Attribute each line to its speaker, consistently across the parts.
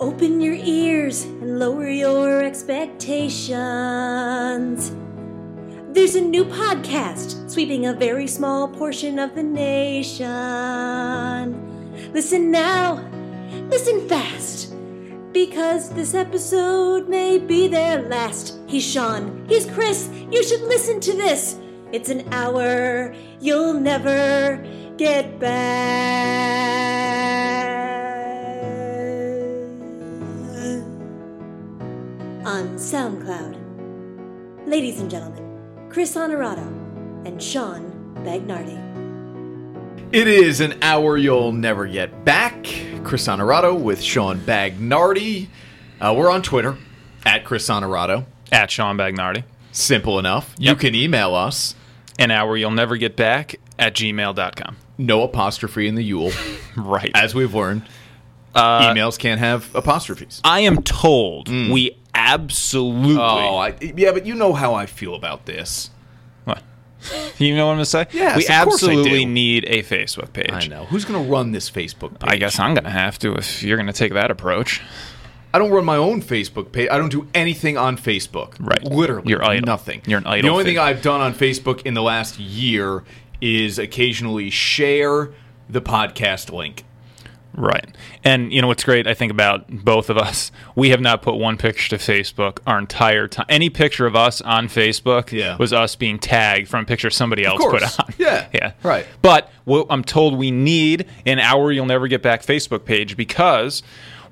Speaker 1: Open your ears and lower your expectations. There's a new podcast sweeping a very small portion of the nation. Listen now, listen fast, because this episode may be their last. He's Sean, he's Chris. You should listen to this. It's an hour you'll never get back on SoundCloud. Ladies and gentlemen, Chris Honorado and Sean Bagnardi.
Speaker 2: It is an hour you'll never get back. Chris Honorado with Sean Bagnardi. Uh, we're on Twitter at Chris Honorado.
Speaker 3: at Sean Bagnardi.
Speaker 2: Simple enough.
Speaker 3: Yep.
Speaker 2: You can email us,
Speaker 3: An hour you'll never get back at gmail.com.
Speaker 2: no apostrophe in the Yule,
Speaker 3: Right.
Speaker 2: as we've learned. Emails can't have apostrophes.
Speaker 3: I am told we absolutely.
Speaker 2: Mm. Oh, I, yeah, but you know how I feel about this.
Speaker 3: What? You know what I'm going to say?
Speaker 2: Yes,
Speaker 3: We
Speaker 2: of course I
Speaker 3: absolutely
Speaker 2: do.
Speaker 3: need a Facebook page.
Speaker 2: I know. Who's going to run this Facebook page?
Speaker 3: I guess I'm going to have to if you're going to take that approach.
Speaker 2: I don't run my own Facebook page. I don't do anything on Facebook.
Speaker 3: Right.
Speaker 2: Literally.
Speaker 3: You're idle.
Speaker 2: Nothing.
Speaker 3: You're an
Speaker 2: The
Speaker 3: idle
Speaker 2: only thing
Speaker 3: figure.
Speaker 2: I've done on Facebook in the last year is occasionally share the podcast link.
Speaker 3: Right. And you know what's great, I think, about both of us? We have not put one picture to Facebook our entire time. Any picture of us on Facebook
Speaker 2: Yeah.
Speaker 3: was us being tagged from a picture somebody else put
Speaker 2: course.
Speaker 3: on.
Speaker 2: Yeah.
Speaker 3: Yeah.
Speaker 2: Right.
Speaker 3: But what I'm told we need an hour you'll never get back Facebook page because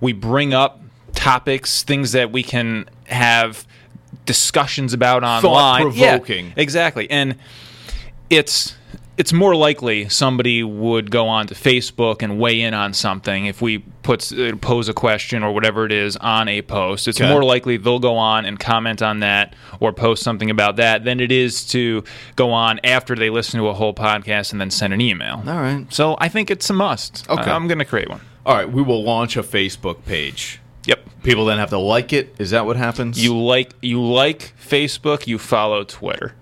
Speaker 3: we bring up topics, things that we can have discussions about online.
Speaker 2: Thought-provoking.
Speaker 3: Yeah, exactly. And it's it's more likely somebody would go on to Facebook and weigh in on something if we put uh, pose a question or whatever it is on a post. It's
Speaker 2: Okay.
Speaker 3: more likely they'll go on and comment on that or post something about that than it is to go on after they listen to a whole podcast and then send an email.
Speaker 2: All right.
Speaker 3: So I think it's a must.
Speaker 2: Okay.
Speaker 3: I- I'm going to create one.
Speaker 2: All right. We will launch a Facebook page.
Speaker 3: Yep.
Speaker 2: People then have to like it. Is that what happens?
Speaker 3: You like you like Facebook, you follow Twitter.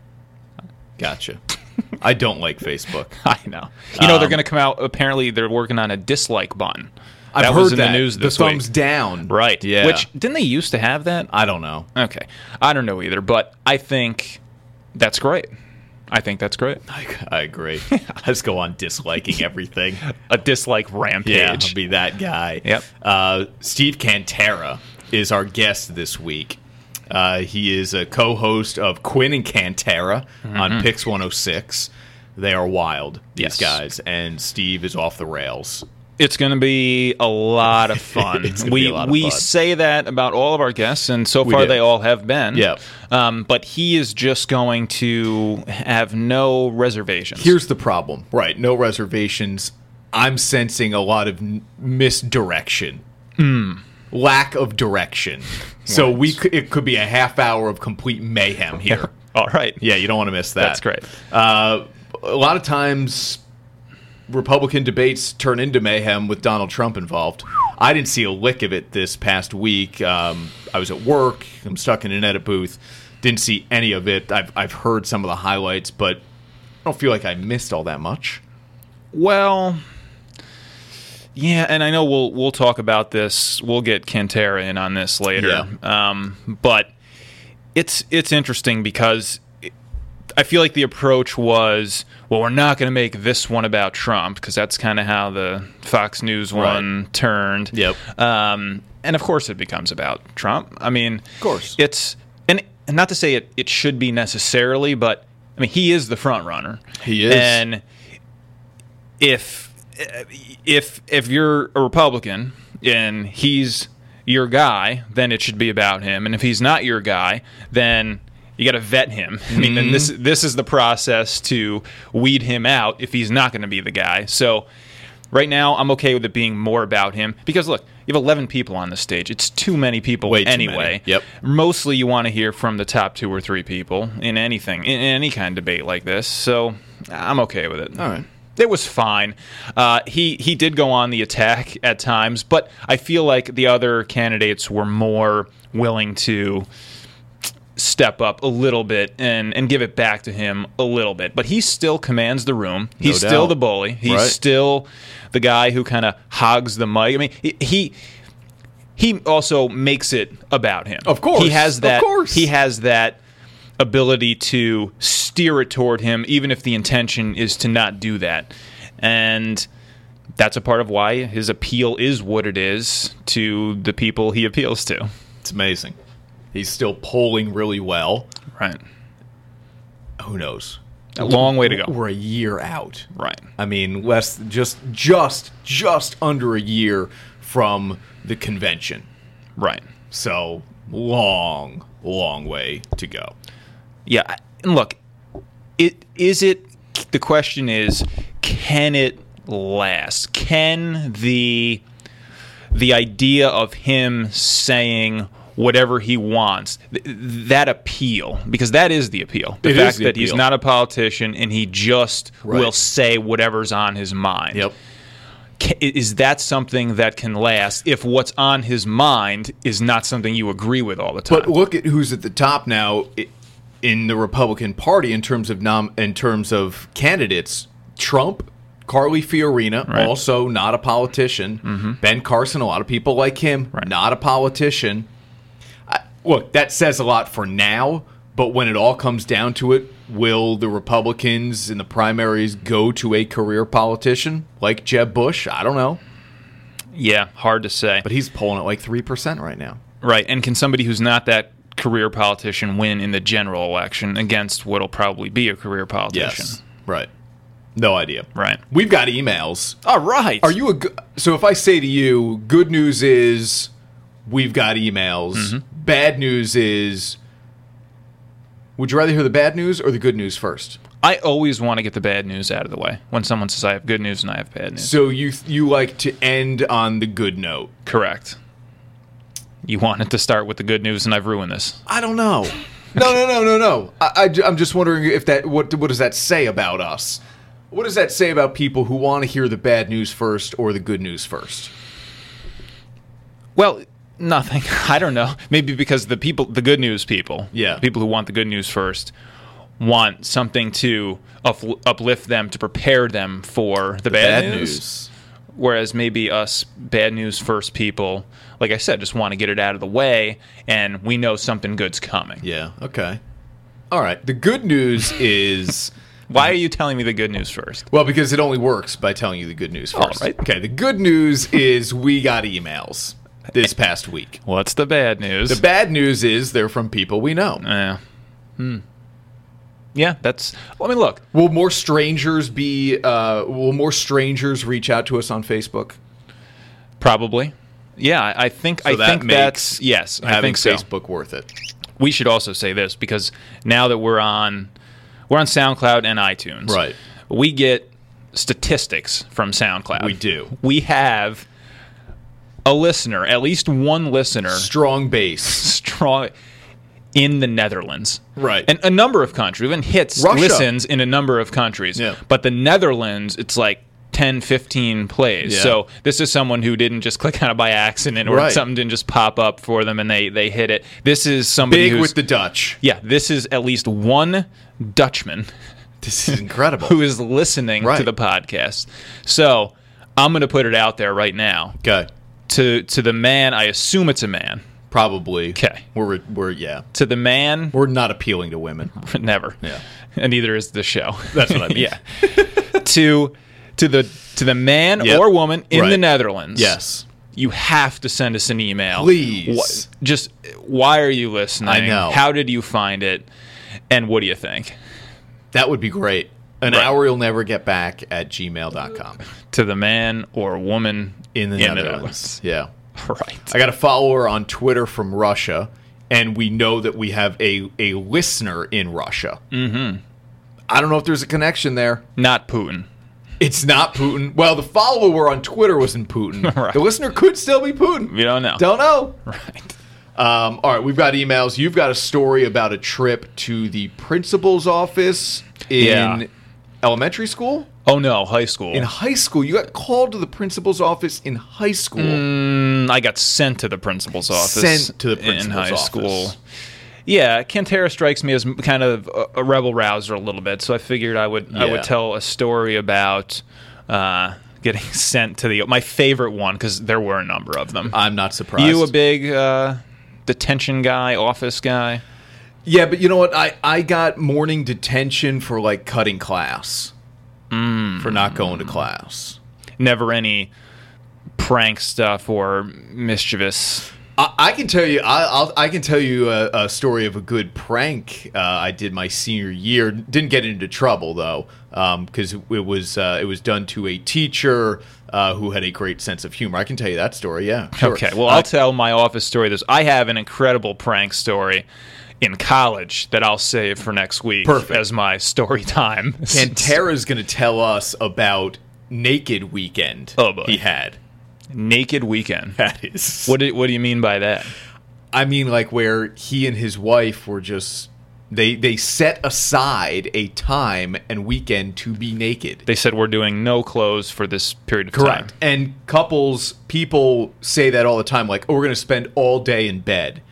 Speaker 2: gotcha. I don't like Facebook.
Speaker 3: I know. You know they're
Speaker 2: Um,
Speaker 3: going to come out apparently they're working on a dislike button.
Speaker 2: I've
Speaker 3: that
Speaker 2: heard
Speaker 3: was in
Speaker 2: that.
Speaker 3: the news this
Speaker 2: the
Speaker 3: week.
Speaker 2: thumbs down.
Speaker 3: Right.
Speaker 2: Yeah.
Speaker 3: Which didn't they used to have that?
Speaker 2: I don't know.
Speaker 3: Okay. I don't know either, but I think that's great. I think that's great.
Speaker 2: I, I agree. I just go on disliking everything.
Speaker 3: A dislike
Speaker 2: Yeah,
Speaker 3: rampage.
Speaker 2: I'll be that guy.
Speaker 3: Yep.
Speaker 2: Uh, Steve Cantera is our guest this week. Uh, he is a co-host of Quinn and Cantera on Pix 106. They are wild, these
Speaker 3: Yes.
Speaker 2: guys, and Steve is off the rails.
Speaker 3: It's going to be a lot of fun.
Speaker 2: It's gonna
Speaker 3: we
Speaker 2: be a lot of
Speaker 3: we
Speaker 2: fun.
Speaker 3: say that about all of our guests, and so far
Speaker 2: do.
Speaker 3: they all have been.
Speaker 2: Yep.
Speaker 3: Um, but he is just going to have no reservations.
Speaker 2: Here's the problem, right? No reservations. I'm sensing a lot of n- misdirection, Hmm. lack of direction. So we c- it could be a half hour of complete mayhem here.
Speaker 3: all right.
Speaker 2: Yeah, you don't want to miss that.
Speaker 3: That's great.
Speaker 2: Uh, a lot of times, Republican debates turn into mayhem with Donald Trump involved. I didn't see a lick of it this past week. Um, I was at work. I'm stuck in an edit booth. Didn't see any of it. I've, I've heard some of the highlights, but I don't feel like I missed all that much.
Speaker 3: Well, yeah, and I know we'll we'll talk about this. We'll get Cantera in on this later. Um, but it's it's interesting because it- I feel like the approach was, well, we're not going to make this one about Trump because that's kind of how the Fox News one turned.
Speaker 2: Yep.
Speaker 3: Um, and of course, it becomes about Trump. I mean, of
Speaker 2: course.
Speaker 3: it's and and not to say it it should be necessarily, but I mean, he is the front runner.
Speaker 2: He is.
Speaker 3: and if if if you're a Republican and he's your guy, then it should be about him. And if he's not your guy, then you got to vet him. I mean, then
Speaker 2: Mm-hmm.
Speaker 3: this this is the process to weed him out if he's not going to be the guy. So right now, I'm okay with it being more about him because look, you have 11 people on the stage. It's too many people
Speaker 2: Way too many.
Speaker 3: anyway.
Speaker 2: Yep.
Speaker 3: Mostly, you want to hear from the top two or three people in anything, in any kind of debate like this. So I'm okay with it.
Speaker 2: All right.
Speaker 3: It was fine. Uh, he he did go on the attack at times, but I feel like the other candidates were more willing to step up a little bit and and give it back to him a little bit. But he still commands the room. He's
Speaker 2: doubt.
Speaker 3: still the bully. He's
Speaker 2: Right.
Speaker 3: still the guy who kind of hogs the mic. I mean, he. he he also makes it about him.
Speaker 2: Of course,
Speaker 3: he has
Speaker 2: of
Speaker 3: that.
Speaker 2: course.
Speaker 3: he has that ability to steer it toward him, even if the intention is to not do that. And that's a part of why his appeal is what it is to the people he appeals to.
Speaker 2: It's amazing. He's still polling really well.
Speaker 3: Right.
Speaker 2: Who knows?
Speaker 3: A long way to go.
Speaker 2: We're a year out.
Speaker 3: Right.
Speaker 2: I mean, less just just just under a year from the convention.
Speaker 3: Right.
Speaker 2: So long, long way to go.
Speaker 3: Yeah, I- and look, it is it. The question is, can it last? Can the the idea of him saying whatever he wants th- that appeal because that is the appeal the
Speaker 2: It is
Speaker 3: fact
Speaker 2: the
Speaker 3: that he's
Speaker 2: appeal.
Speaker 3: not a politician and he just
Speaker 2: Right.
Speaker 3: will say whatever's on his mind Ca- is that something that can last if what's on his mind is not something you agree with all the time
Speaker 2: But look at who's at the top now i- in the Republican Party in terms of nom- in terms of candidates. Trump, Carly Fiorina,
Speaker 3: Right.
Speaker 2: also not a politician. Ben Carson, a lot of people like him, not a politician. I, look, that says a lot for now, but when it all comes down to it, will the Republicans in the primaries go to a career politician like Jeb Bush? I don't know,
Speaker 3: yeah hard to say
Speaker 2: but he's polling at like 3% right now.
Speaker 3: Right. And can somebody who's not that career politician win in the general election against what'll probably be a career politician?
Speaker 2: Yes. Right. No idea.
Speaker 3: Right.
Speaker 2: We've got emails.
Speaker 3: All right.
Speaker 2: Are you a go- so if I say to you, good news is we've got emails.
Speaker 3: Mm-hmm.
Speaker 2: Bad news is would you rather hear the bad news or the good news first?
Speaker 3: I always want to get the bad news out of the way when someone says I have good news and I have bad news.
Speaker 2: So you you like to end on the good note.
Speaker 3: Correct. You wanted to start with the good news and I've ruined this.
Speaker 2: I don't know. No, no, no, no, no. I, am just wondering if that what what does that say about us? What does that say about people who want to hear the bad news first or the good news first?
Speaker 3: Well, nothing. I don't know. Maybe because the people, the good news people,
Speaker 2: Yeah.
Speaker 3: people who want the good news first, want something to upl- uplift them to prepare them for the, bad, news. whereas maybe us bad news first people like i said just want to get it out of the way and we know something good's coming
Speaker 2: Yeah. Okay. All right. The good news is
Speaker 3: why are you telling me the good news first
Speaker 2: well because it only works by telling you the good news
Speaker 3: All
Speaker 2: first.
Speaker 3: right.
Speaker 2: Okay. The good news is we got emails this past week.
Speaker 3: what's the bad news
Speaker 2: The bad news is they're from people we know.
Speaker 3: yeah hmm. yeah that's well, i mean look
Speaker 2: Will more strangers be? Uh, will more strangers reach out to us on Facebook?
Speaker 3: probably yeah i, I think i
Speaker 2: that
Speaker 3: think
Speaker 2: makes
Speaker 3: that's yes i
Speaker 2: Having
Speaker 3: think so
Speaker 2: Facebook worth it.
Speaker 3: we should also say this because now that we're on we're on soundcloud and itunes
Speaker 2: Right.
Speaker 3: we get statistics from soundcloud
Speaker 2: We do.
Speaker 3: we have a listener, at least one listener,
Speaker 2: Strong base.
Speaker 3: strong in the Netherlands.
Speaker 2: Right.
Speaker 3: And a number of countries, even hits,
Speaker 2: Russia.
Speaker 3: listens in a number of countries.
Speaker 2: Yeah.
Speaker 3: But the Netherlands, it's like 10, 15 plays.
Speaker 2: Yeah.
Speaker 3: So this is someone who didn't just click on it by accident or
Speaker 2: Right.
Speaker 3: something didn't just pop up for them and they, they hit it. This is somebody
Speaker 2: Big
Speaker 3: who's.
Speaker 2: with the Dutch.
Speaker 3: yeah, this is at least one Dutchman
Speaker 2: This is incredible.
Speaker 3: who is listening to
Speaker 2: Right.
Speaker 3: the podcast. So I'm going to put it out there right now
Speaker 2: okay.
Speaker 3: to to the man i assume it's a man
Speaker 2: Probably.
Speaker 3: 'Kay.
Speaker 2: We're we're yeah.
Speaker 3: to the man
Speaker 2: We're not appealing to women.
Speaker 3: never
Speaker 2: Yeah.
Speaker 3: and neither is the show
Speaker 2: That's what I mean.
Speaker 3: yeah to to the to the man
Speaker 2: Yep.
Speaker 3: or woman in the
Speaker 2: Right.
Speaker 3: netherlands
Speaker 2: Yes.
Speaker 3: you have to send us an email
Speaker 2: Please.
Speaker 3: Wh- just why are you listening
Speaker 2: I know.
Speaker 3: how did you find it and what do you think
Speaker 2: That would be great. An
Speaker 3: Right.
Speaker 2: hour you'll never get back at gmail.com
Speaker 3: to the man or woman
Speaker 2: in the Netherlands.
Speaker 3: Netherlands.
Speaker 2: Yeah.
Speaker 3: right
Speaker 2: I got a follower on Twitter from Russia, and we know that we have a, a listener in Russia. Mm-hmm. I don't know if there's a connection there.
Speaker 3: not putin
Speaker 2: It's not Putin. Well, the follower on Twitter wasn't Putin.
Speaker 3: Right.
Speaker 2: The listener could still be Putin.
Speaker 3: we don't know
Speaker 2: Don't know.
Speaker 3: right
Speaker 2: Um, all right, we've got emails. You've got a story about a trip to the principal's office in
Speaker 3: Yeah.
Speaker 2: elementary school?
Speaker 3: oh no high school
Speaker 2: in high school. You got called to the principal's office in high school.
Speaker 3: Mm, I got sent to the principal's office.
Speaker 2: Sent to the
Speaker 3: in
Speaker 2: principal's
Speaker 3: high
Speaker 2: office.
Speaker 3: school. Yeah, Cantera strikes me as m- kind of a, a rebel rouser a little bit, so I figured I would I
Speaker 2: Yeah.
Speaker 3: would tell a story about uh, getting sent to the my favorite one because there were a number of them.
Speaker 2: I'm not surprised.
Speaker 3: you a big uh, detention guy, office guy?
Speaker 2: yeah, but you know what? I, I got morning detention for like cutting class,
Speaker 3: Mm.
Speaker 2: for not going to class.
Speaker 3: Never any prank stuff or mischievous.
Speaker 2: I, I can tell you, I, I'll, I can tell you a, a story of a good prank uh, I did my senior year. Didn't get into trouble though, because it, was uh, it was done to a teacher uh, who had a great sense of humor. I can tell you that story. Yeah. sure.
Speaker 3: Okay, well,
Speaker 2: Uh,
Speaker 3: I'll tell my office story. This I have an incredible prank story in college that I'll save for next week
Speaker 2: Perfect.
Speaker 3: as my story time.
Speaker 2: Pantera's going to tell us about Naked Weekend
Speaker 3: Oh, boy.
Speaker 2: he had.
Speaker 3: Naked weekend.
Speaker 2: That is.
Speaker 3: What do, what do you mean by that?
Speaker 2: I mean, like where he and his wife were just. They, they set aside a time and weekend to be naked.
Speaker 3: They said we're doing no clothes for this period of time.
Speaker 2: And couples, people say that all the time, like, oh, we're going to spend all day in bed.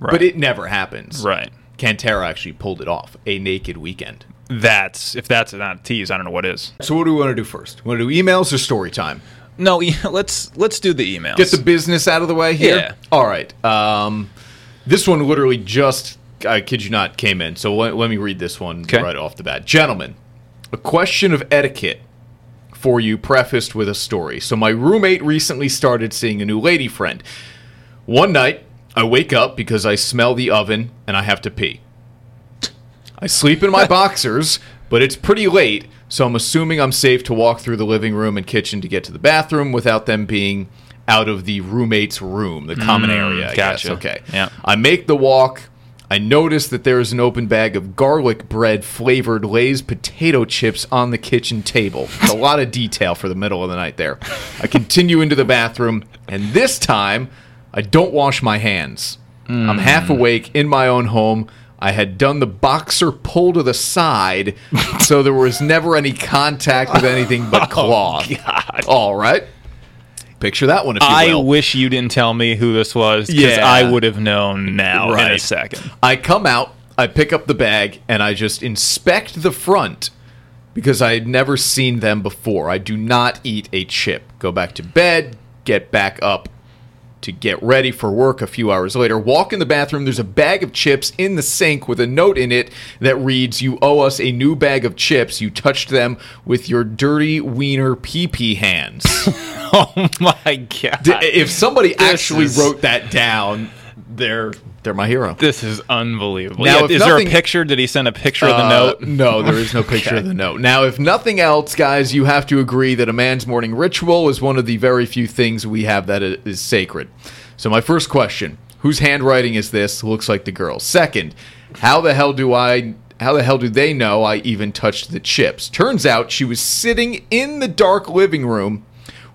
Speaker 3: Right.
Speaker 2: But it never happens.
Speaker 3: Right.
Speaker 2: Cantera actually pulled it off a naked weekend.
Speaker 3: That's if that's not a tease, I don't know what is.
Speaker 2: So, what do we want to do first? Want to do emails or story time?
Speaker 3: No, e- let's let's do the emails.
Speaker 2: Get the business out of the way here.
Speaker 3: Yeah.
Speaker 2: All right. Um, this one literally just, I kid you not, came in. So let, let me read this one
Speaker 3: Okay.
Speaker 2: right off the bat. Gentlemen, a question of etiquette for you, prefaced with a story. So my roommate recently started seeing a new lady friend. One night, I wake up because I smell the oven and I have to pee. I sleep in my boxers, but it's pretty late, so I'm assuming I'm safe to walk through the living room and kitchen to get to the bathroom without them being out of the roommate's room, the common area. I guess.
Speaker 3: Mm, gotcha.
Speaker 2: Okay.
Speaker 3: Yeah.
Speaker 2: I make the walk. I notice that there is an open bag of garlic bread flavored Lay's potato chips on the kitchen table. It's a lot of detail for the middle of the night there. I continue into the bathroom, and this time I don't wash my hands. I'm half awake in my own home. I had done the boxer pull to the side, so there was never any contact with anything but cloth. All right. Picture that one if you
Speaker 3: I
Speaker 2: will.
Speaker 3: wish you didn't tell me who this was because
Speaker 2: Yeah.
Speaker 3: I would have known now in a
Speaker 2: Right.
Speaker 3: second.
Speaker 2: I come out, I pick up the bag, and I just inspect the front because I had never seen them before. I do not eat a chip. Go back to bed, get back up to get ready for work a few hours later. Walk in the bathroom, there's a bag of chips in the sink with a note in it that reads, You owe us a new bag of chips. You touched them with your dirty wiener pee pee hands.
Speaker 3: Oh my god,
Speaker 2: D- if somebody actually
Speaker 3: is-
Speaker 2: wrote that down, they're they're my hero.
Speaker 3: this is unbelievable.
Speaker 2: Now,
Speaker 3: Yeah,
Speaker 2: if
Speaker 3: is there
Speaker 2: nothing-
Speaker 3: a picture? Did he send a picture of the
Speaker 2: Uh,
Speaker 3: note?
Speaker 2: No, there is no picture of the note. Now, if nothing else, guys, you have to agree that a man's morning ritual is one of the very few things we have that i- is sacred. So, my first question: Whose handwriting is this? Looks like the girl. Second, how the hell do I? How the hell do they know I even touched the chips? Turns out she was sitting in the dark living room.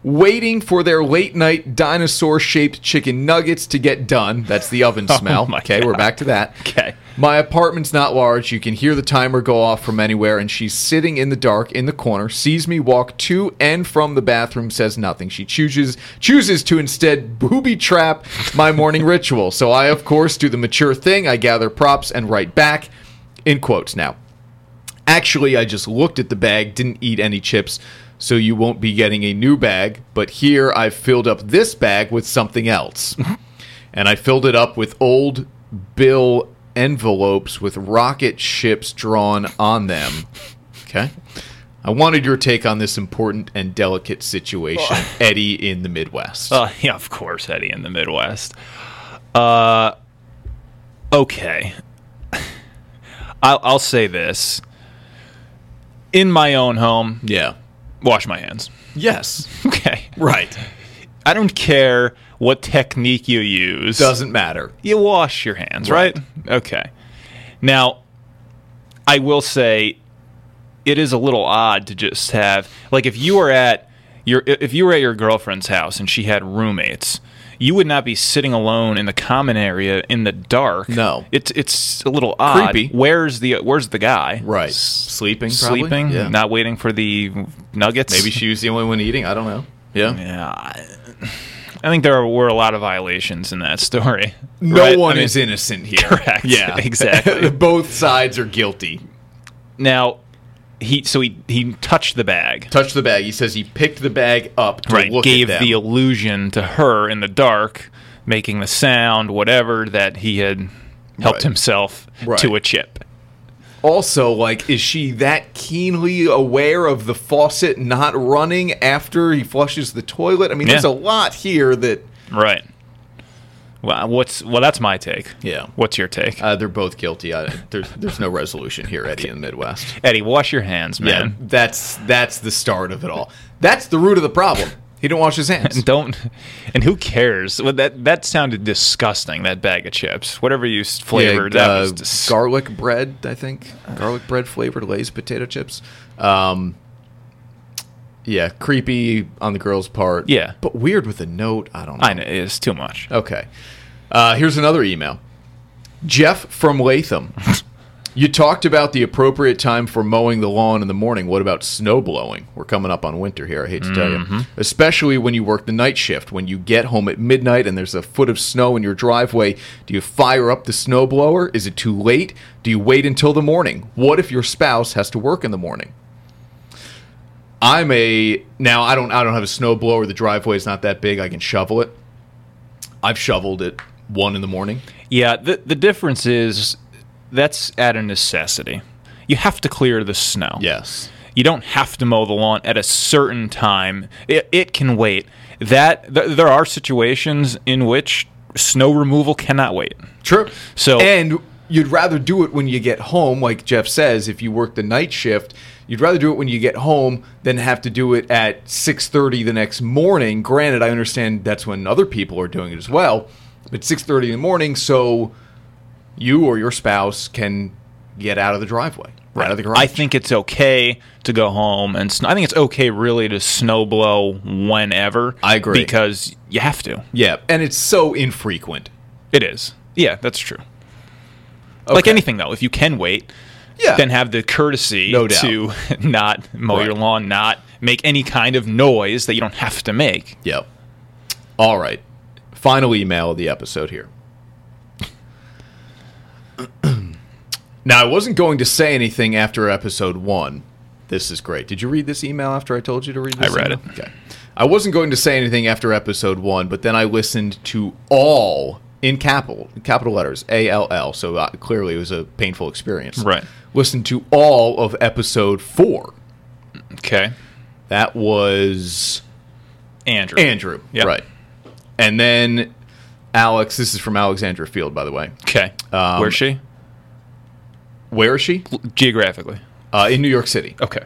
Speaker 2: Waiting for their late night dinosaur shaped chicken nuggets to get done. That's the oven smell.
Speaker 3: Oh my
Speaker 2: okay, we're back to that.
Speaker 3: Okay.
Speaker 2: My apartment's not large. You can hear the timer go off from anywhere, and she's sitting in the dark in the corner, sees me walk to and from the bathroom, says nothing. She chooses chooses to instead booby trap my morning ritual. So I, of course, do the mature thing. I gather props and write back. In quotes now. Actually, I just looked at the bag, didn't eat any chips, so you won't be getting a new bag, but here I've filled up this bag with something else. and I filled it up with old bill envelopes with rocket ships drawn on them. Okay? I wanted your take on this important and delicate situation, Eddie in the Midwest.
Speaker 3: Uh, yeah, of course, Eddie in the Midwest. Uh, okay. I'll, I'll say this. In my own home,
Speaker 2: yeah.
Speaker 3: wash my hands.
Speaker 2: Yes.
Speaker 3: Okay.
Speaker 2: Right.
Speaker 3: I don't care what technique you use.
Speaker 2: Doesn't matter.
Speaker 3: you wash your hands, right? Okay. Now, I will say it is a little odd to just have like if you were at your if you were at your girlfriend's house and she had roommates, you would not be sitting alone in the common area in the dark.
Speaker 2: No.
Speaker 3: It's it's a little odd.
Speaker 2: Creepy.
Speaker 3: Where's the where's the guy?
Speaker 2: Right.
Speaker 3: S-
Speaker 2: Sleeping, probably?
Speaker 3: Sleeping,
Speaker 2: Yeah.
Speaker 3: not waiting for the nuggets.
Speaker 2: Maybe she was the only one eating. I don't know. Yeah.
Speaker 3: Yeah. I- I think there were a lot of violations in that story.
Speaker 2: No
Speaker 3: right?
Speaker 2: one
Speaker 3: I mean-
Speaker 2: is innocent here.
Speaker 3: Correct.
Speaker 2: Yeah,
Speaker 3: Exactly.
Speaker 2: Both sides are guilty.
Speaker 3: Now, he so he he touched the bag.
Speaker 2: Touched the bag. He says he picked the bag up to
Speaker 3: right
Speaker 2: look
Speaker 3: gave
Speaker 2: at them.
Speaker 3: the illusion to her in the dark making the sound whatever that he had helped
Speaker 2: Right.
Speaker 3: himself
Speaker 2: Right.
Speaker 3: to a chip
Speaker 2: also, like, is she that keenly aware of the faucet not running after he flushes the toilet? I mean,
Speaker 3: Yeah.
Speaker 2: there's a lot here that
Speaker 3: right well uh, what's well that's my take
Speaker 2: Yeah.
Speaker 3: what's your take
Speaker 2: uh, they're both guilty. I, there's there's no resolution here, Eddie, in the Midwest.
Speaker 3: eddie wash your hands
Speaker 2: Yeah,
Speaker 3: man
Speaker 2: that's that's the start of it all. That's the root of the problem. He didn't wash his hands.
Speaker 3: don't and who cares well, that that sounded disgusting that bag of chips whatever you s- flavored
Speaker 2: Yeah,
Speaker 3: that
Speaker 2: uh,
Speaker 3: was dis-
Speaker 2: garlic bread, I think. Garlic bread flavored Lay's potato chips. Um, yeah, creepy on the girl's part.
Speaker 3: Yeah.
Speaker 2: but weird with a note. I don't know.
Speaker 3: i know it's too much
Speaker 2: Okay. Uh, here's another email. Jeff from Latham. You talked about the appropriate time for mowing the lawn in the morning. What about snow blowing? We're coming up on winter here. I hate to tell you. Especially when you work the night shift. When you get home at midnight and there's a foot of snow in your driveway, do you fire up the snowblower? Is it too late? Do you wait until the morning? What if your spouse has to work in the morning? I'm a now I don't I don't have a snowblower. The driveway is not that big. I can shovel it. I've shoveled at one in the morning.
Speaker 3: Yeah, the the difference is that's at a necessity. You have to clear the snow.
Speaker 2: Yes.
Speaker 3: You don't have to mow the lawn at a certain time. It, it can wait. That th- there are situations in which snow removal cannot wait.
Speaker 2: True.
Speaker 3: So-
Speaker 2: and you'd rather do it when you get home, like Jeff says. If you work the night shift, you'd rather do it when you get home than have to do it at six thirty the next morning. Granted, I understand that's when other people are doing it as well. But six thirty in the morning, so you or your spouse can get out of the driveway, right out of the garage.
Speaker 3: I think it's okay to go home and sn- I think it's okay really to snow blow whenever.
Speaker 2: I agree.
Speaker 3: because you have to.
Speaker 2: yeah, and it's so infrequent.
Speaker 3: It is. Yeah, that's true. Like
Speaker 2: Okay.
Speaker 3: anything though, if you can wait,
Speaker 2: Yeah.
Speaker 3: then have the courtesy
Speaker 2: No doubt.
Speaker 3: to not mow
Speaker 2: Right.
Speaker 3: your lawn, not make any kind of noise that you don't have to make.
Speaker 2: Yep. All right. Final email of the episode here. now, I wasn't going to say anything after episode one. This is great. Did you read this email after I told you to read this?
Speaker 3: I read
Speaker 2: email? Okay. I wasn't going to say anything after episode one, but then I listened to all in capital capital letters A L L. So uh, clearly, it was a painful experience.
Speaker 3: Right.
Speaker 2: Listened to all of episode four.
Speaker 3: Okay.
Speaker 2: That was
Speaker 3: Andrew.
Speaker 2: Andrew.
Speaker 3: Yeah.
Speaker 2: Right. And then Alex, this is from Alexandra Field, by the way.
Speaker 3: Okay.
Speaker 2: Um,
Speaker 3: Where's she?
Speaker 2: Where is she?
Speaker 3: Geographically.
Speaker 2: Uh, in New York City.
Speaker 3: Okay.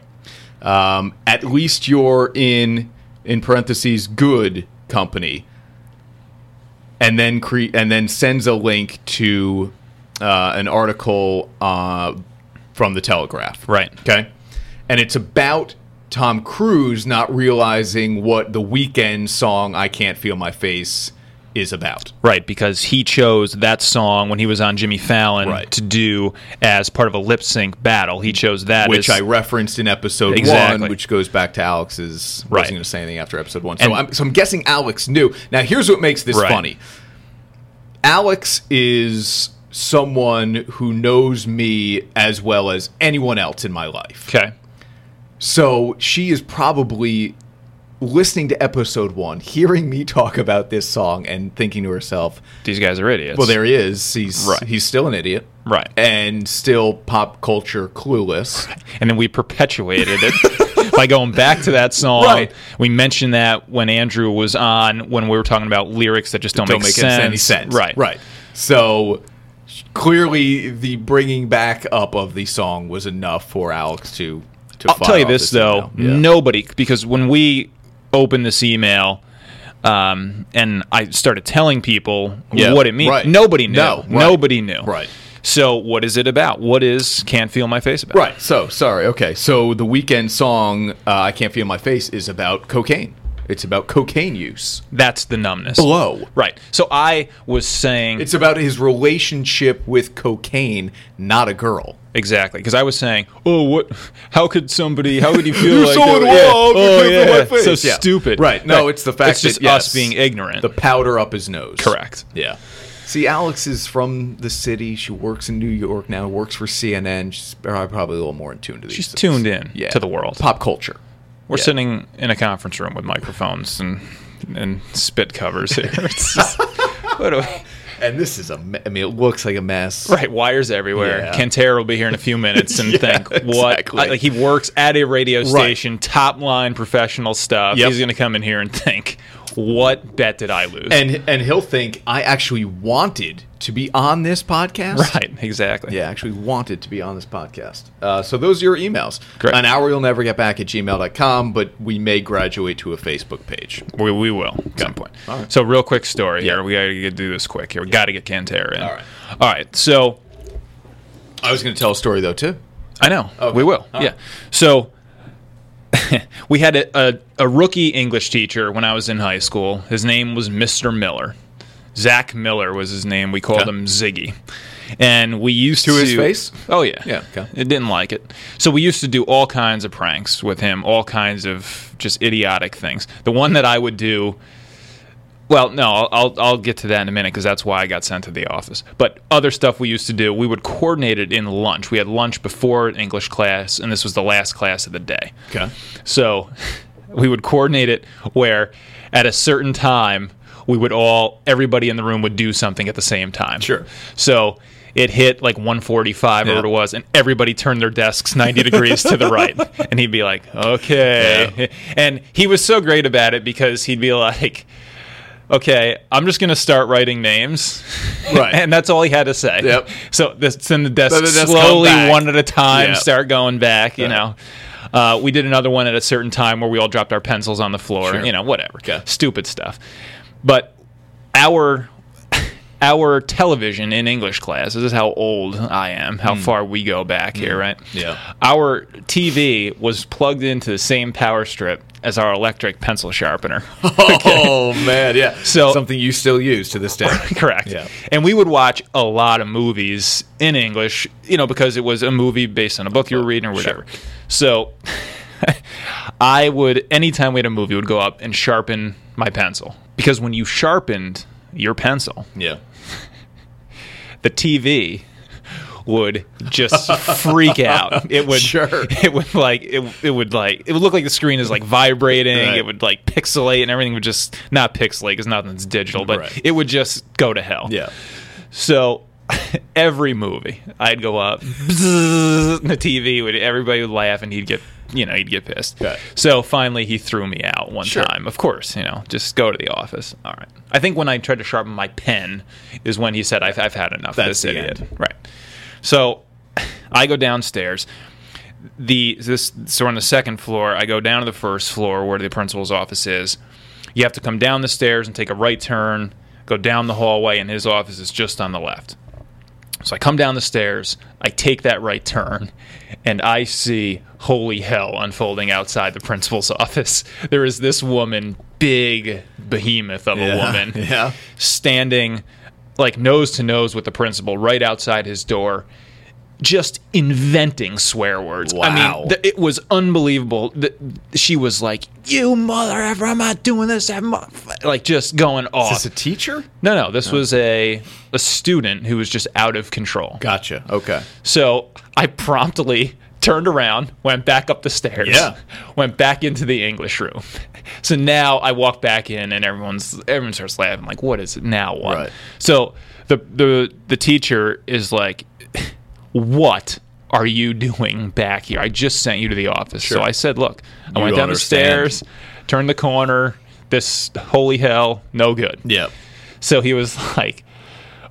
Speaker 2: Um, at least you're in, in parentheses, good company. And then cre- and then sends a link to uh, an article uh, from the Telegraph.
Speaker 3: Right.
Speaker 2: Okay. And it's about Tom Cruise not realizing what the weekend song "I Can't Feel My Face" is about.
Speaker 3: Right, because he chose that song when he was on Jimmy Fallon
Speaker 2: Right.
Speaker 3: to do as part of a lip sync battle. He chose that
Speaker 2: which
Speaker 3: as-
Speaker 2: I referenced in episode
Speaker 3: Exactly.
Speaker 2: one, which goes back to Alex's.
Speaker 3: Right.
Speaker 2: Wasn't going to say anything after episode one,
Speaker 3: And-
Speaker 2: so I'm, so I'm guessing Alex knew. Now, here's what makes this
Speaker 3: Right.
Speaker 2: funny. Alex is someone who knows me as well as anyone else in my life.
Speaker 3: Okay.
Speaker 2: So she is probably listening to episode one, hearing me talk about this song, and thinking to herself,
Speaker 3: These guys are idiots.
Speaker 2: "Well, there he is. He's
Speaker 3: Right.
Speaker 2: he's still an idiot,
Speaker 3: Right.
Speaker 2: and still pop culture clueless."
Speaker 3: and then we perpetuated it by going back to that song.
Speaker 2: Right.
Speaker 3: We mentioned that when Andrew was on when we were talking about lyrics that just don't,
Speaker 2: don't
Speaker 3: make,
Speaker 2: make,
Speaker 3: sense.
Speaker 2: any sense.
Speaker 3: Right.
Speaker 2: Right. So clearly, the bringing back up of the song was enough for Alex to. to
Speaker 3: I'll
Speaker 2: fire
Speaker 3: tell you
Speaker 2: off
Speaker 3: this though,
Speaker 2: email. Yeah.
Speaker 3: nobody because when we opened this email um, and I started telling people
Speaker 2: Yeah,
Speaker 3: what it means,
Speaker 2: right.
Speaker 3: nobody knew.
Speaker 2: No, right.
Speaker 3: Nobody knew.
Speaker 2: Right.
Speaker 3: So what is it about? What is can't feel my face about?
Speaker 2: Right. So sorry. Okay. So the weekend song uh, "I Can't Feel My Face" is about cocaine. It's about cocaine use.
Speaker 3: That's the numbness.
Speaker 2: Blow.
Speaker 3: Right. So I was saying
Speaker 2: It's about his relationship with cocaine, not a girl.
Speaker 3: exactly because I was saying, oh, what? How could somebody? How could you feel
Speaker 2: You're
Speaker 3: like
Speaker 2: so
Speaker 3: that?
Speaker 2: in love, you
Speaker 3: Oh
Speaker 2: put it in my
Speaker 3: yeah.
Speaker 2: face.
Speaker 3: So
Speaker 2: Yeah.
Speaker 3: stupid.
Speaker 2: Right. No, it's the fact
Speaker 3: It's just
Speaker 2: that, yes.
Speaker 3: us being ignorant.
Speaker 2: The powder up his nose.
Speaker 3: Correct.
Speaker 2: Yeah. See, Alex is from the city. She works in New York now. Works for CNN. She's probably a little more in tune to these.
Speaker 3: She's
Speaker 2: things.
Speaker 3: tuned in
Speaker 2: yeah.
Speaker 3: to the world.
Speaker 2: pop culture.
Speaker 3: We're
Speaker 2: Yeah.
Speaker 3: sitting in a conference room with microphones and and spit covers here. It's just, what do I-
Speaker 2: And this is a. Me- I mean, it looks like a mess.
Speaker 3: right, wires everywhere.
Speaker 2: Yeah.
Speaker 3: Quintero will be here in a few minutes and
Speaker 2: Yeah,
Speaker 3: think what
Speaker 2: exactly.
Speaker 3: like he works at a radio station, top line professional stuff.
Speaker 2: Yep.
Speaker 3: He's going to come in here and think what bet did I lose?
Speaker 2: And and he'll think I actually wanted to be on this podcast.
Speaker 3: right, exactly.
Speaker 2: Yeah, actually wanted to be on this podcast. Uh, so those are your emails.
Speaker 3: Great.
Speaker 2: An hour you'll never get back at gmail.com, but we may graduate to a Facebook page.
Speaker 3: We, we will at some point.
Speaker 2: right.
Speaker 3: So real quick story here.
Speaker 2: Yeah.
Speaker 3: We got to do this quick here. We got to get Quintero in.
Speaker 2: All right.
Speaker 3: All right. So
Speaker 2: I was going to tell a story though too.
Speaker 3: I know.
Speaker 2: Okay.
Speaker 3: We will.
Speaker 2: All
Speaker 3: yeah.
Speaker 2: right.
Speaker 3: So we had a, a, a rookie English teacher when I was in high school. His name was Mr. Miller. Zach Miller was his name. We called
Speaker 2: Okay.
Speaker 3: him Ziggy. And we used to.
Speaker 2: To his face?
Speaker 3: Oh, yeah.
Speaker 2: Yeah, okay.
Speaker 3: It didn't like it. So we used to do all kinds of pranks with him, all kinds of just idiotic things. The one that I would do. Well, no, I'll, I'll, I'll get to that in a minute because that's why I got sent to the office. But other stuff we used to do, we would coordinate it in lunch. We had lunch before an English class, and this was the last class of the day.
Speaker 2: Okay.
Speaker 3: So we would coordinate it where at a certain time, we would all, everybody in the room would do something at the same time.
Speaker 2: Sure.
Speaker 3: So it hit like 145 or
Speaker 2: Yeah.
Speaker 3: what it was, and everybody turned their desks 90 degrees to the right. And he'd be like, okay. And he was so great about it because he'd be like, okay, I'm just going to start writing names.
Speaker 2: Right.
Speaker 3: and that's all he had to say.
Speaker 2: Yep.
Speaker 3: So this, then the desk
Speaker 2: the desks come
Speaker 3: slowly,
Speaker 2: back.
Speaker 3: one at a time,
Speaker 2: Yeah.
Speaker 3: start going back, you
Speaker 2: Yeah.
Speaker 3: know. Uh, we did another one at a certain time where we all dropped our pencils on the floor,
Speaker 2: Sure.
Speaker 3: you know, whatever.
Speaker 2: Okay.
Speaker 3: Stupid stuff. But our our television in English class, this is how old I am, how far we go back here, right?
Speaker 2: Mm. Yeah.
Speaker 3: Our TV was plugged into the same power strip as our electric pencil sharpener.
Speaker 2: Oh man, yeah.
Speaker 3: So-
Speaker 2: something you still use to this day.
Speaker 3: Correct.
Speaker 2: Yeah.
Speaker 3: And we would watch a lot of movies in English, you know, because it was a movie based on a book you were reading or whatever. So I would, anytime we had a movie, would go up and sharpen my pencil. Because when you sharpened your pencil,
Speaker 2: Yeah.
Speaker 3: the TV would just freak out. It would
Speaker 2: Sure.
Speaker 3: it would like it, it would like it would look like the screen is like vibrating.
Speaker 2: Right.
Speaker 3: It would like pixelate and everything would just not pixelate because nothing's digital, but
Speaker 2: Right.
Speaker 3: it would just go to hell.
Speaker 2: Yeah.
Speaker 3: So every movie, I'd go up, bzzz, and the TV would everybody would laugh, and he'd get you know he'd get pissed.
Speaker 2: Okay.
Speaker 3: So finally, he threw me out one
Speaker 2: Sure.
Speaker 3: time. Of course, you know, just go to the office. All right. I think when I tried to sharpen my pen is when he said, "I've, I've had enough of
Speaker 2: That's
Speaker 3: this
Speaker 2: the
Speaker 3: idiot."
Speaker 2: end.
Speaker 3: Right. So I go downstairs. The this so we're on the second floor. I go down to the first floor where the principal's office is. You have to come down the stairs and take a right turn, go down the hallway, and his office is just on the left. So I come down the stairs, I take that right turn, and I see holy hell unfolding outside the principal's office. There is this woman, big behemoth of a
Speaker 2: Yeah,
Speaker 3: woman,
Speaker 2: yeah.
Speaker 3: standing like nose to nose with the principal right outside his door. Just inventing swear words. I
Speaker 2: Wow.
Speaker 3: mean, th- it was unbelievable. Th- she was like, "You mother ever, I'm not doing this." I'm like just going off.
Speaker 2: Is this a Oh. teacher?
Speaker 3: No, no, this was a a student who was just out of control.
Speaker 2: Gotcha. Okay.
Speaker 3: So I promptly turned around, went back up the stairs,
Speaker 2: Yeah.
Speaker 3: went back into the English room. So now I walk back in, and everyone's everyone starts laughing. Like, what is it now? What?
Speaker 2: Right.
Speaker 3: So the the the teacher is like, what? Are you doing back here? I just sent you to the office. So
Speaker 2: Sure.
Speaker 3: I said, look, I
Speaker 2: You
Speaker 3: went down
Speaker 2: understand.
Speaker 3: the stairs, turned the corner. This holy hell, no good.
Speaker 2: Yeah.
Speaker 3: So he was like,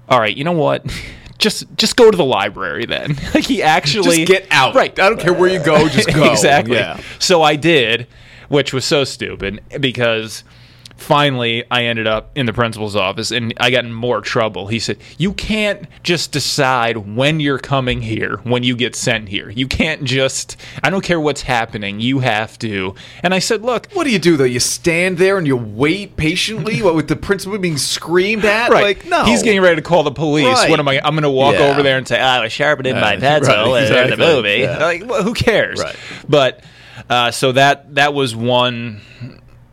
Speaker 3: "All right, you know what? Just just go to the library then." Like he actually
Speaker 2: Just get out.
Speaker 3: Right.
Speaker 2: I don't care where you go. Just go.
Speaker 3: exactly.
Speaker 2: Yeah.
Speaker 3: So I did, which was so stupid because finally I ended up in the principal's office and I got in more trouble. He said, You can't just decide when you're coming here, when you get sent here. You can't just, I don't care what's happening, you have to. And I said, Look,
Speaker 2: What do you do though? You stand there and you wait patiently, what with the principal being screamed at?
Speaker 3: Right.
Speaker 2: Like, no,
Speaker 3: He's getting ready to call the police.
Speaker 2: Right.
Speaker 3: What am I? I'm going to walk
Speaker 2: Yeah.
Speaker 3: over there and say, "Ah, "I was sharpening
Speaker 2: Yeah,
Speaker 3: my pencil
Speaker 2: right,
Speaker 3: in the
Speaker 2: exactly.
Speaker 3: movie."
Speaker 2: Yeah.
Speaker 3: Like, wh- who cares?
Speaker 2: Right.
Speaker 3: But uh, so that that was one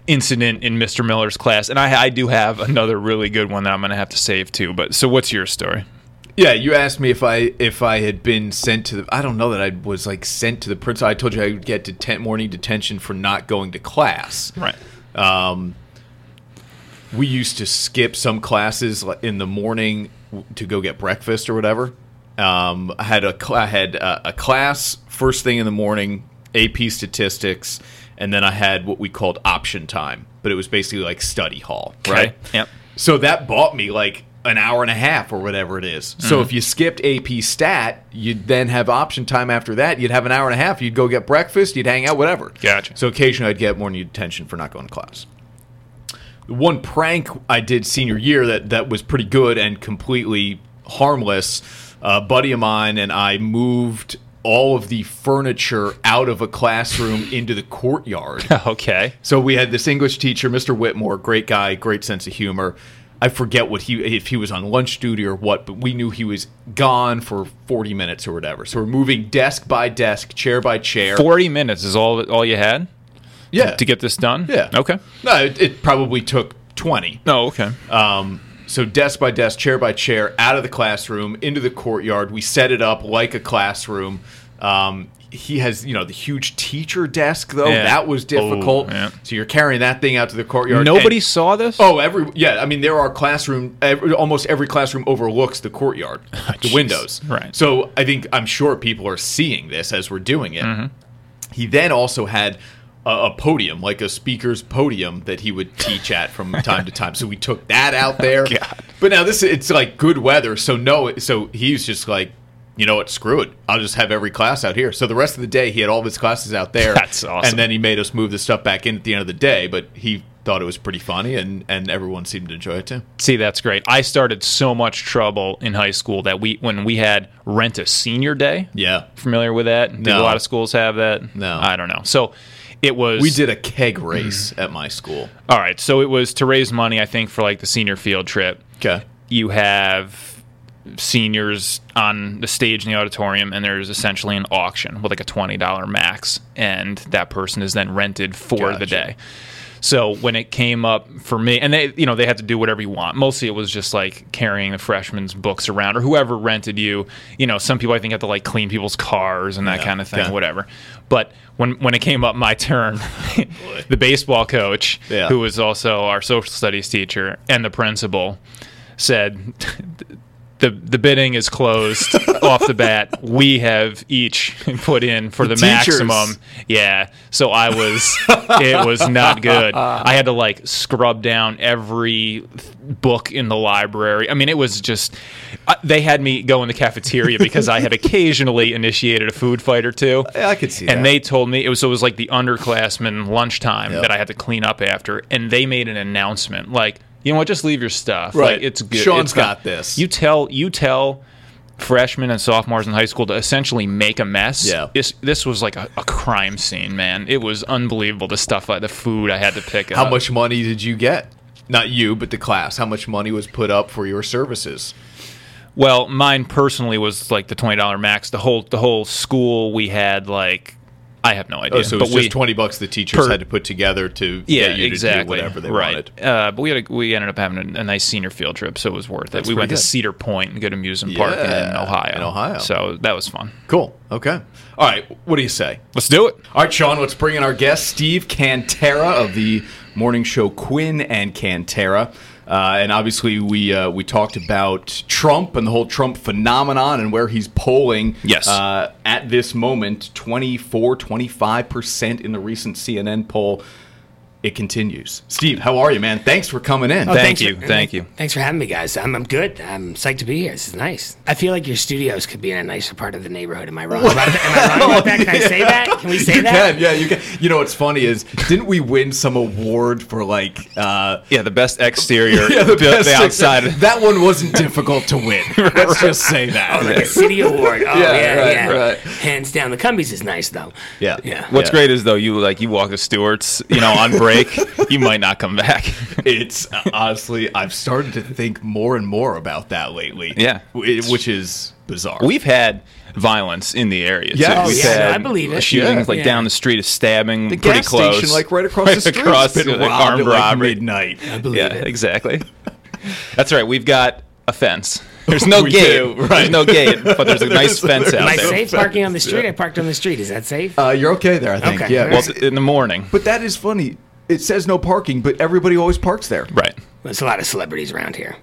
Speaker 3: incident in Mr. Miller's class, and I, I do have another really good one that I'm going to have to save too. But so, what's your story?
Speaker 2: Yeah, you asked me if I if I had been sent to the. I don't know that I was like sent to the principal. I told you I would get deten- morning detention for not going to class.
Speaker 3: Right.
Speaker 2: Um, we used to skip some classes like, in the morning w- to go get breakfast or whatever. Um, I had a cl- I had a, a class first thing in the morning, AP statistics, and then I had what we called option time, but it was basically like study hall, right?
Speaker 3: Yep.
Speaker 2: So that bought me like an hour and a half or whatever it is. So if you skipped AP Stat, you'd then have option time after that. You'd have an hour and a half. You'd go get breakfast. You'd hang out, whatever.
Speaker 3: Gotcha.
Speaker 2: So occasionally I'd get morning detention for not going to class. The One prank I did senior year that that was pretty good and completely harmless. A buddy of mine and I moved all of the furniture out of a classroom into the courtyard.
Speaker 3: Okay.
Speaker 2: So we had this English teacher, Mr. Whitmore, great guy, great sense of humor. I forget what he if he was on lunch duty or what, but we knew he was gone for 40 minutes or whatever. So we're moving desk by desk, chair by chair.
Speaker 3: Forty minutes is all all you had
Speaker 2: yeah.
Speaker 3: to get this done.
Speaker 2: yeah.
Speaker 3: Okay.
Speaker 2: No, it, it probably took 20.
Speaker 3: Oh, okay.
Speaker 2: Um, so desk by desk, chair by chair, out of the classroom, into the courtyard. We set it up like a classroom. Um, he has, you know, the huge teacher desk though.
Speaker 3: Yeah. Oh,
Speaker 2: That was difficult.
Speaker 3: yeah.
Speaker 2: So you're carrying that thing out to the courtyard.
Speaker 3: Nobody
Speaker 2: and-
Speaker 3: saw this.
Speaker 2: Oh, every yeah. I mean, there are classroom. Every, almost every classroom overlooks the courtyard, the
Speaker 3: jeez.
Speaker 2: windows.
Speaker 3: Right.
Speaker 2: So I think I'm sure people are seeing this as we're doing it.
Speaker 3: Mm-hmm.
Speaker 2: He then also had a, a podium, like a speaker's podium, that he would teach at from time to time. So we took that out there.
Speaker 3: Oh, God.
Speaker 2: But now this it's like good weather, so no. So he's just like. You know what? Screw it. I'll just have every class out here. So the rest of the day, he had all of his classes out there.
Speaker 3: That's awesome.
Speaker 2: And then he made us move the stuff back in at the end of the day, but he thought it was pretty funny, and, and everyone seemed to enjoy it too.
Speaker 3: See, that's great. I started so much trouble in high school that we when we had rent a senior day.
Speaker 2: Yeah.
Speaker 3: Familiar with that? Did
Speaker 2: No.
Speaker 3: a lot of schools have that?
Speaker 2: No.
Speaker 3: I don't know. So it was
Speaker 2: We did a keg
Speaker 3: Mm-hmm.
Speaker 2: race at my school.
Speaker 3: all right. So it was to raise money, I think, for like the senior field trip.
Speaker 2: Okay.
Speaker 3: You have seniors on the stage in the auditorium, and there's essentially an auction with like a twenty dollar max, and that person is then rented for
Speaker 2: Gotcha.
Speaker 3: the day. So when it came up for me, and they, you know, they had to do whatever you want. Mostly it was just like carrying the freshman's books around or whoever rented you. You know, some people I think had to like clean people's cars and that
Speaker 2: Yeah,
Speaker 3: kind of thing,
Speaker 2: okay.
Speaker 3: whatever. But when when it came up my turn, the baseball coach,
Speaker 2: Yeah.
Speaker 3: who was also our social studies teacher and the principal, said. The, the bidding is closed off the bat. We have each put in for the,
Speaker 2: teachers.
Speaker 3: maximum yeah. So I was, it was not good. I had to like scrub down every th- book in the library. I mean, it was just, I, they had me go in the cafeteria because I had occasionally initiated a food fight or two.
Speaker 2: Yeah, I could see
Speaker 3: And
Speaker 2: that.
Speaker 3: they told me, it was, so it was like the underclassmen lunchtime
Speaker 2: Yep.
Speaker 3: that I had to clean up after. And they made an announcement like, you know what, just leave your stuff.
Speaker 2: Right.
Speaker 3: Like, it's good.
Speaker 2: Sean's
Speaker 3: It's gone."
Speaker 2: got this.
Speaker 3: You tell, you tell, freshmen and sophomores in high school to essentially make a mess.
Speaker 2: Yeah.
Speaker 3: This this was like a, a crime scene, man. It was unbelievable the stuff like the food I had to pick
Speaker 2: How
Speaker 3: up.
Speaker 2: much money did you get? Not you, but the class. How much money was put up for your services?
Speaker 3: Well, mine personally was like the twenty dollar max. The whole the whole school we had like I have no idea.
Speaker 2: Oh, so it was
Speaker 3: we,
Speaker 2: just twenty bucks the teachers
Speaker 3: per-
Speaker 2: had to put together to
Speaker 3: yeah,
Speaker 2: get you
Speaker 3: exactly.
Speaker 2: to do whatever they
Speaker 3: right.
Speaker 2: wanted.
Speaker 3: Uh, but we had a, we ended up having a, a nice senior field trip, so it was worth it. we
Speaker 2: pretty
Speaker 3: went
Speaker 2: good.
Speaker 3: to Cedar Point and good amusement park in
Speaker 2: Yeah,
Speaker 3: Ohio.
Speaker 2: in Ohio.
Speaker 3: so that was fun.
Speaker 2: Cool. Okay. All right. What do you say?
Speaker 3: Let's do it.
Speaker 2: All right, Sean, let's bring in our guest, Steve Cantera of the morning show Quinn and Cantera. Uh, and obviously, we uh, we talked about Trump and the whole Trump phenomenon and where he's polling
Speaker 3: Yes.
Speaker 2: uh, at this moment 24, 25% in the recent CNN poll. it continues. Steve, how are you, man? Thanks for coming in.
Speaker 3: Oh, Thank
Speaker 4: thanks
Speaker 3: you,
Speaker 4: for-
Speaker 3: thank you.
Speaker 4: Thanks for having me, guys. I'm, I'm good. I'm psyched to be here. This is nice. I feel like your studios could be in a nicer part of the neighborhood. Am I wrong? About that? Am I wrong about that? Can I say that? Can we say
Speaker 2: you
Speaker 4: that?
Speaker 2: can, yeah, you can. You know what's funny is, didn't we win some award for like uh,
Speaker 3: Yeah, the best exterior,
Speaker 2: yeah, the,
Speaker 3: the,
Speaker 2: best
Speaker 3: the outside.
Speaker 2: That one wasn't difficult to win. Let's just say that.
Speaker 4: Oh, like a city award. Oh,
Speaker 2: Yeah,
Speaker 4: yeah, yeah.
Speaker 2: right, right.
Speaker 4: Hands down. The Cumbies is nice, though.
Speaker 2: Yeah.
Speaker 4: Yeah.
Speaker 3: What's
Speaker 2: Yeah.
Speaker 3: great is though you like you walk to Stewart's, you know, on break, you might not come back.
Speaker 2: It's uh, honestly, I've started to think more and more about that lately.
Speaker 3: Yeah.
Speaker 2: Wh- which is bizarre.
Speaker 3: We've had violence in the area. too.
Speaker 2: Yes. Oh,
Speaker 3: We've
Speaker 2: yeah,
Speaker 3: had
Speaker 4: no, I believe it.
Speaker 3: Shootings
Speaker 2: Yeah.
Speaker 3: like
Speaker 4: Yeah.
Speaker 3: down the street, a stabbing
Speaker 2: the
Speaker 3: pretty
Speaker 2: gas
Speaker 3: close,
Speaker 2: station, like right across the street,
Speaker 3: across,
Speaker 2: has been
Speaker 3: like,
Speaker 2: robbed
Speaker 3: armed
Speaker 2: at like,
Speaker 3: robbery.
Speaker 2: midnight. Uh,
Speaker 4: I believe
Speaker 3: yeah,
Speaker 4: it.
Speaker 3: exactly. That's right. We've got a fence. There's no
Speaker 2: We
Speaker 3: gate.
Speaker 2: do, right.
Speaker 3: There's no gate, but there's a nice fence out
Speaker 4: Am I
Speaker 3: there.
Speaker 4: safe parking on the street? I parked on the street. Is that safe?
Speaker 2: Uh, you're okay there, I think.
Speaker 4: Okay.
Speaker 2: Yeah.
Speaker 3: Well, it's in the morning,
Speaker 2: but that is funny. It says no parking, but everybody always parks there.
Speaker 3: right?
Speaker 4: There's a lot of celebrities around here.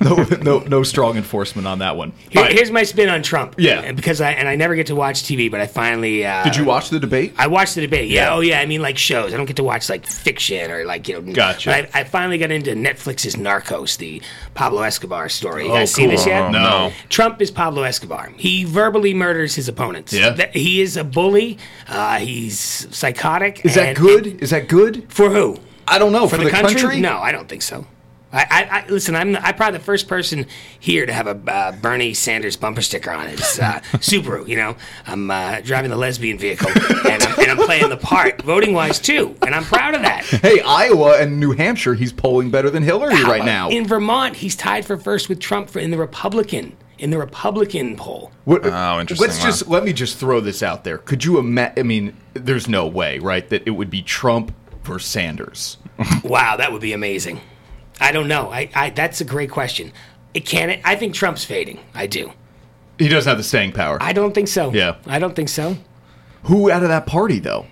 Speaker 2: No, no, no strong enforcement on that one.
Speaker 4: Here-
Speaker 2: All right.
Speaker 4: Here's my spin on Trump.
Speaker 2: Yeah.
Speaker 4: And Because I and I never get to watch TV, but I finally uh,
Speaker 2: Did you watch the debate?
Speaker 4: I watched the debate. Yeah, oh yeah. I mean, like shows. I don't get to watch like fiction or like you know.
Speaker 2: Gotcha.
Speaker 4: but I, I finally got into Netflix's Narcos, the Pablo Escobar story. You guys
Speaker 2: Oh,
Speaker 4: seen
Speaker 2: cool.
Speaker 4: this yet?
Speaker 2: No. No.
Speaker 4: Trump is Pablo Escobar. He verbally murders his opponents.
Speaker 2: Yeah.
Speaker 4: That- He is a bully. Uh, he's psychotic.
Speaker 2: Is that
Speaker 4: and-
Speaker 2: good? Is that good?
Speaker 4: for who?
Speaker 2: I don't know. For, the, country?
Speaker 4: No, I don't think so. I, I, I listen. I'm I probably the first person here to have a uh, Bernie Sanders bumper sticker on his uh, Subaru. You know, I'm uh, driving the lesbian vehicle and I'm, and I'm playing the part, voting wise too, and I'm proud of that.
Speaker 2: Hey, Iowa and New Hampshire, he's polling better than Hillary right now.
Speaker 4: in Vermont, he's tied for first with Trump for in the Republican in the Republican poll.
Speaker 2: What,
Speaker 3: Oh, interesting,
Speaker 2: Let's
Speaker 3: wow.
Speaker 2: just let me just throw this out there. Could you imagine? I mean, there's no way, right, that it would be Trump versus Sanders.
Speaker 4: Wow, that would be amazing. I don't know. I, I that's a great question. It can. It, I think Trump's fading. I do.
Speaker 2: He doesn't have the staying power.
Speaker 4: I don't think so.
Speaker 2: Yeah.
Speaker 4: I don't think so.
Speaker 2: Who out of that party though?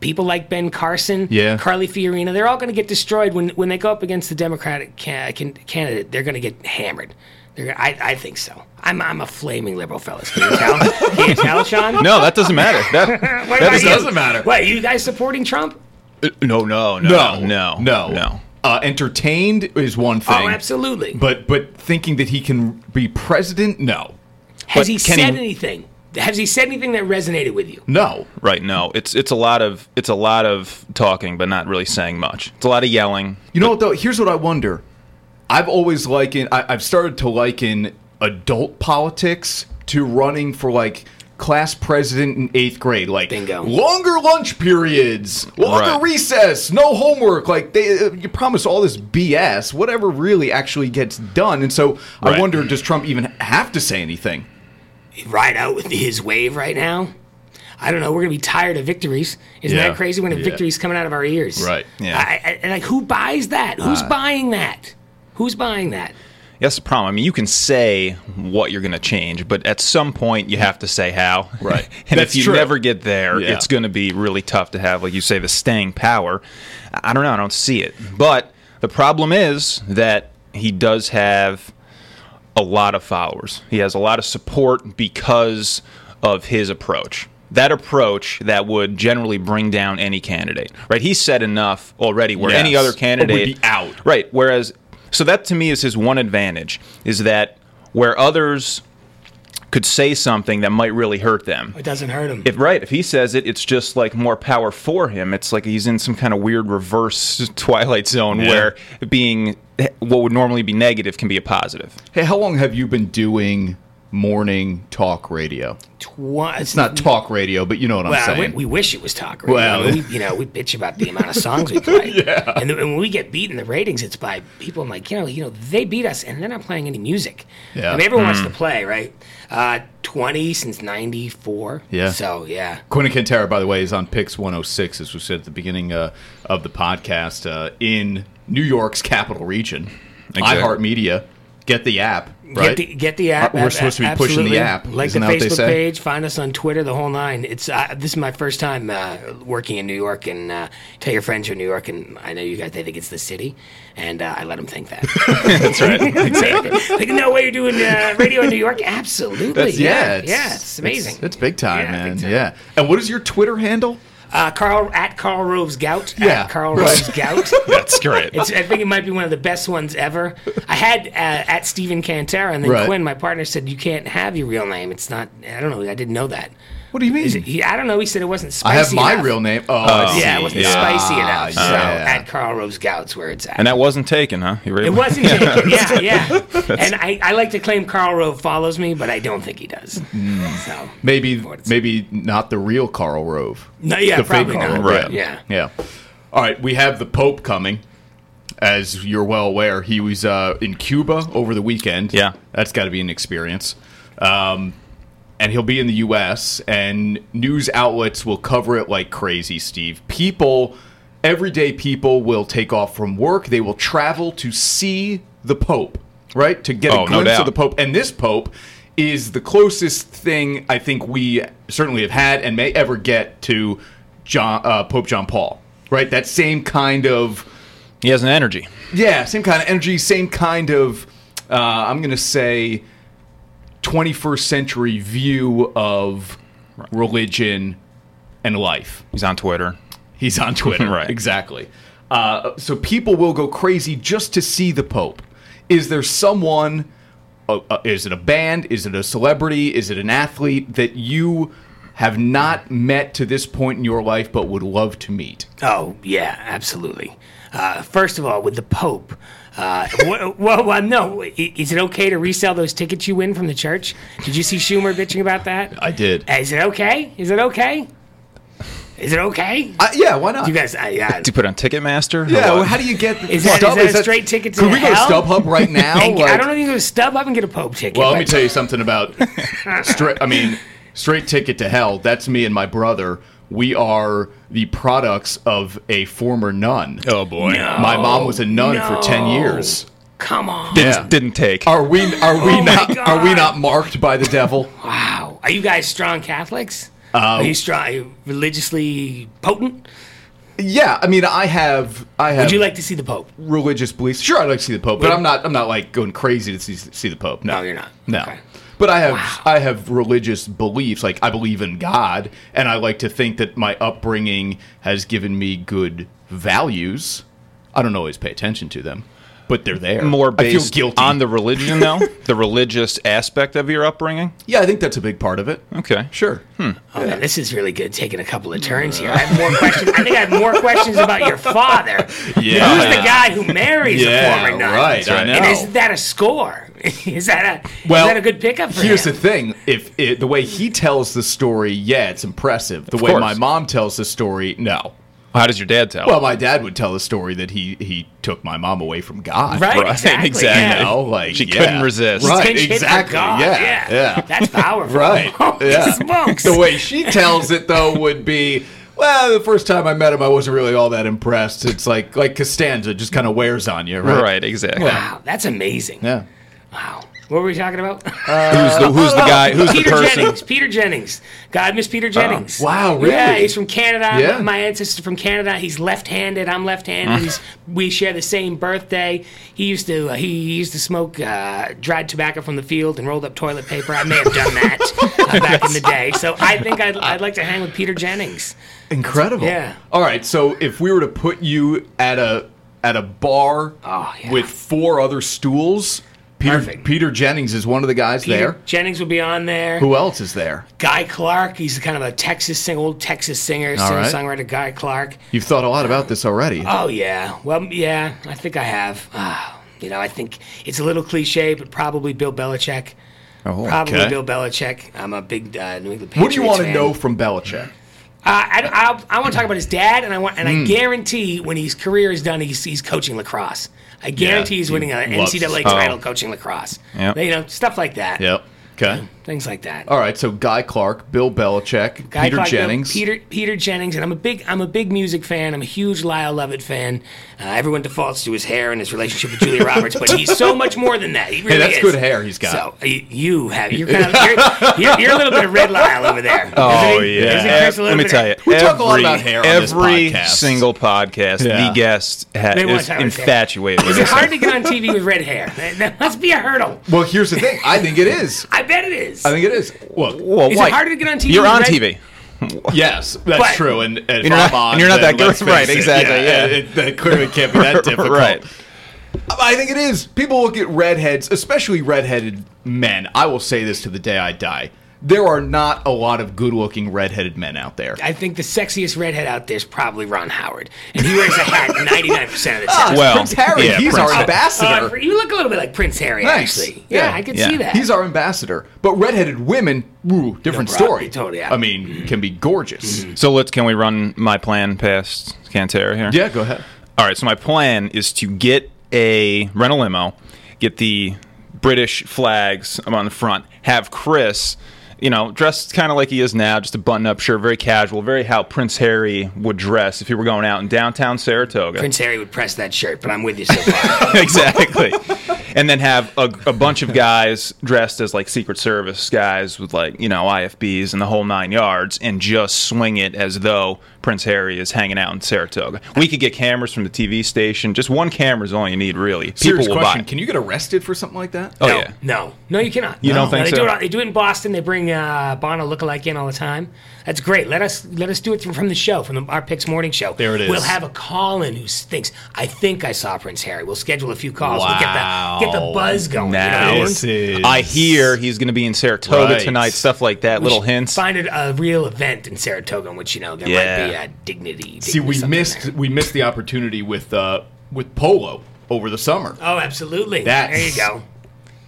Speaker 4: people like Ben Carson,
Speaker 2: Yeah.
Speaker 4: Carly Fiorina, they're all going to get destroyed when, when they go up against the Democratic can, can, candidate. They're going to get hammered. They're, gonna- I, I think so. I'm, I'm a flaming liberal, fellas. Can you tell? can you tell, Sean?
Speaker 3: No, that doesn't matter. That,
Speaker 4: What
Speaker 3: that
Speaker 4: about
Speaker 3: is-
Speaker 4: you?
Speaker 2: doesn't matter.
Speaker 4: What, you guys supporting Trump?
Speaker 3: no, no, no,
Speaker 2: No,
Speaker 3: no,
Speaker 2: no,
Speaker 3: no.
Speaker 2: Uh, entertained is one thing.
Speaker 4: Oh, absolutely.
Speaker 2: But but thinking that he can be president, no,
Speaker 4: Has
Speaker 3: but
Speaker 4: he
Speaker 3: can
Speaker 4: said
Speaker 3: he-
Speaker 4: anything? Has he said anything that resonated with you?
Speaker 2: no.
Speaker 3: Right, no. It's it's a lot of it's a lot of talking, but not really saying much. It's a lot of yelling.
Speaker 2: You know what though? Here's what I wonder. I've always likened. I, I've started to liken adult politics to running for like class president in eighth grade. Like
Speaker 4: Bingo.
Speaker 2: longer lunch periods, longer
Speaker 3: Right.
Speaker 2: recess, no homework. Like they, uh, you promise all this BS. Whatever really actually gets done. And so I
Speaker 3: Right.
Speaker 2: wonder, does Trump even have to say anything?
Speaker 4: Ride out with his wave right now? I don't know. We're going to be tired of victories. Isn't
Speaker 2: Yeah.
Speaker 4: that crazy? We're going to have
Speaker 2: Yeah.
Speaker 4: victories coming out of our ears.
Speaker 2: Right.
Speaker 3: Yeah.
Speaker 4: I, I, and like, who buys that?
Speaker 2: Uh,
Speaker 4: Who's buying that? Who's buying that?
Speaker 3: That's the problem. I mean, you can say what you're going to change, but at some point you have to say how.
Speaker 2: Right.
Speaker 3: and
Speaker 2: That's
Speaker 3: if you
Speaker 2: true.
Speaker 3: never get there,
Speaker 2: Yeah.
Speaker 3: it's going to be really tough to have, like you say, the staying power. I I don't know. I don't see it. But the problem is that he does have a lot of followers. He has a lot of support because of his approach. That approach that would generally bring down any candidate, right? He said enough already where any
Speaker 2: Yes.
Speaker 3: other
Speaker 2: Or would
Speaker 3: candidate
Speaker 2: be out.
Speaker 3: Right. Whereas, so that to me is his one advantage is that where others could say something that might really hurt them.
Speaker 4: It doesn't hurt him.
Speaker 3: If right, if he says it, it's just like more power for him. It's like he's in some kind of weird reverse twilight zone where being what would normally be negative can be a positive.
Speaker 2: Hey, how long have you been doing morning talk radio?
Speaker 4: Twi-
Speaker 2: It's not talk radio, but you know what I'm
Speaker 4: Well, we,
Speaker 2: saying.
Speaker 4: we wish it was talk radio.
Speaker 2: Well-
Speaker 4: we, you know, we bitch about the amount of songs we play. yeah. And, then when we get beat in the ratings, it's by people. I'm like, you know, you know, they beat us, and they're not playing any music.
Speaker 2: Yeah.
Speaker 4: I mean, everyone
Speaker 2: Mm.
Speaker 4: wants to play, right? Uh, Twenty since '94.
Speaker 2: Yeah.
Speaker 4: So yeah.
Speaker 2: Quinn Cantera, by the way, is on Pix 106, as we said at the beginning uh, of the podcast, uh, in New York's capital region.
Speaker 3: Exactly.
Speaker 2: iHeartMedia, get the app, right?
Speaker 4: Get the get the app.
Speaker 2: Uh, we're supposed to be pushing the app.
Speaker 4: Like
Speaker 2: Isn't
Speaker 4: the
Speaker 2: that what they
Speaker 4: Facebook
Speaker 2: say?
Speaker 4: page. Find us on Twitter. The whole nine. It's uh, this is my first time uh, working in New York, and uh, tell your friends you're in New York, and I know you guys. They think it's the city, and uh, I let them think that. That's right. exactly. Like no way you're doing uh, radio in New York. Absolutely.
Speaker 2: That's, yeah,
Speaker 4: yeah. It's amazing.
Speaker 2: It's, it's big time,
Speaker 4: Yeah,
Speaker 2: man.
Speaker 4: big time.
Speaker 2: Yeah. And what is your Twitter handle?
Speaker 4: Uh, Carl at Carl Rove's gout.
Speaker 2: Yeah,
Speaker 4: at Carl
Speaker 2: right.
Speaker 4: Rove's gout.
Speaker 3: That's great.
Speaker 4: It's, I think it might be one of the best ones ever. I had uh, at Stephen Cantera, and then
Speaker 2: Right.
Speaker 4: Quinn, my partner, said you can't have your real name. It's not. I don't know. I didn't know that.
Speaker 2: What do you mean?
Speaker 4: Is it, he, I don't know. He said it
Speaker 2: I
Speaker 4: wasn't spicy.
Speaker 2: have my
Speaker 4: enough.
Speaker 2: real name. Oh, I
Speaker 4: Yeah,
Speaker 2: see.
Speaker 4: it wasn't
Speaker 2: Yeah.
Speaker 4: spicy enough. So
Speaker 2: Yeah.
Speaker 4: at Carl Rove's gout's where it's at.
Speaker 3: and that wasn't taken, huh? You were
Speaker 4: It
Speaker 3: able-
Speaker 4: wasn't. yeah, yeah. And I, I like to claim Carl Rove follows me, but I don't think he does. So
Speaker 2: Mm. Maybe
Speaker 4: it's-
Speaker 2: maybe not the real Karl Rove.
Speaker 4: no, yeah,
Speaker 2: the
Speaker 4: probably
Speaker 2: fake
Speaker 4: not.
Speaker 2: Karl
Speaker 3: Right.
Speaker 2: Rove.
Speaker 4: Yeah.
Speaker 2: Yeah. All right, we have the Pope coming. As you're well aware, he was uh, in Cuba over the weekend.
Speaker 3: Yeah.
Speaker 2: That's got to be an experience. Um, and he'll be in the U.S., and news outlets will cover it like crazy, Steve. People, everyday people, will take off from work. They will travel to see the Pope, right? To get a
Speaker 3: Oh, no
Speaker 2: glimpse
Speaker 3: doubt.
Speaker 2: of the Pope. And this Pope is the closest thing I think we certainly have had and may ever get to John, uh, Pope John Paul, right? That same kind of.
Speaker 3: He has an energy.
Speaker 2: Yeah, same kind of energy, same kind of, uh, I'm going to say, 21st century view of religion and life.
Speaker 3: He's on Twitter.
Speaker 2: He's on Twitter.
Speaker 3: Right.
Speaker 2: Exactly. Uh, so people will go crazy just to see the Pope. Is there someone, uh, uh, is it a band? Is it a celebrity? Is it an athlete that you have not met to this point in your life but would love to meet?
Speaker 4: Oh yeah, absolutely. Uh, first of all, with the Pope. Uh, wh- well, well, no. I- Is it okay to resell those tickets you win from the church? Did you see Schumer bitching about that? Uh,
Speaker 2: I did.
Speaker 4: Is it okay? Is it okay? Is it okay?
Speaker 2: yeah, why not?
Speaker 4: You guys, I, I,
Speaker 3: Did he put it on Ticketmaster?
Speaker 2: Yeah,
Speaker 3: Hello.
Speaker 2: well, how do you get
Speaker 4: Is that-
Speaker 2: Stub-
Speaker 4: is that a straight ticket to
Speaker 2: Could we
Speaker 4: hell?
Speaker 2: go to StubHub right now?
Speaker 4: I, I
Speaker 2: Like-
Speaker 4: don't know if you can go to stub up and get a Pope ticket.
Speaker 2: well, let
Speaker 4: but-
Speaker 2: me tell you something about straight. I mean, straight ticket to hell. That's me and my brother. We are the products of a former nun.
Speaker 3: Oh boy.
Speaker 2: my mom was a nun for ten
Speaker 4: no.
Speaker 2: years.
Speaker 4: Come on.
Speaker 3: Didn't,
Speaker 2: Yeah.
Speaker 3: didn't take.
Speaker 2: Are we? Are we
Speaker 4: Oh my
Speaker 2: not? Are we
Speaker 4: God.
Speaker 2: not marked by the devil?
Speaker 4: Wow. Are you guys strong Catholics?
Speaker 2: Uh,
Speaker 4: are you strong, are you religiously potent?
Speaker 2: Yeah, I mean, I have. I have.
Speaker 4: Would you like to see the Pope?
Speaker 2: religious beliefs? Sure, I'd like to see the Pope, but
Speaker 4: Wait.
Speaker 2: I'm not. I'm not like going crazy to see see the Pope. No,
Speaker 4: No, you're not.
Speaker 2: No.
Speaker 4: Okay.
Speaker 2: But I have I have religious beliefs. Like I believe in God, and I like to think that my upbringing has given me good values. I don't always pay attention to them, but they're there.
Speaker 3: More
Speaker 2: I feel
Speaker 3: based
Speaker 2: guilty.
Speaker 3: on the religion, though? the religious aspect of your upbringing?
Speaker 2: yeah, I think that's a big part of it.
Speaker 3: Okay. Hmm.
Speaker 2: Sure.
Speaker 4: Oh, man, this is really good. Taking a couple of turns here. I have more questions. I think I have more questions about your father.
Speaker 2: Yeah.
Speaker 4: Who's the guy who marries
Speaker 2: Yeah,
Speaker 4: a former nun?
Speaker 2: right, I
Speaker 4: And
Speaker 2: know.
Speaker 4: is that a score? is that a
Speaker 2: Well,
Speaker 4: is that a good pickup for
Speaker 2: Here's
Speaker 4: him?
Speaker 2: the thing: if it, the way he tells the story, yeah, it's impressive. The
Speaker 3: Of
Speaker 2: way
Speaker 3: course.
Speaker 2: my mom tells the story, no.
Speaker 3: How does your dad tell?
Speaker 2: Well, my dad would tell the story that he he took my mom away from God.
Speaker 4: Right, exactly.
Speaker 2: You
Speaker 3: exactly.
Speaker 4: Yeah.
Speaker 2: know, like
Speaker 3: She
Speaker 2: yeah.
Speaker 3: couldn't resist.
Speaker 2: Right,
Speaker 4: Pinch hit for
Speaker 2: exactly.
Speaker 4: God,
Speaker 2: Yeah,
Speaker 4: yeah. Oh,
Speaker 2: yeah.
Speaker 4: That's powerful.
Speaker 2: Right.
Speaker 4: Holy
Speaker 2: yeah.
Speaker 4: smokes.
Speaker 2: The way she tells it though would be well, the first time I met him I wasn't really all that impressed. It's like like Costanza just kind of wears on you, right?
Speaker 3: right. exactly.
Speaker 4: Wow, that's amazing.
Speaker 2: Yeah.
Speaker 4: Wow. What were we talking about?
Speaker 3: Who's the who's the guy? Who's the
Speaker 4: Peter
Speaker 3: person?
Speaker 4: Jennings. Peter Jennings. God, miss Peter Jennings.
Speaker 2: wow, really?
Speaker 4: Yeah, he's from Canada.
Speaker 2: Yeah. Uh.
Speaker 4: My ancestor from Canada. He's left-handed. I'm left-handed. he's, we share the same birthday. He used to uh, he used to smoke uh, dried tobacco from the field and rolled up toilet paper. I may have done that uh, back in the day. So I think I'd, I'd like to hang with Peter Jennings.
Speaker 2: Incredible.
Speaker 4: Yeah.
Speaker 2: All right, so if we were to put you at a at a bar
Speaker 4: Oh, yeah.
Speaker 2: with four other stools, Peter
Speaker 4: Perfect.
Speaker 2: Peter Jennings is one of the guys
Speaker 4: Peter
Speaker 2: there.
Speaker 4: Jennings would be on there.
Speaker 2: Who else is there?
Speaker 4: Guy Clark. He's kind of a Texas sing old Texas singer,
Speaker 2: All
Speaker 4: singer
Speaker 2: right.
Speaker 4: songwriter. Guy Clark.
Speaker 2: You've thought a lot about this already.
Speaker 4: Oh yeah. Well, yeah. I think I have. Ah, you know, I think it's a little cliche, but probably Bill Belichick.
Speaker 3: Oh,
Speaker 4: Probably
Speaker 2: okay.
Speaker 4: Bill Belichick. I'm a big uh, New England Patriots
Speaker 2: what do you want to
Speaker 4: fan.
Speaker 2: know from Belichick?
Speaker 4: Uh, I, I, want to talk about his dad, and I want, and
Speaker 2: Hmm.
Speaker 4: I guarantee when his career is done, he's he's coaching lacrosse. I guarantee he's
Speaker 2: he
Speaker 4: winning an
Speaker 2: loves-
Speaker 4: NCAA
Speaker 2: oh.
Speaker 4: title coaching lacrosse.
Speaker 3: Yep.
Speaker 4: You know, stuff like that.
Speaker 2: Yep. Okay.
Speaker 4: Things like that.
Speaker 2: All right, so Guy Clark, Bill Belichick,
Speaker 4: Guy
Speaker 2: Peter
Speaker 4: Clark, Bill-
Speaker 2: Jennings.
Speaker 4: Peter Peter Jennings, and I'm a big I'm a big music fan. I'm a huge Lyle Lovett fan. Uh, everyone defaults to his hair and his relationship with Julia Roberts, but he's so much more than that. He really
Speaker 2: that's
Speaker 4: is.
Speaker 2: good hair he's got.
Speaker 4: So uh, y- you have you're kind of you're, you're, you're a little bit of red Lyle over there.
Speaker 3: Oh
Speaker 4: Isn't he?
Speaker 3: yeah.
Speaker 4: Isn't Chris a
Speaker 3: Ev-
Speaker 4: little
Speaker 3: Let me
Speaker 4: bit
Speaker 3: tell you.
Speaker 2: We talk a lot about hair on this
Speaker 3: every
Speaker 2: podcast.
Speaker 3: single podcast,
Speaker 2: Yeah.
Speaker 3: the guest ha-
Speaker 4: They wanna
Speaker 3: is
Speaker 4: talk about hair.
Speaker 3: infatuated with
Speaker 4: Is it
Speaker 3: this.
Speaker 4: hard to get on TV with red hair? That, that must be a hurdle.
Speaker 2: well, here's the thing. I think it is.
Speaker 4: I bet it is.
Speaker 2: I think it is. Look,
Speaker 3: Well,
Speaker 4: is
Speaker 3: why-
Speaker 4: it harder to get on TV?
Speaker 3: You're
Speaker 4: with
Speaker 3: on
Speaker 4: red-
Speaker 3: TV.
Speaker 2: Yes, that's
Speaker 4: But-
Speaker 2: true. And, and,
Speaker 3: you're not-
Speaker 2: Fabon,
Speaker 3: and you're not
Speaker 2: then
Speaker 3: that
Speaker 2: let's
Speaker 3: good- right,
Speaker 2: face it.
Speaker 3: exactly, yeah.
Speaker 2: It, that clearly can't be that difficult.
Speaker 3: Right.
Speaker 2: I think it is. People look at redheads, especially redheaded men. I will say this to the day I die. There are not a lot of good-looking redheaded men out there.
Speaker 4: I think the sexiest redhead out there is probably Ron Howard, and he wears a hat 99 percent of the time.
Speaker 3: Well,
Speaker 2: Prince Harry,
Speaker 3: yeah,
Speaker 2: he's our
Speaker 3: Prince-
Speaker 4: Uh,
Speaker 2: ambassador.
Speaker 4: you look a little bit like Prince Harry,
Speaker 2: Nice.
Speaker 4: actually. Yeah,
Speaker 2: Yeah.
Speaker 4: I could
Speaker 3: Yeah.
Speaker 4: see that.
Speaker 2: He's our ambassador. But redheaded women, ooh, different
Speaker 4: No, bro,
Speaker 2: story.
Speaker 4: totally, yeah. Mm-hmm.
Speaker 2: I mean, can be gorgeous.
Speaker 3: So let's can we run my plan past Cantera here?
Speaker 2: Yeah, go ahead.
Speaker 3: All right. So my plan is to get a rental limo, get the British flags on the front, have Chris. You know, dressed kind of like he is now, just a button-up shirt, very casual, very how Prince Harry would dress if he were going out in downtown Saratoga.
Speaker 4: Prince Harry would press that shirt, but I'm with you so far.
Speaker 3: exactly. And then have a, a bunch of guys dressed as like Secret Service guys with like, you know, IFBs and the whole nine yards and just swing it as though Prince Harry is hanging out in Saratoga. We could get cameras from the TV station. Just one camera's all you need, really. People
Speaker 2: Serious
Speaker 3: will
Speaker 2: question.
Speaker 3: buy.
Speaker 2: Can you get arrested for something like that?
Speaker 3: oh,
Speaker 4: no,
Speaker 3: yeah.
Speaker 4: no, no, you cannot. You
Speaker 3: don't think
Speaker 4: they
Speaker 3: so?
Speaker 4: Do it, all- they do it in Boston. They bring uh, Bono lookalike in all the time. That's great. Let us let us do it from, from the show, from the, our picks morning show.
Speaker 2: There it is.
Speaker 4: We'll have a call in who thinks I think I saw Prince Harry. We'll schedule a few calls. We'll get the get the
Speaker 2: Wow.
Speaker 4: buzz going.
Speaker 3: Now,
Speaker 4: you know?
Speaker 2: This is-
Speaker 3: I hear he's going to be in Saratoga
Speaker 2: Right.
Speaker 3: tonight, stuff like that, little hints.
Speaker 4: Find it a real event in Saratoga in which you know there might be
Speaker 3: Yeah.
Speaker 4: a dignity.
Speaker 2: See,
Speaker 4: dignity
Speaker 2: we
Speaker 4: something
Speaker 2: missed
Speaker 4: there.
Speaker 2: we missed the opportunity with uh, with polo over the summer.
Speaker 4: Oh, absolutely.
Speaker 2: That's-
Speaker 4: there you go.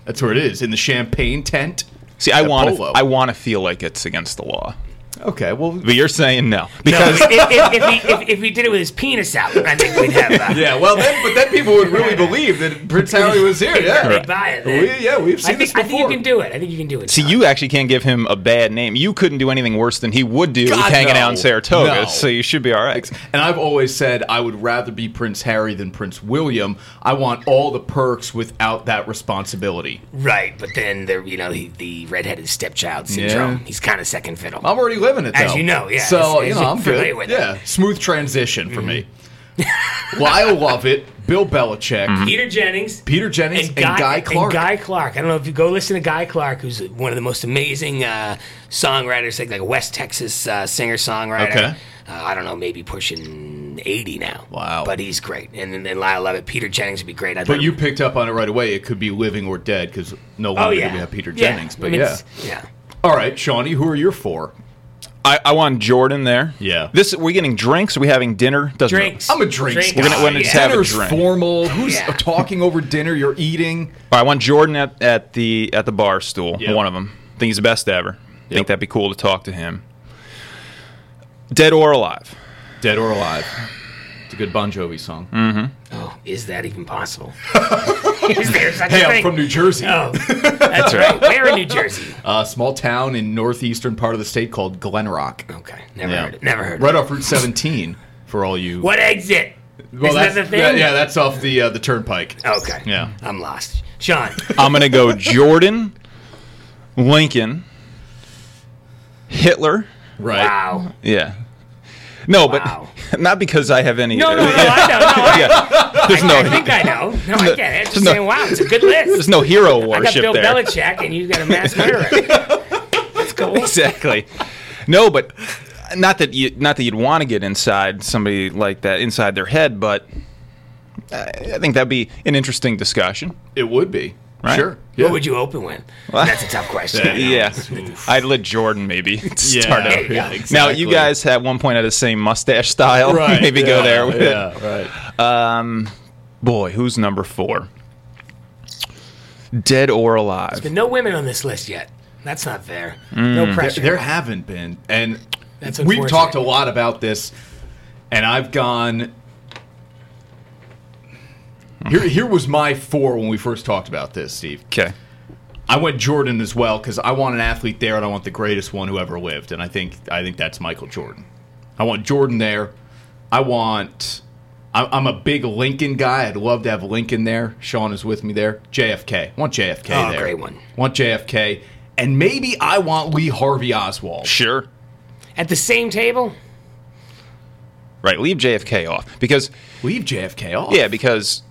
Speaker 2: That's where it is in the champagne tent.
Speaker 3: See, I
Speaker 2: At
Speaker 3: want to
Speaker 2: Polo.
Speaker 3: I want to feel like it's against the law.
Speaker 2: Okay, well,
Speaker 3: But you're saying no.
Speaker 4: No,
Speaker 3: Because
Speaker 4: if, if, if, he, if, if he did it with his penis out, I think we'd have. Uh,
Speaker 2: yeah, well then, but then people would really believe that Prince Harry was here. Yeah,
Speaker 4: They'd buy it. then.
Speaker 2: We- yeah, we've seen
Speaker 4: I
Speaker 2: this
Speaker 4: think, I think you
Speaker 2: before.
Speaker 4: can do it. I think you can do it.
Speaker 3: See, you actually can't give him a bad name. You couldn't do anything worse than he would do
Speaker 2: God,
Speaker 3: hanging
Speaker 2: no.
Speaker 3: out in Saratoga,
Speaker 2: No.
Speaker 3: so you should be all right.
Speaker 2: And I've always said I would rather be Prince Harry than Prince William. I want all the perks without that responsibility.
Speaker 4: right, but then there, you know, the, the redheaded stepchild syndrome. He's kind of second fiddle.
Speaker 2: I'm already living it, though.
Speaker 4: As you know, yeah,
Speaker 2: So
Speaker 4: as- as
Speaker 2: you know,
Speaker 4: you're
Speaker 2: I'm
Speaker 4: familiar
Speaker 2: good.
Speaker 4: with it. Mm-hmm.
Speaker 2: yeah, smooth transition for me. Lyle Lovett, Bill Belichick,
Speaker 4: Peter Jennings.
Speaker 2: Peter Jennings, and Guy, Clark.
Speaker 4: Mm-hmm. And Guy Clark. I don't know if you go listen to Guy Clark, who's one of the most amazing uh, songwriters, like, like a West Texas uh, singer songwriter.
Speaker 2: Okay.
Speaker 4: Uh, I don't know, maybe pushing 80 now.
Speaker 2: Wow.
Speaker 4: But he's great. And then and Lyle Lovett, Peter Jennings would be great. I'd
Speaker 2: But
Speaker 4: let
Speaker 2: you
Speaker 4: him-
Speaker 2: picked up on it right away. It could be living or dead because no longer
Speaker 4: oh, yeah.
Speaker 2: do we have Peter
Speaker 4: Yeah.
Speaker 2: Jennings. But
Speaker 4: I mean,
Speaker 2: yeah.
Speaker 4: it's- Yeah.
Speaker 2: All right, Shawnee, who are your four?
Speaker 3: I, I want Jordan there.
Speaker 2: Yeah.
Speaker 3: This we're getting drinks. Are we having dinner? Doesn't matter.
Speaker 4: Drinks.
Speaker 2: I'm a drinks
Speaker 4: Drink.
Speaker 2: guy.
Speaker 4: We're gonna-
Speaker 3: we're gonna just have a
Speaker 2: Dinner's
Speaker 3: drink.
Speaker 2: formal. Who's
Speaker 4: Yeah.
Speaker 2: talking over dinner? You're eating.
Speaker 3: All right, I want Jordan at, at the at the bar stool.
Speaker 2: Yep.
Speaker 3: One of them. Think he's the best ever.
Speaker 2: Yep.
Speaker 3: Think that'd be cool to talk to him. Dead or alive.
Speaker 2: Dead or alive. It's a good Bon Jovi song.
Speaker 4: Oh, is that even possible? is there such
Speaker 2: Hey,
Speaker 4: a
Speaker 2: I'm
Speaker 4: thing?
Speaker 2: from New Jersey.
Speaker 4: Oh, that's right. Where in New Jersey?
Speaker 2: A small town in northeastern part of the state called Glen Rock.
Speaker 4: Okay, never
Speaker 2: Yeah.
Speaker 4: heard it. Never heard
Speaker 2: Right
Speaker 4: it.
Speaker 2: off Route 17 for all you.
Speaker 4: What exit?
Speaker 2: Well,
Speaker 4: Is
Speaker 2: that's,
Speaker 4: that the thing?
Speaker 2: that- yeah, that's off the uh, the turnpike.
Speaker 4: Okay.
Speaker 2: Yeah.
Speaker 4: I'm lost. Sean.
Speaker 3: I'm gonna go Jordan, Lincoln, Hitler.
Speaker 2: Right.
Speaker 4: Wow.
Speaker 3: Yeah. No,
Speaker 4: Wow.
Speaker 3: but not because I have any.
Speaker 4: No, no, no. I know. No, I,
Speaker 3: Yeah. There's no.
Speaker 4: I think I know. No, I get it. Just
Speaker 3: No.
Speaker 4: saying, wow, it's a good list.
Speaker 3: There's no hero
Speaker 4: I got
Speaker 3: worship
Speaker 4: Bill
Speaker 3: there.
Speaker 4: Belichick, and you got a mass murderer. Let's go.
Speaker 3: exactly. No, but not that you not that you'd want to get inside somebody like that inside their head, but I I think that'd be an interesting discussion.
Speaker 2: It would be.
Speaker 3: Right.
Speaker 2: Sure. Yeah.
Speaker 4: What would you open with? That's a tough question.
Speaker 2: Yeah.
Speaker 3: Yeah, I'd let Jordan maybe
Speaker 2: yeah,
Speaker 3: start out.
Speaker 4: yeah,
Speaker 3: Now
Speaker 2: exactly.
Speaker 3: you guys at one point had the same mustache style.
Speaker 2: Right.
Speaker 3: maybe go
Speaker 2: yeah,
Speaker 3: there with it.
Speaker 2: yeah, right.
Speaker 3: Boy, who's number four? Dead or alive?
Speaker 4: But no women on this list yet. That's not fair.
Speaker 2: Mm.
Speaker 4: No pressure.
Speaker 2: There haven't been, and
Speaker 4: That's
Speaker 2: we've
Speaker 4: unfortunate.
Speaker 2: talked a lot about this, and I've gone. Here, here was my four when we first talked about this, Steve.
Speaker 3: okay.
Speaker 2: I went Jordan as well because I want an athlete there, and I want the greatest one who ever lived, and I think I think that's Michael Jordan. I want Jordan there. I want. I- I'm a big Lincoln guy. I'd love to have Lincoln there. Sean is with me there. JFK. I want JFK
Speaker 4: Oh,
Speaker 2: there.
Speaker 4: great one.
Speaker 2: Want JFK, and maybe I want Lee Harvey Oswald.
Speaker 3: Sure.
Speaker 4: At the same table?
Speaker 3: Right. Leave JFK off because
Speaker 2: Leave JFK off.
Speaker 3: Yeah, because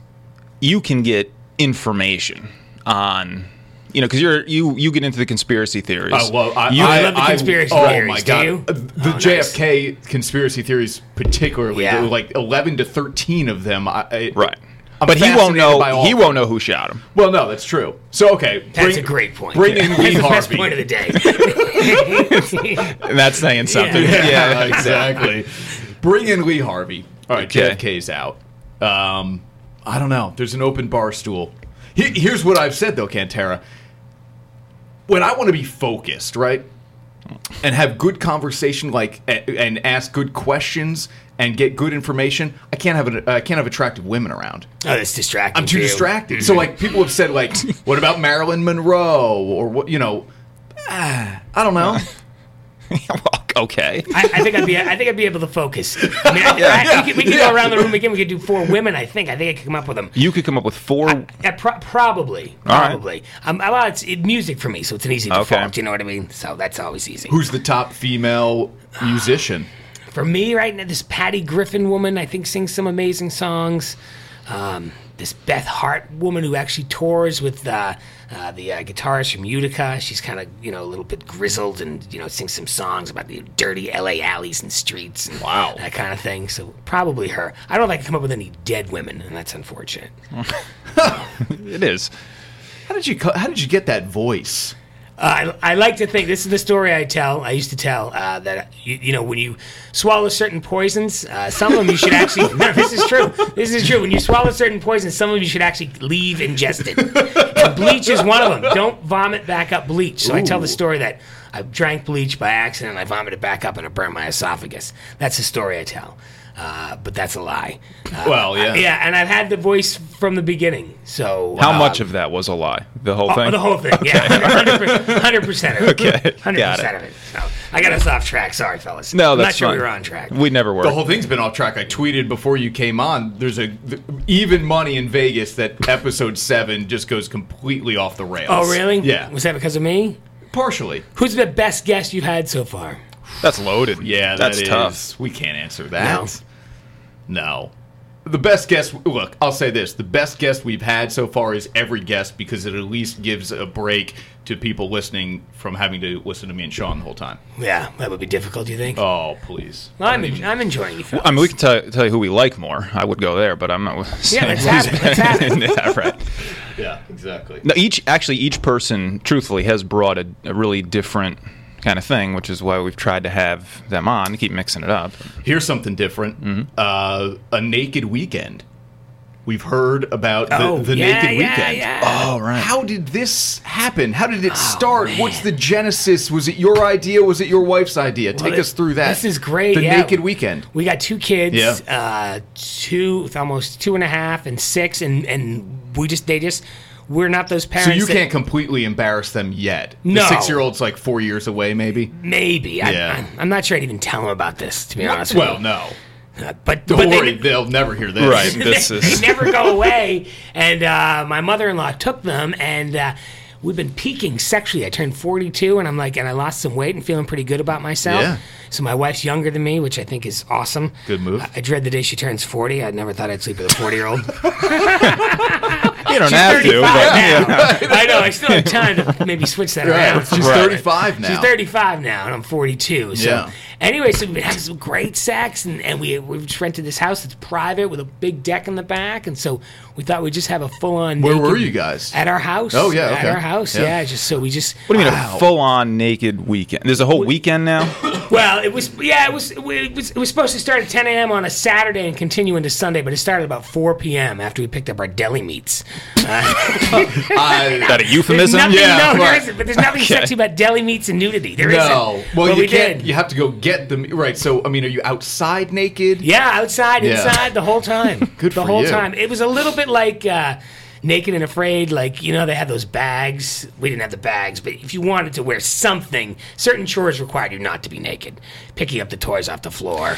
Speaker 3: you can get information on you know, because you're you you get into the conspiracy theories.
Speaker 2: Oh well, I,
Speaker 4: You
Speaker 2: I
Speaker 4: love the conspiracy
Speaker 2: oh
Speaker 4: theories,
Speaker 2: my
Speaker 4: do
Speaker 2: god,
Speaker 4: you?
Speaker 2: Uh, the
Speaker 4: Oh, nice.
Speaker 2: JFK conspiracy theories, particularly,
Speaker 4: Yeah.
Speaker 2: there were like eleven to thirteen of them. I, I,
Speaker 3: right.
Speaker 2: I'm
Speaker 3: but he won't
Speaker 2: fascinated by
Speaker 3: know.
Speaker 2: all
Speaker 3: He
Speaker 2: of
Speaker 3: won't know who shot him.
Speaker 2: them. Well, no, that's true. So okay,
Speaker 4: That's
Speaker 2: bring-
Speaker 4: a great point.
Speaker 2: Bring in Lee
Speaker 4: That's the best
Speaker 2: Harvey.
Speaker 4: point of the day.
Speaker 3: And that's saying something.
Speaker 4: Yeah.
Speaker 3: Yeah.
Speaker 2: yeah, exactly. Bring in Lee Harvey. All right,
Speaker 3: Okay.
Speaker 2: JFK's out. Um, I don't know. There's an open bar stool. He- here's what I've said though, Cantera. When I want to be focused, right, and have good conversation, like a- and ask good questions and get good information, I can't have an, I can't have attractive women around.
Speaker 4: oh, that's distracting.
Speaker 2: I'm too
Speaker 4: too.
Speaker 2: distracted. So like people have said like, what about Marilyn Monroe or what you know? ah, I don't know.
Speaker 3: Well, okay.
Speaker 4: I, I think I'd be. I think I'd be able to focus. I mean, I, I, we could, we could go around the room again. We could do four women. I think. I think I could come up with them.
Speaker 3: You could come up with four.
Speaker 4: Yeah, pro- probably,
Speaker 3: All right.
Speaker 4: probably. Um, well, it's it, music for me, so it's an easy default.
Speaker 3: Okay.
Speaker 4: You know what I mean? So that's always easy.
Speaker 2: Who's the top female musician?
Speaker 4: For me, right now, this Patty Griffin woman, I think, sings some amazing songs. Um, this Beth Hart woman who actually tours with uh, uh, the uh, guitarist from Utica. She's kind of, you know, a little bit grizzled and, you know, sings some songs about the dirty LA alleys and streets and
Speaker 2: Wow.
Speaker 4: that kind of thing. So probably her. I don't like to come up with any dead women, and that's unfortunate.
Speaker 3: It is.
Speaker 2: How did you co- how did you get that voice?
Speaker 4: Uh, I, I like to think this is the story I tell. I used to tell uh, that you, you know when you swallow certain poisons, uh, some of them you should actually. no, this is true. This is true. When you swallow certain poisons, some of them you should actually leave ingested. and bleach is one of them. Don't vomit back up bleach. So I tell the story that I drank bleach by accident. I vomited back up and it burned my esophagus. That's the story I tell. Uh, but that's a lie.
Speaker 3: Oh,
Speaker 4: Uh,
Speaker 2: Well, yeah.
Speaker 4: yeah, and I've had the voice from the beginning. So
Speaker 3: How
Speaker 4: uh,
Speaker 3: much of that was a lie? The whole
Speaker 4: Oh,
Speaker 3: thing.
Speaker 4: the whole thing, yeah, hundred percent of it.
Speaker 3: Okay,
Speaker 4: hundred
Speaker 3: got
Speaker 4: percent of it. So, I got us off track. Sorry, fellas.
Speaker 3: no,
Speaker 4: I'm
Speaker 3: that's
Speaker 4: not sure
Speaker 3: fine.
Speaker 4: we were on track.
Speaker 3: We never were.
Speaker 2: The whole thing's been off track. I tweeted before you came on. There's a th- even money in Vegas that episode seven just goes completely off the rails.
Speaker 4: oh, really?
Speaker 2: Yeah,
Speaker 4: Was that because of me?
Speaker 2: partially.
Speaker 4: Who's the best guest you've had so far?
Speaker 3: that's loaded.
Speaker 2: Yeah,
Speaker 3: that's
Speaker 2: that
Speaker 3: tough.
Speaker 2: is- We can't answer that. No. The best guess. Look, I'll say this: the best guess we've had so far is every guest because it at least gives a break to people listening from having to listen to me and Sean the whole time.
Speaker 4: Yeah, that would be difficult. You think?
Speaker 2: Oh, please.
Speaker 4: Well, I'm, en- I'm enjoying you. fellas.
Speaker 3: I mean, we can tell, tell you who we like more. I would go there, but I'm not. saying
Speaker 4: let's
Speaker 3: who's-
Speaker 4: have it, let's have it.
Speaker 3: yeah, right.
Speaker 2: Yeah, exactly.
Speaker 3: No, each actually each person, truthfully, has brought a, a really different kind of thing, which is why we've tried to have them on to keep mixing it up.
Speaker 2: Here's something different.
Speaker 3: Mm-hmm.
Speaker 2: Uh, a naked weekend. We've heard about the,
Speaker 4: Oh,
Speaker 2: the
Speaker 4: yeah,
Speaker 2: naked
Speaker 4: yeah,
Speaker 2: weekend.
Speaker 4: yeah. Oh,
Speaker 3: Oh, right.
Speaker 2: How did this happen? How did it start? What's the genesis? Was it your idea? Was it your wife's idea? Take
Speaker 4: Well,
Speaker 2: us through that.
Speaker 4: This is great.
Speaker 2: The
Speaker 4: yeah.
Speaker 2: naked weekend.
Speaker 4: We got two kids,
Speaker 2: Yeah.
Speaker 4: uh, two, with almost two and a half, and six, and and we just they just we're not those parents.
Speaker 2: So you
Speaker 4: that-
Speaker 2: can't completely embarrass them yet.
Speaker 4: No.
Speaker 2: The six-year-old's like four years away, maybe.
Speaker 4: maybe.
Speaker 2: Yeah.
Speaker 4: I, I'm, I'm not sure I'd even tell them about this. To be honest.
Speaker 2: Well,
Speaker 4: with
Speaker 2: no.
Speaker 4: you. Uh, but
Speaker 2: Don't
Speaker 4: but they-
Speaker 2: worry, they, will never hear this.
Speaker 3: Right. This
Speaker 4: they,
Speaker 3: is-
Speaker 4: they never go away. And uh, my mother-in-law took them, and uh, we've been peaking sexually. I turned 42, and I'm like, and I lost some weight and feeling pretty good about myself.
Speaker 2: Yeah.
Speaker 4: So my wife's younger than me, which I think is awesome.
Speaker 2: Good move.
Speaker 4: I, I dread the day she turns 40. I never thought I'd sleep with a 40-year-old.
Speaker 2: Ah,
Speaker 3: You don't have to,
Speaker 4: 35
Speaker 3: but
Speaker 4: now. I know. I still have time to maybe switch that
Speaker 2: Right.
Speaker 4: around.
Speaker 2: She's
Speaker 3: Right.
Speaker 2: 35 now.
Speaker 4: She's 35 now, and I'm 42. So
Speaker 2: Yeah.
Speaker 4: anyway, so we have some great sex, and, and we we just rented this house that's private with a big deck in the back, and so we thought we'd just have a full on.
Speaker 2: Where were you guys?
Speaker 4: At our house.
Speaker 2: Oh, yeah,
Speaker 4: At
Speaker 2: okay.
Speaker 4: our house.
Speaker 2: Yeah.
Speaker 4: Yeah. Just so we just.
Speaker 3: what do you mean
Speaker 2: Wow.
Speaker 3: a full-on naked weekend? There's a whole weekend now.
Speaker 4: Well, it was yeah, it was it was it was supposed to start at 10 a.m. on a Saturday and continue into Sunday, but it started about 4 p.m. after we picked up our deli meats.
Speaker 2: I-
Speaker 3: Is that a euphemism?
Speaker 4: Nothing,
Speaker 2: Yeah,
Speaker 4: no, there
Speaker 2: right.
Speaker 4: isn't. But there's nothing sexy about deli meats and nudity. There
Speaker 2: No.
Speaker 4: not
Speaker 2: Well,
Speaker 4: but
Speaker 2: you
Speaker 4: we
Speaker 2: can't.
Speaker 4: did.
Speaker 2: You have to go get them. Right. So, I mean, are you outside naked?
Speaker 4: Yeah, outside,
Speaker 2: Yeah.
Speaker 4: inside, the whole time.
Speaker 2: Good
Speaker 4: the
Speaker 2: for
Speaker 4: whole
Speaker 2: you.
Speaker 4: time. It was a little bit like uh, Naked and Afraid. Like you know, they had those bags. We didn't have the bags, but if you wanted to wear something, certain chores required you not to be naked. Picking up the toys off the floor,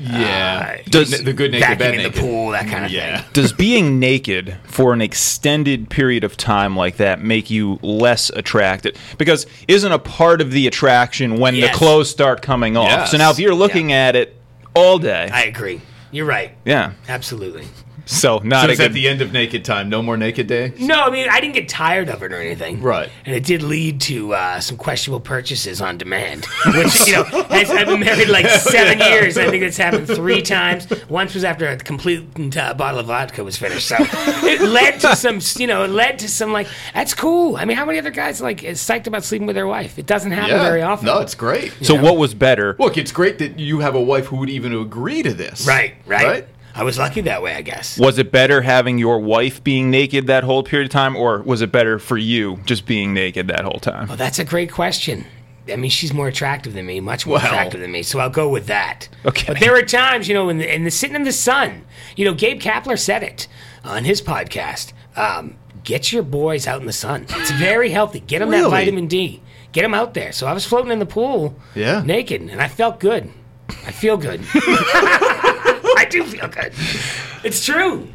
Speaker 2: Yeah.
Speaker 3: Does-
Speaker 2: the good naked, bad
Speaker 4: vacuuming in the
Speaker 2: naked.
Speaker 4: pool, that kind of
Speaker 2: Yeah.
Speaker 4: thing.
Speaker 3: Does being naked for an extended period of time like that make you less attracted? Because isn't a part of the attraction when
Speaker 4: Yes.
Speaker 3: the clothes start coming off?
Speaker 2: Yes.
Speaker 3: So now if you're looking at it all day,
Speaker 4: I agree. You're right.
Speaker 3: yeah,
Speaker 4: Absolutely.
Speaker 3: So not
Speaker 2: So
Speaker 3: a
Speaker 2: it's at
Speaker 3: good.
Speaker 2: the end of Naked Time. No more Naked Day.
Speaker 4: No, I mean I didn't get tired of it or anything.
Speaker 2: Right.
Speaker 4: And it did lead to uh, some questionable purchases on demand, which you know has, I've been married like seven years. I think it's happened three times. Once was after a complete uh, bottle of vodka was finished. So it led to some, you know, it led to some like that's cool. I mean, how many other guys like is psyched about sleeping with their wife? It doesn't happen very often.
Speaker 2: No, it's great.
Speaker 3: so what was better?
Speaker 2: Look, it's great that you have a wife who would even agree to this.
Speaker 4: Right, right. I was lucky that way, I guess.
Speaker 3: Was it better having your wife being naked that whole period of time, or was it better for you just being naked that whole time?
Speaker 4: Well, Oh, that's a great question. I mean, she's more attractive than me, much more
Speaker 2: Well.
Speaker 4: attractive than me, so I'll go with that.
Speaker 3: Okay.
Speaker 4: But there are times, you know, in the, in the sitting in the sun, you know, Gabe Kapler said it on his podcast. Um, get your boys out in the sun. It's very healthy. Get them that
Speaker 2: Really?
Speaker 4: vitamin D. Get them out there. So I was floating in the pool,
Speaker 2: Yeah.
Speaker 4: naked, and I felt good. I feel good. I do feel good. It's true.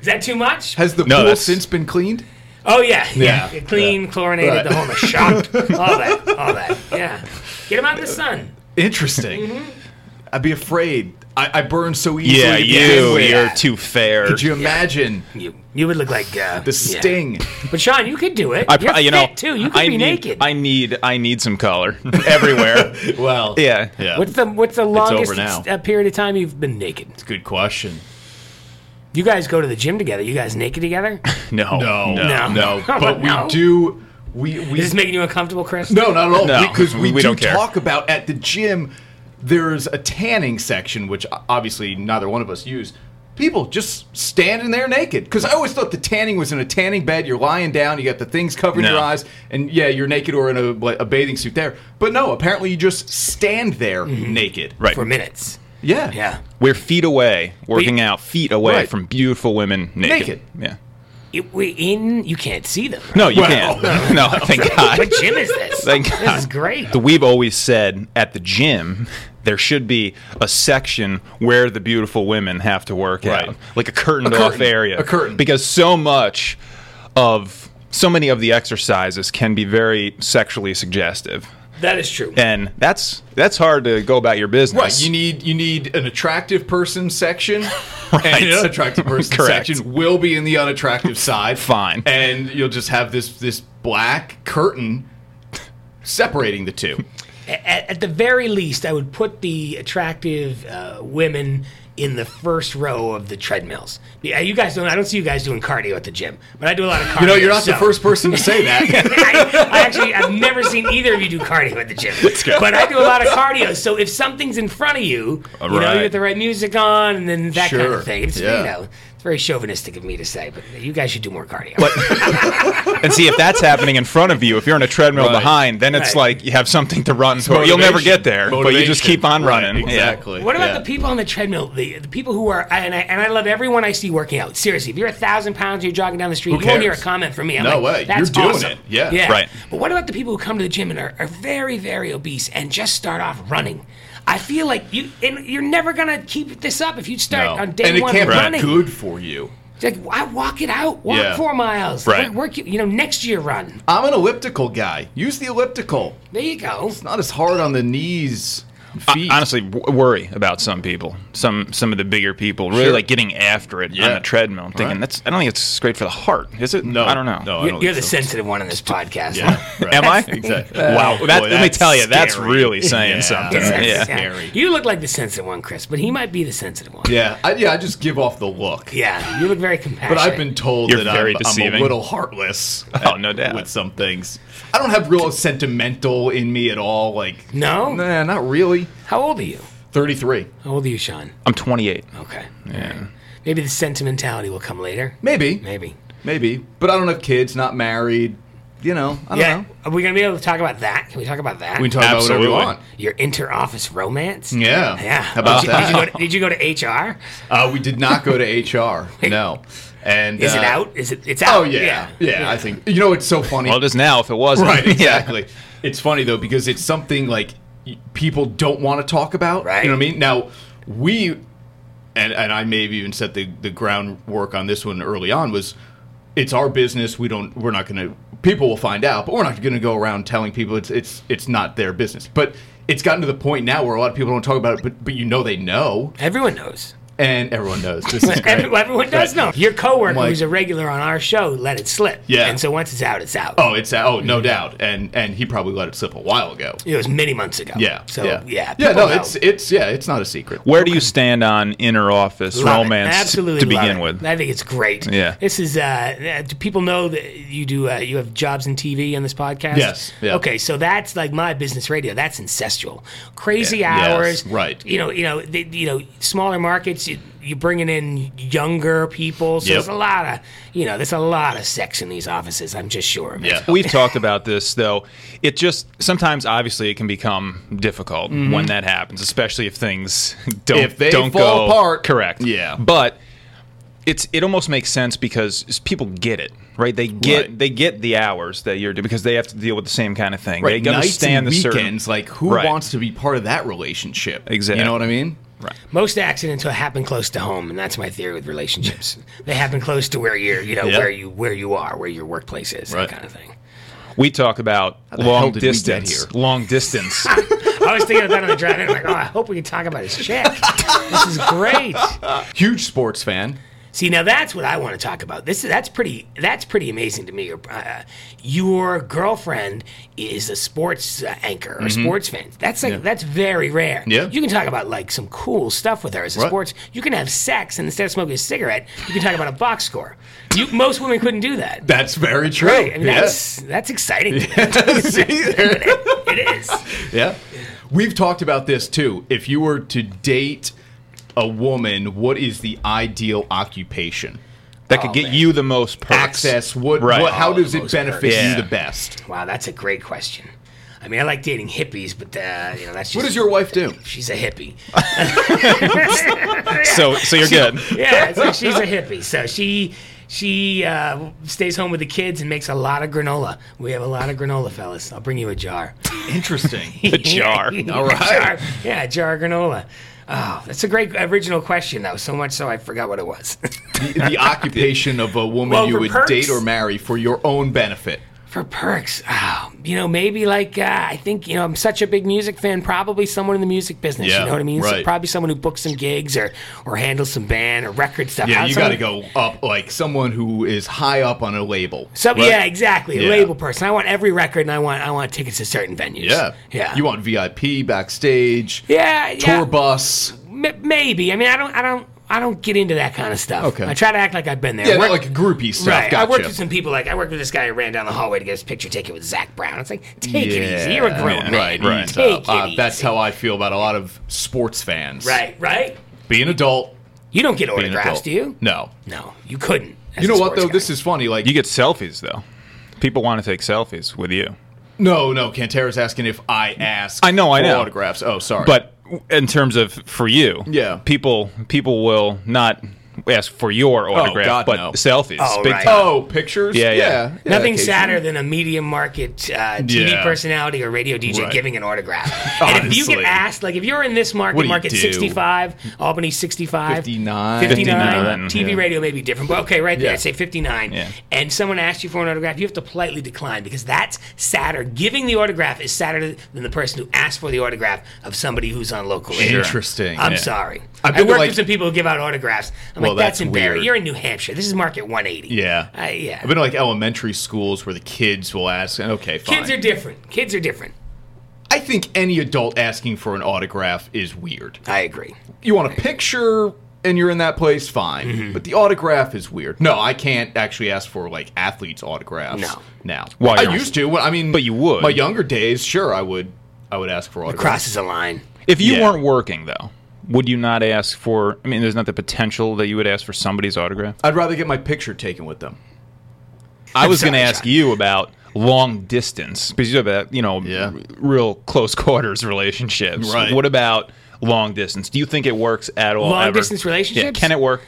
Speaker 4: Is that too much?
Speaker 2: Has the
Speaker 3: No,
Speaker 2: pool
Speaker 3: that's-
Speaker 2: since been cleaned?
Speaker 4: Oh yeah,
Speaker 2: Yeah.
Speaker 4: yeah. Clean, chlorinated,
Speaker 2: Right.
Speaker 4: the whole mess. shocked, all that, all that. Yeah, get him out in the sun.
Speaker 2: Interesting.
Speaker 4: Mm-hmm.
Speaker 2: I'd be afraid. I, I burn so easily.
Speaker 3: Yeah,
Speaker 2: to begin
Speaker 3: you,
Speaker 2: with.
Speaker 3: you're too fair.
Speaker 2: Could you imagine
Speaker 4: You, you would look like uh,
Speaker 2: the
Speaker 4: yeah.
Speaker 2: sting?
Speaker 4: But Sean, you could do it.
Speaker 3: I
Speaker 4: You're
Speaker 3: pro- you
Speaker 4: fit
Speaker 3: know
Speaker 4: too. You could
Speaker 3: I
Speaker 4: be
Speaker 3: need,
Speaker 4: naked.
Speaker 3: I need I need some color everywhere.
Speaker 2: Well,
Speaker 3: yeah.
Speaker 2: yeah.
Speaker 4: what's the what's the longest
Speaker 2: over now.
Speaker 4: uh, period of time you've been naked?
Speaker 2: Good question.
Speaker 4: You guys go to the gym together. You guys naked together?
Speaker 3: No.
Speaker 2: Oh, No,
Speaker 4: No.
Speaker 2: no. But we
Speaker 4: No.
Speaker 2: do. We we
Speaker 4: Is this making you uncomfortable, Chris?
Speaker 2: No, not at all.
Speaker 3: No,
Speaker 2: because we,
Speaker 3: we
Speaker 2: do
Speaker 3: don't care.
Speaker 2: talk about at the gym. There's a tanning section, which o- obviously neither one of us use. People just standing there naked. Because I always thought the tanning was in a tanning bed. You're lying down, you got the things covering
Speaker 3: No.
Speaker 2: your eyes, and yeah, you're naked or in a, like, a bathing suit there. But no, apparently you just stand there naked.
Speaker 3: Right.
Speaker 4: For minutes.
Speaker 2: Yeah.
Speaker 4: Mm-hmm. Yeah.
Speaker 3: We're feet away, working
Speaker 4: We-
Speaker 3: out feet away
Speaker 2: Right.
Speaker 3: from beautiful women naked.
Speaker 2: Naked.
Speaker 3: Yeah.
Speaker 4: It, we in. You can't see them.
Speaker 3: No, you
Speaker 2: Well,
Speaker 3: can't. No, thank God.
Speaker 4: What gym is this?
Speaker 3: Thank
Speaker 4: this
Speaker 3: God.
Speaker 4: is great.
Speaker 3: The we've always said at the gym there should be a section where the beautiful women have to work
Speaker 2: Right.
Speaker 3: out, like a curtained
Speaker 2: A
Speaker 3: off
Speaker 2: curtain.
Speaker 3: area.
Speaker 2: A curtain.
Speaker 3: Because so much of so many of the exercises can be very sexually suggestive.
Speaker 4: That is true.
Speaker 3: And that's that's hard to go about your business.
Speaker 2: Right, you need you need an attractive person section, and an unattractive person
Speaker 3: Correct.
Speaker 2: section will be in the unattractive side.
Speaker 3: Fine.
Speaker 2: and you'll just have this this black curtain separating the two.
Speaker 4: at, at the very least, I would put the attractive uh, women in the first row of the treadmills. Yeah, you guys don't. I don't see you guys doing cardio at the gym, but I do a lot of cardio.
Speaker 2: You know, you're not the
Speaker 4: so-
Speaker 2: first person to say that.
Speaker 4: I, I actually, I've never seen either of you do cardio at the gym. But I do a lot of cardio, so if something's in front of you,
Speaker 3: All
Speaker 4: you know,
Speaker 3: right.
Speaker 4: you get the right music on, and then that kind
Speaker 2: Sure,
Speaker 4: of thing. It's
Speaker 2: yeah.
Speaker 4: you know, it's very chauvinistic of me to say, but you guys should do more cardio.
Speaker 3: and see if that's happening in front of you. If you're on a treadmill
Speaker 2: Right.
Speaker 3: behind, then it's
Speaker 4: Right.
Speaker 3: like you have something to run toward. You'll never get there, but you just
Speaker 2: Motivation.
Speaker 3: keep on
Speaker 2: Right,
Speaker 3: running. Yeah.
Speaker 2: exactly.
Speaker 4: What about
Speaker 2: Yeah.
Speaker 4: the people on the treadmill? The, the people who are and I and I love everyone I see working out. Seriously, if you're a thousand pounds, you're jogging down the street, you won't hear a
Speaker 2: cares?
Speaker 4: comment from me. I'm
Speaker 2: No
Speaker 4: like,
Speaker 2: way.
Speaker 4: That's
Speaker 2: You're doing
Speaker 4: awesome."
Speaker 2: it. Yeah.
Speaker 4: yeah,
Speaker 3: Right.
Speaker 4: But what about the people who come to the gym and are, are very, very obese and just start off running? I feel like you and you're never gonna keep this up if you start
Speaker 2: No.
Speaker 4: on
Speaker 2: And
Speaker 4: day
Speaker 2: it
Speaker 4: one
Speaker 2: can't
Speaker 4: running.
Speaker 2: be good for you.
Speaker 4: It's like why walk it out? Walk
Speaker 2: Yeah.
Speaker 4: four miles.
Speaker 3: Right.
Speaker 4: Work, work your- you know next year run.
Speaker 2: I'm an elliptical guy. Use the elliptical.
Speaker 4: There you go.
Speaker 2: Not as hard on the knees, and feet.
Speaker 3: honestly w- worry about some people some some of the bigger people really
Speaker 2: Sure.
Speaker 3: like getting after it on
Speaker 2: Yeah.
Speaker 3: the treadmill I'm thinking
Speaker 2: Right.
Speaker 3: that's i don't think it's great for the heart is it
Speaker 2: no,
Speaker 3: i don't know
Speaker 2: No, I
Speaker 4: You're,
Speaker 2: don't
Speaker 4: you're the
Speaker 2: think so.
Speaker 4: sensitive one in this podcast.
Speaker 2: Yeah, right.
Speaker 3: am i
Speaker 2: Exactly.
Speaker 3: wow that,
Speaker 2: Boy,
Speaker 3: let me
Speaker 2: that's
Speaker 3: tell you that's
Speaker 2: scary.
Speaker 3: really saying
Speaker 2: Yeah,
Speaker 3: something
Speaker 2: that's
Speaker 3: yeah.
Speaker 2: scary. Harry.
Speaker 4: You look like the sensitive one, Chris, but he might be the sensitive one. Yeah,
Speaker 2: Yeah, I, yeah. I just give off the look.
Speaker 4: you look very
Speaker 2: But
Speaker 4: compassionate.
Speaker 2: I've been told
Speaker 3: You're
Speaker 2: that
Speaker 3: very
Speaker 2: I'm, I'm a
Speaker 3: deceiving.
Speaker 2: little heartless.
Speaker 3: Oh, no doubt.
Speaker 2: With some things, I don't have real sentimental in me at all. Like,
Speaker 4: No?
Speaker 2: nah, not really.
Speaker 4: How old are you?
Speaker 2: Thirty-three,
Speaker 4: How old are you, Sean?
Speaker 3: i'm 28
Speaker 4: Okay. Yeah. Maybe the sentimentality will come later.
Speaker 2: maybe, maybe,
Speaker 4: Maybe.
Speaker 2: But I don't have kids. Not married. You know, I don't
Speaker 4: Yeah.
Speaker 2: know.
Speaker 4: Are we gonna be able to talk about that? Can we talk about that?
Speaker 2: We can talk
Speaker 3: Absolutely.
Speaker 2: about whatever
Speaker 4: Your inter-office romance.
Speaker 2: we want. Yeah,
Speaker 4: Yeah.
Speaker 2: How about
Speaker 4: did, you,
Speaker 2: that?
Speaker 4: did you go to, did you go to HR?
Speaker 2: Uh, we did not go to HR. No. And
Speaker 4: Is
Speaker 2: uh,
Speaker 4: it out? Is it? It's out.
Speaker 2: Oh yeah, yeah. I think you know. It's so funny.
Speaker 3: well it is now if it wasn't
Speaker 2: Right,
Speaker 3: Yeah.
Speaker 2: exactly. It's funny though because it's something like y- people don't want to talk about.
Speaker 4: Right.
Speaker 2: You know what I mean? Now we and and I may have even set the the groundwork on this one early on was it's our business. We don't. We're not going to. People will find out, but we're not going to go around telling people it's it's it's not their business. But it's gotten to the point now where a lot of people don't talk about it, but but you know they know.
Speaker 4: Everyone knows.
Speaker 2: and everyone knows this is great.
Speaker 4: Every- Everyone does know. Your coworker
Speaker 2: Like-
Speaker 4: who's a regular on our show let it slip.
Speaker 2: Yeah.
Speaker 4: And so once it's out, it's out.
Speaker 2: Oh, it's oh, no doubt, and and he probably let it slip a while ago.
Speaker 4: It was many months ago.
Speaker 2: Yeah.
Speaker 4: So
Speaker 2: yeah.
Speaker 4: yeah.
Speaker 2: Yeah.
Speaker 4: people
Speaker 2: No,
Speaker 4: know.
Speaker 2: it's it's yeah, it's not a secret.
Speaker 3: Where do you stand on inner office
Speaker 4: Love it.
Speaker 3: romance
Speaker 4: Absolutely
Speaker 3: to
Speaker 4: love
Speaker 3: begin
Speaker 4: it.
Speaker 3: with?
Speaker 4: I think it's great.
Speaker 3: Yeah.
Speaker 4: This is uh, uh, do people know that you do uh, you have jobs in TV on this podcast?
Speaker 2: Yes. Yeah.
Speaker 4: Okay, so that's like my business radio. That's ancestral. Crazy
Speaker 2: Yeah. Yes.
Speaker 4: hours.
Speaker 2: Right.
Speaker 4: You know, you know, they, you know, smaller markets you, you're bringing in younger people. So
Speaker 2: Yep.
Speaker 4: there's a lot of, you know, there's a lot of sex in these offices, I'm just sure. of it.
Speaker 2: Yeah.
Speaker 3: We've talked about this though. It just sometimes obviously it can become difficult when that happens, especially if things don't
Speaker 2: Mm-hmm. If they
Speaker 3: don't
Speaker 2: fall
Speaker 3: go
Speaker 2: apart.
Speaker 3: Correct.
Speaker 2: Yeah.
Speaker 3: But it's it almost makes sense because people get it, right? They get
Speaker 2: Right.
Speaker 3: they get the hours that you're because they have to deal with the same kind of thing.
Speaker 2: Right.
Speaker 3: They
Speaker 2: Nights and
Speaker 3: understand the
Speaker 2: weekends.
Speaker 3: certain
Speaker 2: Like, who
Speaker 3: Right.
Speaker 2: wants to be part of that relationship?
Speaker 3: Exactly.
Speaker 2: You know what I mean?
Speaker 4: Most accidents will happen close to home, and that's my theory with relationships. they happen close to where you're, you know,
Speaker 2: Yeah.
Speaker 4: where you where you are, where your workplace is,
Speaker 2: Right.
Speaker 4: that kind of thing.
Speaker 3: we talk about
Speaker 2: the hell
Speaker 3: long
Speaker 2: did we get
Speaker 3: distance.
Speaker 2: here?
Speaker 3: Long distance.
Speaker 4: I was thinking of that on the drive in. Like, oh, I hope we can talk about his check. this is great.
Speaker 2: Huge sports fan.
Speaker 4: See, now that's what I want to talk about. This is that's pretty that's pretty amazing to me. Your, uh, your girlfriend is a sports uh, anchor or sports fan. That's like that's very rare.
Speaker 2: Mm-hmm. Yeah.
Speaker 4: you can talk about like some cool stuff with her as a
Speaker 2: Right.
Speaker 4: sports. You can have sex and instead of smoking a cigarette, you can talk about a box score. You, most women couldn't do that.
Speaker 2: That's very true.
Speaker 4: Right. I mean,
Speaker 2: yeah.
Speaker 4: that's that's exciting.
Speaker 2: See there.
Speaker 4: it is.
Speaker 2: Yeah. We've talked about this too. If you were to date a woman, what is the ideal occupation?
Speaker 3: that could get you the most perks.
Speaker 2: Oh, Access. What?
Speaker 3: Right.
Speaker 2: what how
Speaker 4: Oh, the
Speaker 2: does it
Speaker 4: most
Speaker 2: benefit
Speaker 3: perks. Yeah.
Speaker 2: you the best?
Speaker 4: Wow, that's a great question. I mean, I like dating hippies, but uh, you know that's just
Speaker 2: What does your wife do?
Speaker 4: She's a hippie.
Speaker 3: So so you're good.
Speaker 4: yeah, so she's a hippie. So she she uh, stays home with the kids and makes a lot of granola. We have a lot of granola, fellas. I'll bring you a jar.
Speaker 2: Interesting.
Speaker 3: A jar.
Speaker 2: All right.
Speaker 4: A jar. Yeah, a jar of granola. Oh, that's a great original question, though. So much so I forgot what it was.
Speaker 2: the, the occupation of a woman
Speaker 4: Well,
Speaker 2: you
Speaker 4: for
Speaker 2: would
Speaker 4: perks-
Speaker 2: date or marry for your own benefit.
Speaker 4: For perks, oh, you know, maybe like uh, I think you know, I'm such a big music fan. Probably someone in the music business.
Speaker 2: Yeah,
Speaker 4: you know what I mean? So
Speaker 2: right.
Speaker 4: probably someone who books some gigs or or handles some band or record stuff.
Speaker 2: Yeah,
Speaker 4: How-
Speaker 2: you got
Speaker 4: someone-
Speaker 2: to go up like someone who is high up on a label.
Speaker 4: So
Speaker 2: right?
Speaker 4: yeah, exactly.
Speaker 2: Yeah.
Speaker 4: Label person. I want every record, and I want I want tickets to certain venues.
Speaker 2: Yeah.
Speaker 4: yeah.
Speaker 2: You want VIP backstage,
Speaker 4: Yeah, yeah.
Speaker 2: tour bus.
Speaker 4: M- maybe. I mean, I don't, I don't, I don't get into that kind of stuff.
Speaker 2: Okay.
Speaker 4: I try to act like I've been there.
Speaker 2: Yeah, not
Speaker 4: Work-
Speaker 2: like groupie stuff.
Speaker 4: right. I
Speaker 2: Gotcha.
Speaker 4: worked with some people. Like I worked with this guy who ran down the hallway to get his picture taken with Zach Brown. It's like, take it easy. You're a grown
Speaker 2: Yeah,
Speaker 4: man.
Speaker 2: Right,
Speaker 3: Right.
Speaker 2: ease up.
Speaker 4: Take
Speaker 2: Uh,
Speaker 4: it easy.
Speaker 2: That's how I feel about a lot of sports fans.
Speaker 4: Right. Right.
Speaker 2: Be an adult.
Speaker 4: You don't get
Speaker 2: Be an
Speaker 4: autographs,
Speaker 2: adult.
Speaker 4: do you?
Speaker 2: No.
Speaker 4: No, you couldn't. as
Speaker 2: You
Speaker 4: a
Speaker 2: know what
Speaker 4: sports
Speaker 2: though?
Speaker 4: guy.
Speaker 2: This is funny. Like
Speaker 3: You get selfies though. People want to take selfies with you.
Speaker 2: no, no. Cantera's asking if I ask.
Speaker 3: I know, I
Speaker 2: for
Speaker 3: know.
Speaker 2: Autographs. Oh, sorry.
Speaker 3: But in terms of for you,
Speaker 2: Yeah.
Speaker 3: people people will not ask for your autograph,
Speaker 2: Oh, God,
Speaker 3: but
Speaker 2: no.
Speaker 3: selfies.
Speaker 4: Oh,
Speaker 3: big
Speaker 4: right.
Speaker 3: time.
Speaker 2: oh, pictures.
Speaker 3: Yeah, yeah.
Speaker 4: Nothing
Speaker 2: occasionally.
Speaker 4: sadder than a medium market uh, TV
Speaker 2: Yeah.
Speaker 4: personality or radio DJ
Speaker 2: Right.
Speaker 4: giving an autograph. and if you get
Speaker 2: Honestly.
Speaker 4: asked, like if you're in this
Speaker 2: What
Speaker 4: market,
Speaker 2: do you
Speaker 4: market
Speaker 2: do?
Speaker 4: 65, Albany 65,
Speaker 2: 59.
Speaker 3: 59,
Speaker 4: 59, TV
Speaker 3: yeah.
Speaker 4: radio may be different, but okay, right there,
Speaker 2: Yeah.
Speaker 4: say 59,
Speaker 3: Yeah.
Speaker 4: and someone asks you for an autograph, you have to politely decline because that's sadder. Giving the autograph is sadder than the person who asked for the autograph of somebody who's on local. radio.
Speaker 2: Interesting.
Speaker 4: I'm
Speaker 2: Yeah.
Speaker 4: sorry.
Speaker 2: I've
Speaker 4: I
Speaker 2: been to,
Speaker 4: worked
Speaker 2: like-
Speaker 4: with some people who give out autographs. I'm
Speaker 2: Well,
Speaker 4: like, that's,
Speaker 2: that's
Speaker 4: embarrassing.
Speaker 2: weird.
Speaker 4: You're in New Hampshire. This is market 180.
Speaker 2: Yeah.
Speaker 4: Uh, yeah.
Speaker 2: I've been to like elementary schools where the kids will ask, and okay, fine.
Speaker 4: Kids are different. Kids are different.
Speaker 2: I think any adult asking for an autograph is weird.
Speaker 4: I agree.
Speaker 2: You want a picture and you're in that place, fine.
Speaker 4: Mm-hmm.
Speaker 2: But the autograph is weird. No, I can't actually ask for like athletes' autographs
Speaker 4: No.
Speaker 2: now.
Speaker 3: Why
Speaker 2: I
Speaker 3: not?
Speaker 2: used to. Well, I mean,
Speaker 3: But you would.
Speaker 2: My younger days, sure, I would. I would ask for autographs.
Speaker 4: Crosses a line.
Speaker 3: If you
Speaker 2: Yeah.
Speaker 3: weren't working though, would you not ask for I mean there's not the potential that you would ask for somebody's autograph?
Speaker 2: I'd rather get my picture taken with them.
Speaker 3: I was
Speaker 4: sorry,
Speaker 3: going to ask
Speaker 4: John.
Speaker 3: you about long distance because you have that, you know,
Speaker 2: Yeah.
Speaker 3: r- real close quarters relationships.
Speaker 2: Right.
Speaker 3: What about long distance? Do you think it works at all?
Speaker 4: Long
Speaker 3: ever?
Speaker 4: distance relationships?
Speaker 3: Yeah. Can it work?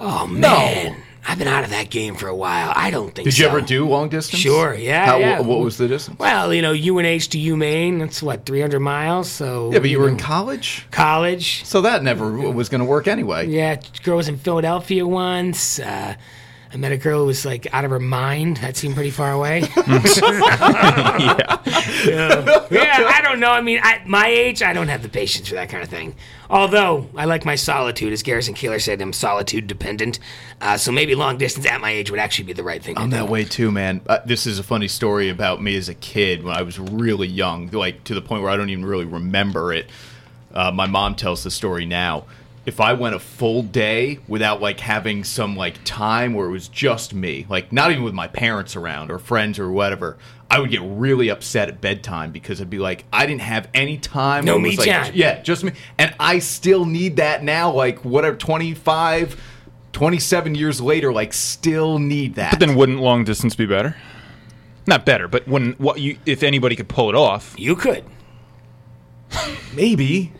Speaker 4: Oh man, I've been out of that game for a while. I don't think.
Speaker 2: Did you
Speaker 4: so.
Speaker 2: ever do long distance?
Speaker 4: Sure, yeah,
Speaker 2: How,
Speaker 4: yeah.
Speaker 2: What was the distance?
Speaker 4: Well, you know, UNH to UMaine. That's what 300 miles. So
Speaker 2: Yeah, but you were in
Speaker 4: know,
Speaker 2: college,
Speaker 4: college.
Speaker 2: so that never w- was going to work anyway.
Speaker 4: Yeah, girl was in Philadelphia once. Uh, I met a girl who was like out of her mind. That seemed pretty far away. yeah. yeah, I don't know. I mean, at my age, I don't have the patience for that kind of thing. Although I like my solitude, as Garrison Keeler said, I'm solitude dependent. Uh, so maybe long distance at my age would actually be the right thing.
Speaker 2: I'm
Speaker 4: to do.
Speaker 2: that way too, man. Uh, this is a funny story about me as a kid when I was really young, like to the point where I don't even really remember it. Uh, my mom tells the story now. If I went a full day without like having some like time where it was just me, like not even with my parents around or friends or whatever, I would get really upset at bedtime because I'd be like, I didn't have any time.
Speaker 4: No
Speaker 2: It was
Speaker 4: me
Speaker 2: like-
Speaker 4: time.
Speaker 2: Yeah, just me. And I still need that now, like whatever, 25, 27 years later, like still need that.
Speaker 3: But then wouldn't long distance be better? Not better, but wouldn't what you if anybody could pull it off?
Speaker 4: You could.
Speaker 2: Maybe.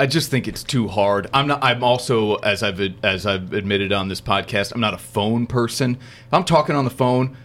Speaker 2: I just think it's too hard. I'm not. I'm also, as I've as I've admitted on this podcast, I'm not a phone person. If I'm talking on the phone,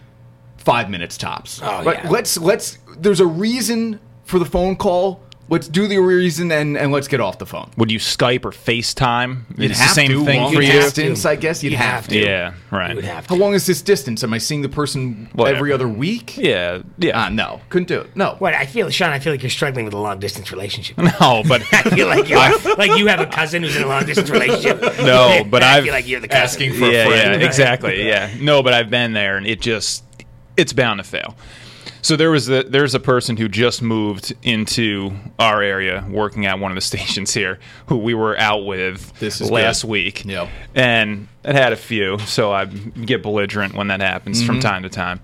Speaker 2: five minutes tops.
Speaker 4: Oh, yeah.
Speaker 2: Let's let's. There's a reason for the phone call. Let's do the reason and and let's get off the phone.
Speaker 3: Would you Skype or FaceTime?
Speaker 2: You'd
Speaker 3: it's
Speaker 2: have
Speaker 3: the same
Speaker 2: to,
Speaker 3: thing
Speaker 2: long
Speaker 3: for you.
Speaker 2: Distance, I guess you'd,
Speaker 4: You'd
Speaker 2: have,
Speaker 4: have
Speaker 2: to.
Speaker 4: to.
Speaker 3: Yeah,
Speaker 4: You
Speaker 3: right.
Speaker 4: would have
Speaker 2: How
Speaker 4: to.
Speaker 2: long is this distance? Am I seeing the person
Speaker 3: Whatever.
Speaker 2: every other week?
Speaker 3: Yeah, yeah.
Speaker 2: Ah, no, couldn't do it. No.
Speaker 4: What I feel, Sean, I feel like you're struggling with a long distance relationship.
Speaker 3: no, Oh, but
Speaker 4: I feel like you are. like you have a cousin who's in a long distance relationship.
Speaker 3: No, but
Speaker 4: I
Speaker 3: I've
Speaker 4: feel like you're the cousin.
Speaker 2: Asking for
Speaker 3: yeah,
Speaker 2: a friend.
Speaker 3: Yeah, exactly. Yeah. No, but I've been there and it just it's bound to fail. So there was the, there's a person who just moved into our area working at one of the stations here who we were out with
Speaker 2: This is
Speaker 3: last
Speaker 2: good.
Speaker 3: week.
Speaker 2: Yeah.
Speaker 3: And it had a few, so I get belligerent when that happens from
Speaker 2: Mm-hmm.
Speaker 3: time to time.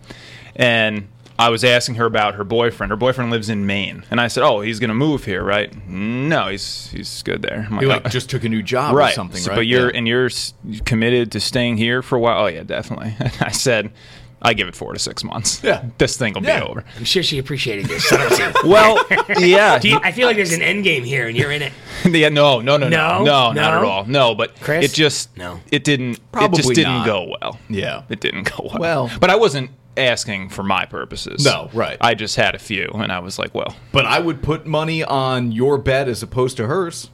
Speaker 3: And I was asking her about her boyfriend. Her boyfriend lives in Maine. And I said, "Oh, he's going to move here, right?" "No, he's he's good there." I'm
Speaker 2: You
Speaker 3: like, "Oh."
Speaker 2: like just took a new job
Speaker 3: right.
Speaker 2: or something,
Speaker 3: So-
Speaker 2: right?
Speaker 3: But you're
Speaker 2: Yeah.
Speaker 3: and you're s- committed to staying here for a while. Oh yeah, definitely. And I said, I give it four to six months.
Speaker 2: Yeah.
Speaker 3: this thing will
Speaker 2: Yeah.
Speaker 3: be over.
Speaker 4: I'm sure she appreciated this. So don't you?
Speaker 3: Well, yeah,
Speaker 4: Do you- I feel like there's an end game here, and you're in it.
Speaker 3: yeah, no, no, no, no,
Speaker 4: No?
Speaker 3: no, not at
Speaker 4: No?
Speaker 3: all. No, but
Speaker 4: Chris?
Speaker 3: it just
Speaker 4: No.
Speaker 3: it didn't it
Speaker 2: Probably
Speaker 3: just didn't
Speaker 2: not.
Speaker 3: go well.
Speaker 2: Yeah.
Speaker 3: it didn't go well.
Speaker 2: Well-
Speaker 3: but I wasn't asking for my purposes.
Speaker 2: No, right.
Speaker 3: I just had a few, and I was like, well,
Speaker 2: But I would put money on your bet as opposed to hers.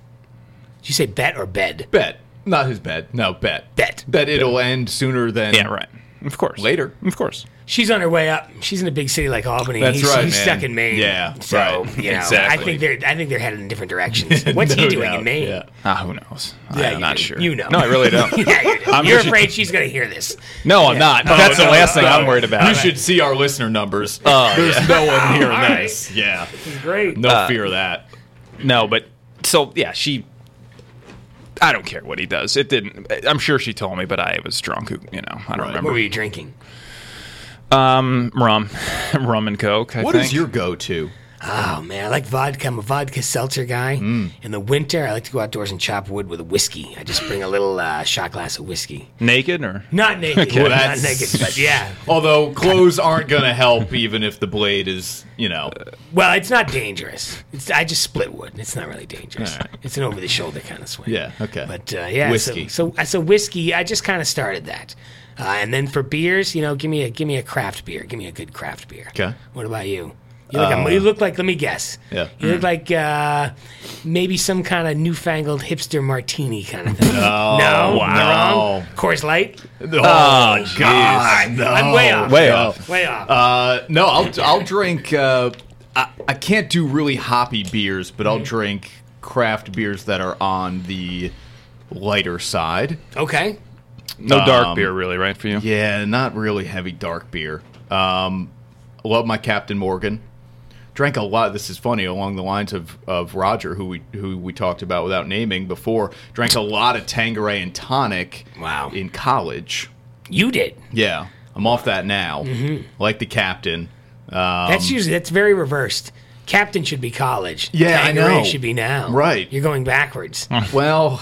Speaker 4: Did you say bet or bed?
Speaker 2: Bet. Not his bet. No, bet.
Speaker 4: Bet.
Speaker 2: That it'll end sooner than.
Speaker 3: yeah, right. Of course.
Speaker 2: Hmm. Later.
Speaker 3: Of course.
Speaker 4: She's on her way up. She's in a big city like Albany.
Speaker 2: That's
Speaker 4: he's,
Speaker 2: right,
Speaker 4: He's
Speaker 2: man.
Speaker 4: stuck in Maine.
Speaker 2: Yeah,
Speaker 4: So
Speaker 2: right.
Speaker 4: you know, I
Speaker 3: Exactly.
Speaker 4: think they're I think they're headed in different directions. What's
Speaker 2: No
Speaker 4: he doing
Speaker 2: doubt.
Speaker 4: in Maine?
Speaker 2: Yeah.
Speaker 3: Ah, who knows?
Speaker 4: Yeah,
Speaker 3: I'm
Speaker 4: you
Speaker 3: not
Speaker 4: do.
Speaker 3: sure.
Speaker 4: You know.
Speaker 3: No, I really don't.
Speaker 4: Yeah, you do.
Speaker 3: I'm
Speaker 4: you're
Speaker 3: just-
Speaker 4: afraid she's gonna hear this.
Speaker 3: No, I'm not. That's the last thing I'm worried about.
Speaker 2: Oh, You should see our listener numbers. There's no one here
Speaker 4: All right.
Speaker 2: nice. Yeah. Uh,
Speaker 4: Great.
Speaker 2: No fear of that.
Speaker 3: No, but so yeah, she. I don't care what he does. It didn't. I'm sure she told me, but I was drunk. who- You know, I
Speaker 2: Right.
Speaker 3: don't
Speaker 4: What were
Speaker 3: remember.
Speaker 4: you drinking?
Speaker 3: Um, rum, rum and coke. I
Speaker 2: What
Speaker 3: think.
Speaker 2: is your go to?
Speaker 4: Oh man, I like vodka. I'm a vodka seltzer guy. In the winter, I like to go outdoors and chop wood with a whiskey. I just bring a little uh, shot glass of whiskey.
Speaker 3: naked or?
Speaker 4: Not naked,
Speaker 3: Okay. Well,
Speaker 4: not
Speaker 2: that's-
Speaker 4: naked, but yeah.
Speaker 2: Although clothes aren't going to help, even if the blade is, you know.
Speaker 4: Well, it's not dangerous. It's, I just split wood. It's not really dangerous. It's an over-the-shoulder kind of swing.
Speaker 2: Yeah, okay.
Speaker 4: But uh, yeah,
Speaker 2: Whiskey.
Speaker 4: So, so so whiskey. I just kind of started that, uh, and then for beers, you know, give me a give me a craft beer. Give me a good craft beer.
Speaker 2: 'Kay.
Speaker 4: What about you? You look, you look like. Let me guess.
Speaker 2: Uh, Yeah. Mm.
Speaker 4: You look like uh, maybe some kind of newfangled hipster martini kind of thing. No. No.
Speaker 2: wow.
Speaker 4: Wrong. Coors Light.
Speaker 2: Oh, jeez.
Speaker 4: God.
Speaker 2: No.
Speaker 4: I'm way off.
Speaker 3: Way
Speaker 2: No.
Speaker 3: off.
Speaker 4: Way off.
Speaker 2: Uh, no, I'll I'll drink. Uh, I, I can't do really hoppy beers, but I'll drink craft beers that are on the lighter side.
Speaker 4: okay.
Speaker 3: No dark
Speaker 2: Um,
Speaker 3: beer, really, right for you?
Speaker 2: Yeah, not really heavy dark beer. Um, I love my Captain Morgan. Drank a lot. This is funny along the lines of, of Roger, who we who we talked about without naming before. Drank a lot of Tangeray and tonic.
Speaker 4: Wow.
Speaker 2: In college,
Speaker 4: You did.
Speaker 2: yeah, I'm off that now. Like the captain. um,
Speaker 4: That's usually that's very reversed. Captain should be college.
Speaker 2: Yeah, I
Speaker 4: Tangeray
Speaker 2: know.
Speaker 4: Should be now.
Speaker 2: Right.
Speaker 4: You're going backwards.
Speaker 2: Well,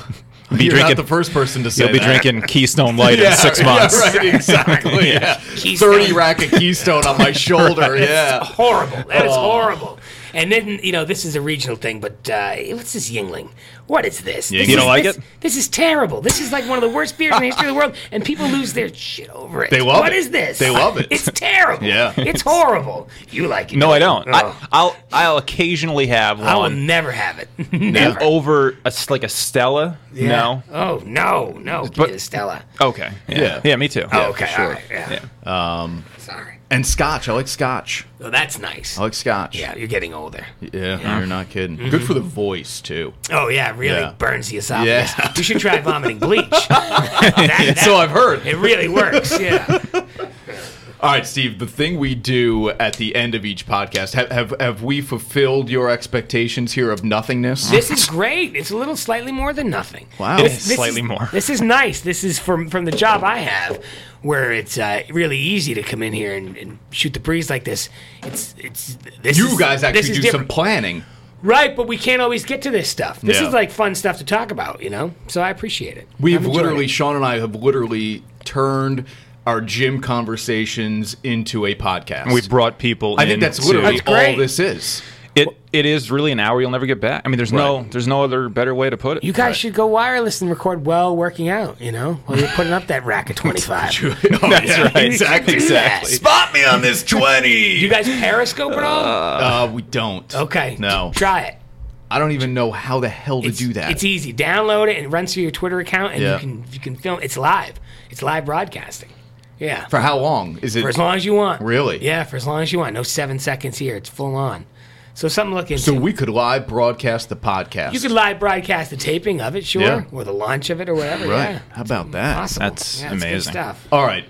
Speaker 3: Be
Speaker 2: you're
Speaker 3: drinking-
Speaker 2: not the first person to say
Speaker 3: You'll be
Speaker 2: that.
Speaker 3: drinking Keystone Light in six
Speaker 2: yeah,
Speaker 3: months.
Speaker 2: right, exactly. yeah.
Speaker 4: Keystone.
Speaker 2: Thirty rack of Keystone on my shoulder. Yeah.
Speaker 4: horrible. That is horrible. And then you know this is a regional thing, but uh, what's this Yingling? What is this?
Speaker 3: You
Speaker 4: This
Speaker 3: don't
Speaker 4: is-
Speaker 3: like
Speaker 4: this-
Speaker 3: it?
Speaker 4: This is terrible. This is like one of the worst beers in the history of the world, and people lose their shit over it.
Speaker 2: They love
Speaker 4: What
Speaker 2: it.
Speaker 4: is this?
Speaker 2: They love it.
Speaker 4: It's terrible.
Speaker 2: Yeah.
Speaker 4: it's horrible. You like it?
Speaker 3: No, I don't.
Speaker 4: Oh.
Speaker 3: I, I'll I'll occasionally have
Speaker 4: I will
Speaker 3: one
Speaker 4: never have it. never.
Speaker 3: over a s like a Stella. No.
Speaker 4: Oh no, no,
Speaker 3: But-
Speaker 4: but, Stella.
Speaker 3: Okay. Yeah.
Speaker 2: Yeah.
Speaker 3: Yeah. me too.
Speaker 4: Oh, okay,
Speaker 2: sure.
Speaker 4: all right, yeah. Um, Sorry.
Speaker 2: And scotch. I like scotch.
Speaker 4: Well, that's nice.
Speaker 2: I like scotch.
Speaker 4: Yeah, you're getting older.
Speaker 2: Yeah, you're not kidding. Good for the voice too.
Speaker 4: Oh yeah, it really
Speaker 2: Yeah.
Speaker 4: burns the esophagus.
Speaker 2: Yeah.
Speaker 4: You should try vomiting bleach. That- that-
Speaker 2: So I've heard.
Speaker 4: it really works. Yeah.
Speaker 2: All right, Steve. The thing we do at the end of each podcast have have, have we fulfilled your expectations here of nothingness?
Speaker 4: This is great. It's a little slightly more than nothing.
Speaker 2: Wow.
Speaker 4: This,
Speaker 2: It
Speaker 3: is
Speaker 4: this
Speaker 3: slightly more.
Speaker 4: This is nice. This is from from the job I have, where it's uh, really easy to come in here and, and shoot the breeze like this. It's it's this.
Speaker 2: you
Speaker 4: is-
Speaker 2: guys
Speaker 4: this
Speaker 2: actually
Speaker 4: is
Speaker 2: do some
Speaker 4: different.
Speaker 2: planning.
Speaker 4: right, but we can't always get to this stuff. This
Speaker 2: Yeah.
Speaker 4: is like fun stuff to talk about, you know. So I appreciate it.
Speaker 2: We've
Speaker 4: I've enjoyed
Speaker 2: literally,
Speaker 4: it.
Speaker 2: Sean and I have literally turned our gym conversations into a podcast.
Speaker 3: We brought people.
Speaker 2: I think that's
Speaker 3: into-
Speaker 2: literally
Speaker 4: That's
Speaker 2: all
Speaker 4: great.
Speaker 2: this is.
Speaker 3: it. It is really an hour you'll never get back. I mean, there's no there's no other better way to put it.
Speaker 4: You guys should go wireless and record well working out, you know, while you're putting up that rack of 25.
Speaker 2: That's
Speaker 3: right.
Speaker 2: Oh, Exactly.
Speaker 4: Exactly.
Speaker 2: Spot me on this
Speaker 4: you
Speaker 2: twenty.
Speaker 4: guys periscope at all?
Speaker 2: Uh, we don't.
Speaker 4: okay.
Speaker 2: No.
Speaker 4: Try it.
Speaker 2: I don't even know how the hell to do that.
Speaker 4: It's e- easy. Download it and it runs through your Twitter account and
Speaker 2: Yeah.
Speaker 4: you can you can film it's live. It's live broadcasting. Yeah. For,
Speaker 2: For how long is it?
Speaker 4: as long as you want.
Speaker 2: Really?
Speaker 4: Yeah, for as long as you want. No 7 seconds here. It's full on. So something to look into.
Speaker 2: so we could live broadcast the podcast.
Speaker 4: you could live broadcast the taping of it, sure,
Speaker 2: Yeah.
Speaker 4: or the launch of it or whatever.
Speaker 2: right?
Speaker 4: Yeah.
Speaker 2: How about that?
Speaker 4: Awesome.
Speaker 3: That's
Speaker 4: Yeah, it's good
Speaker 3: amazing.
Speaker 4: stuff.
Speaker 2: All right.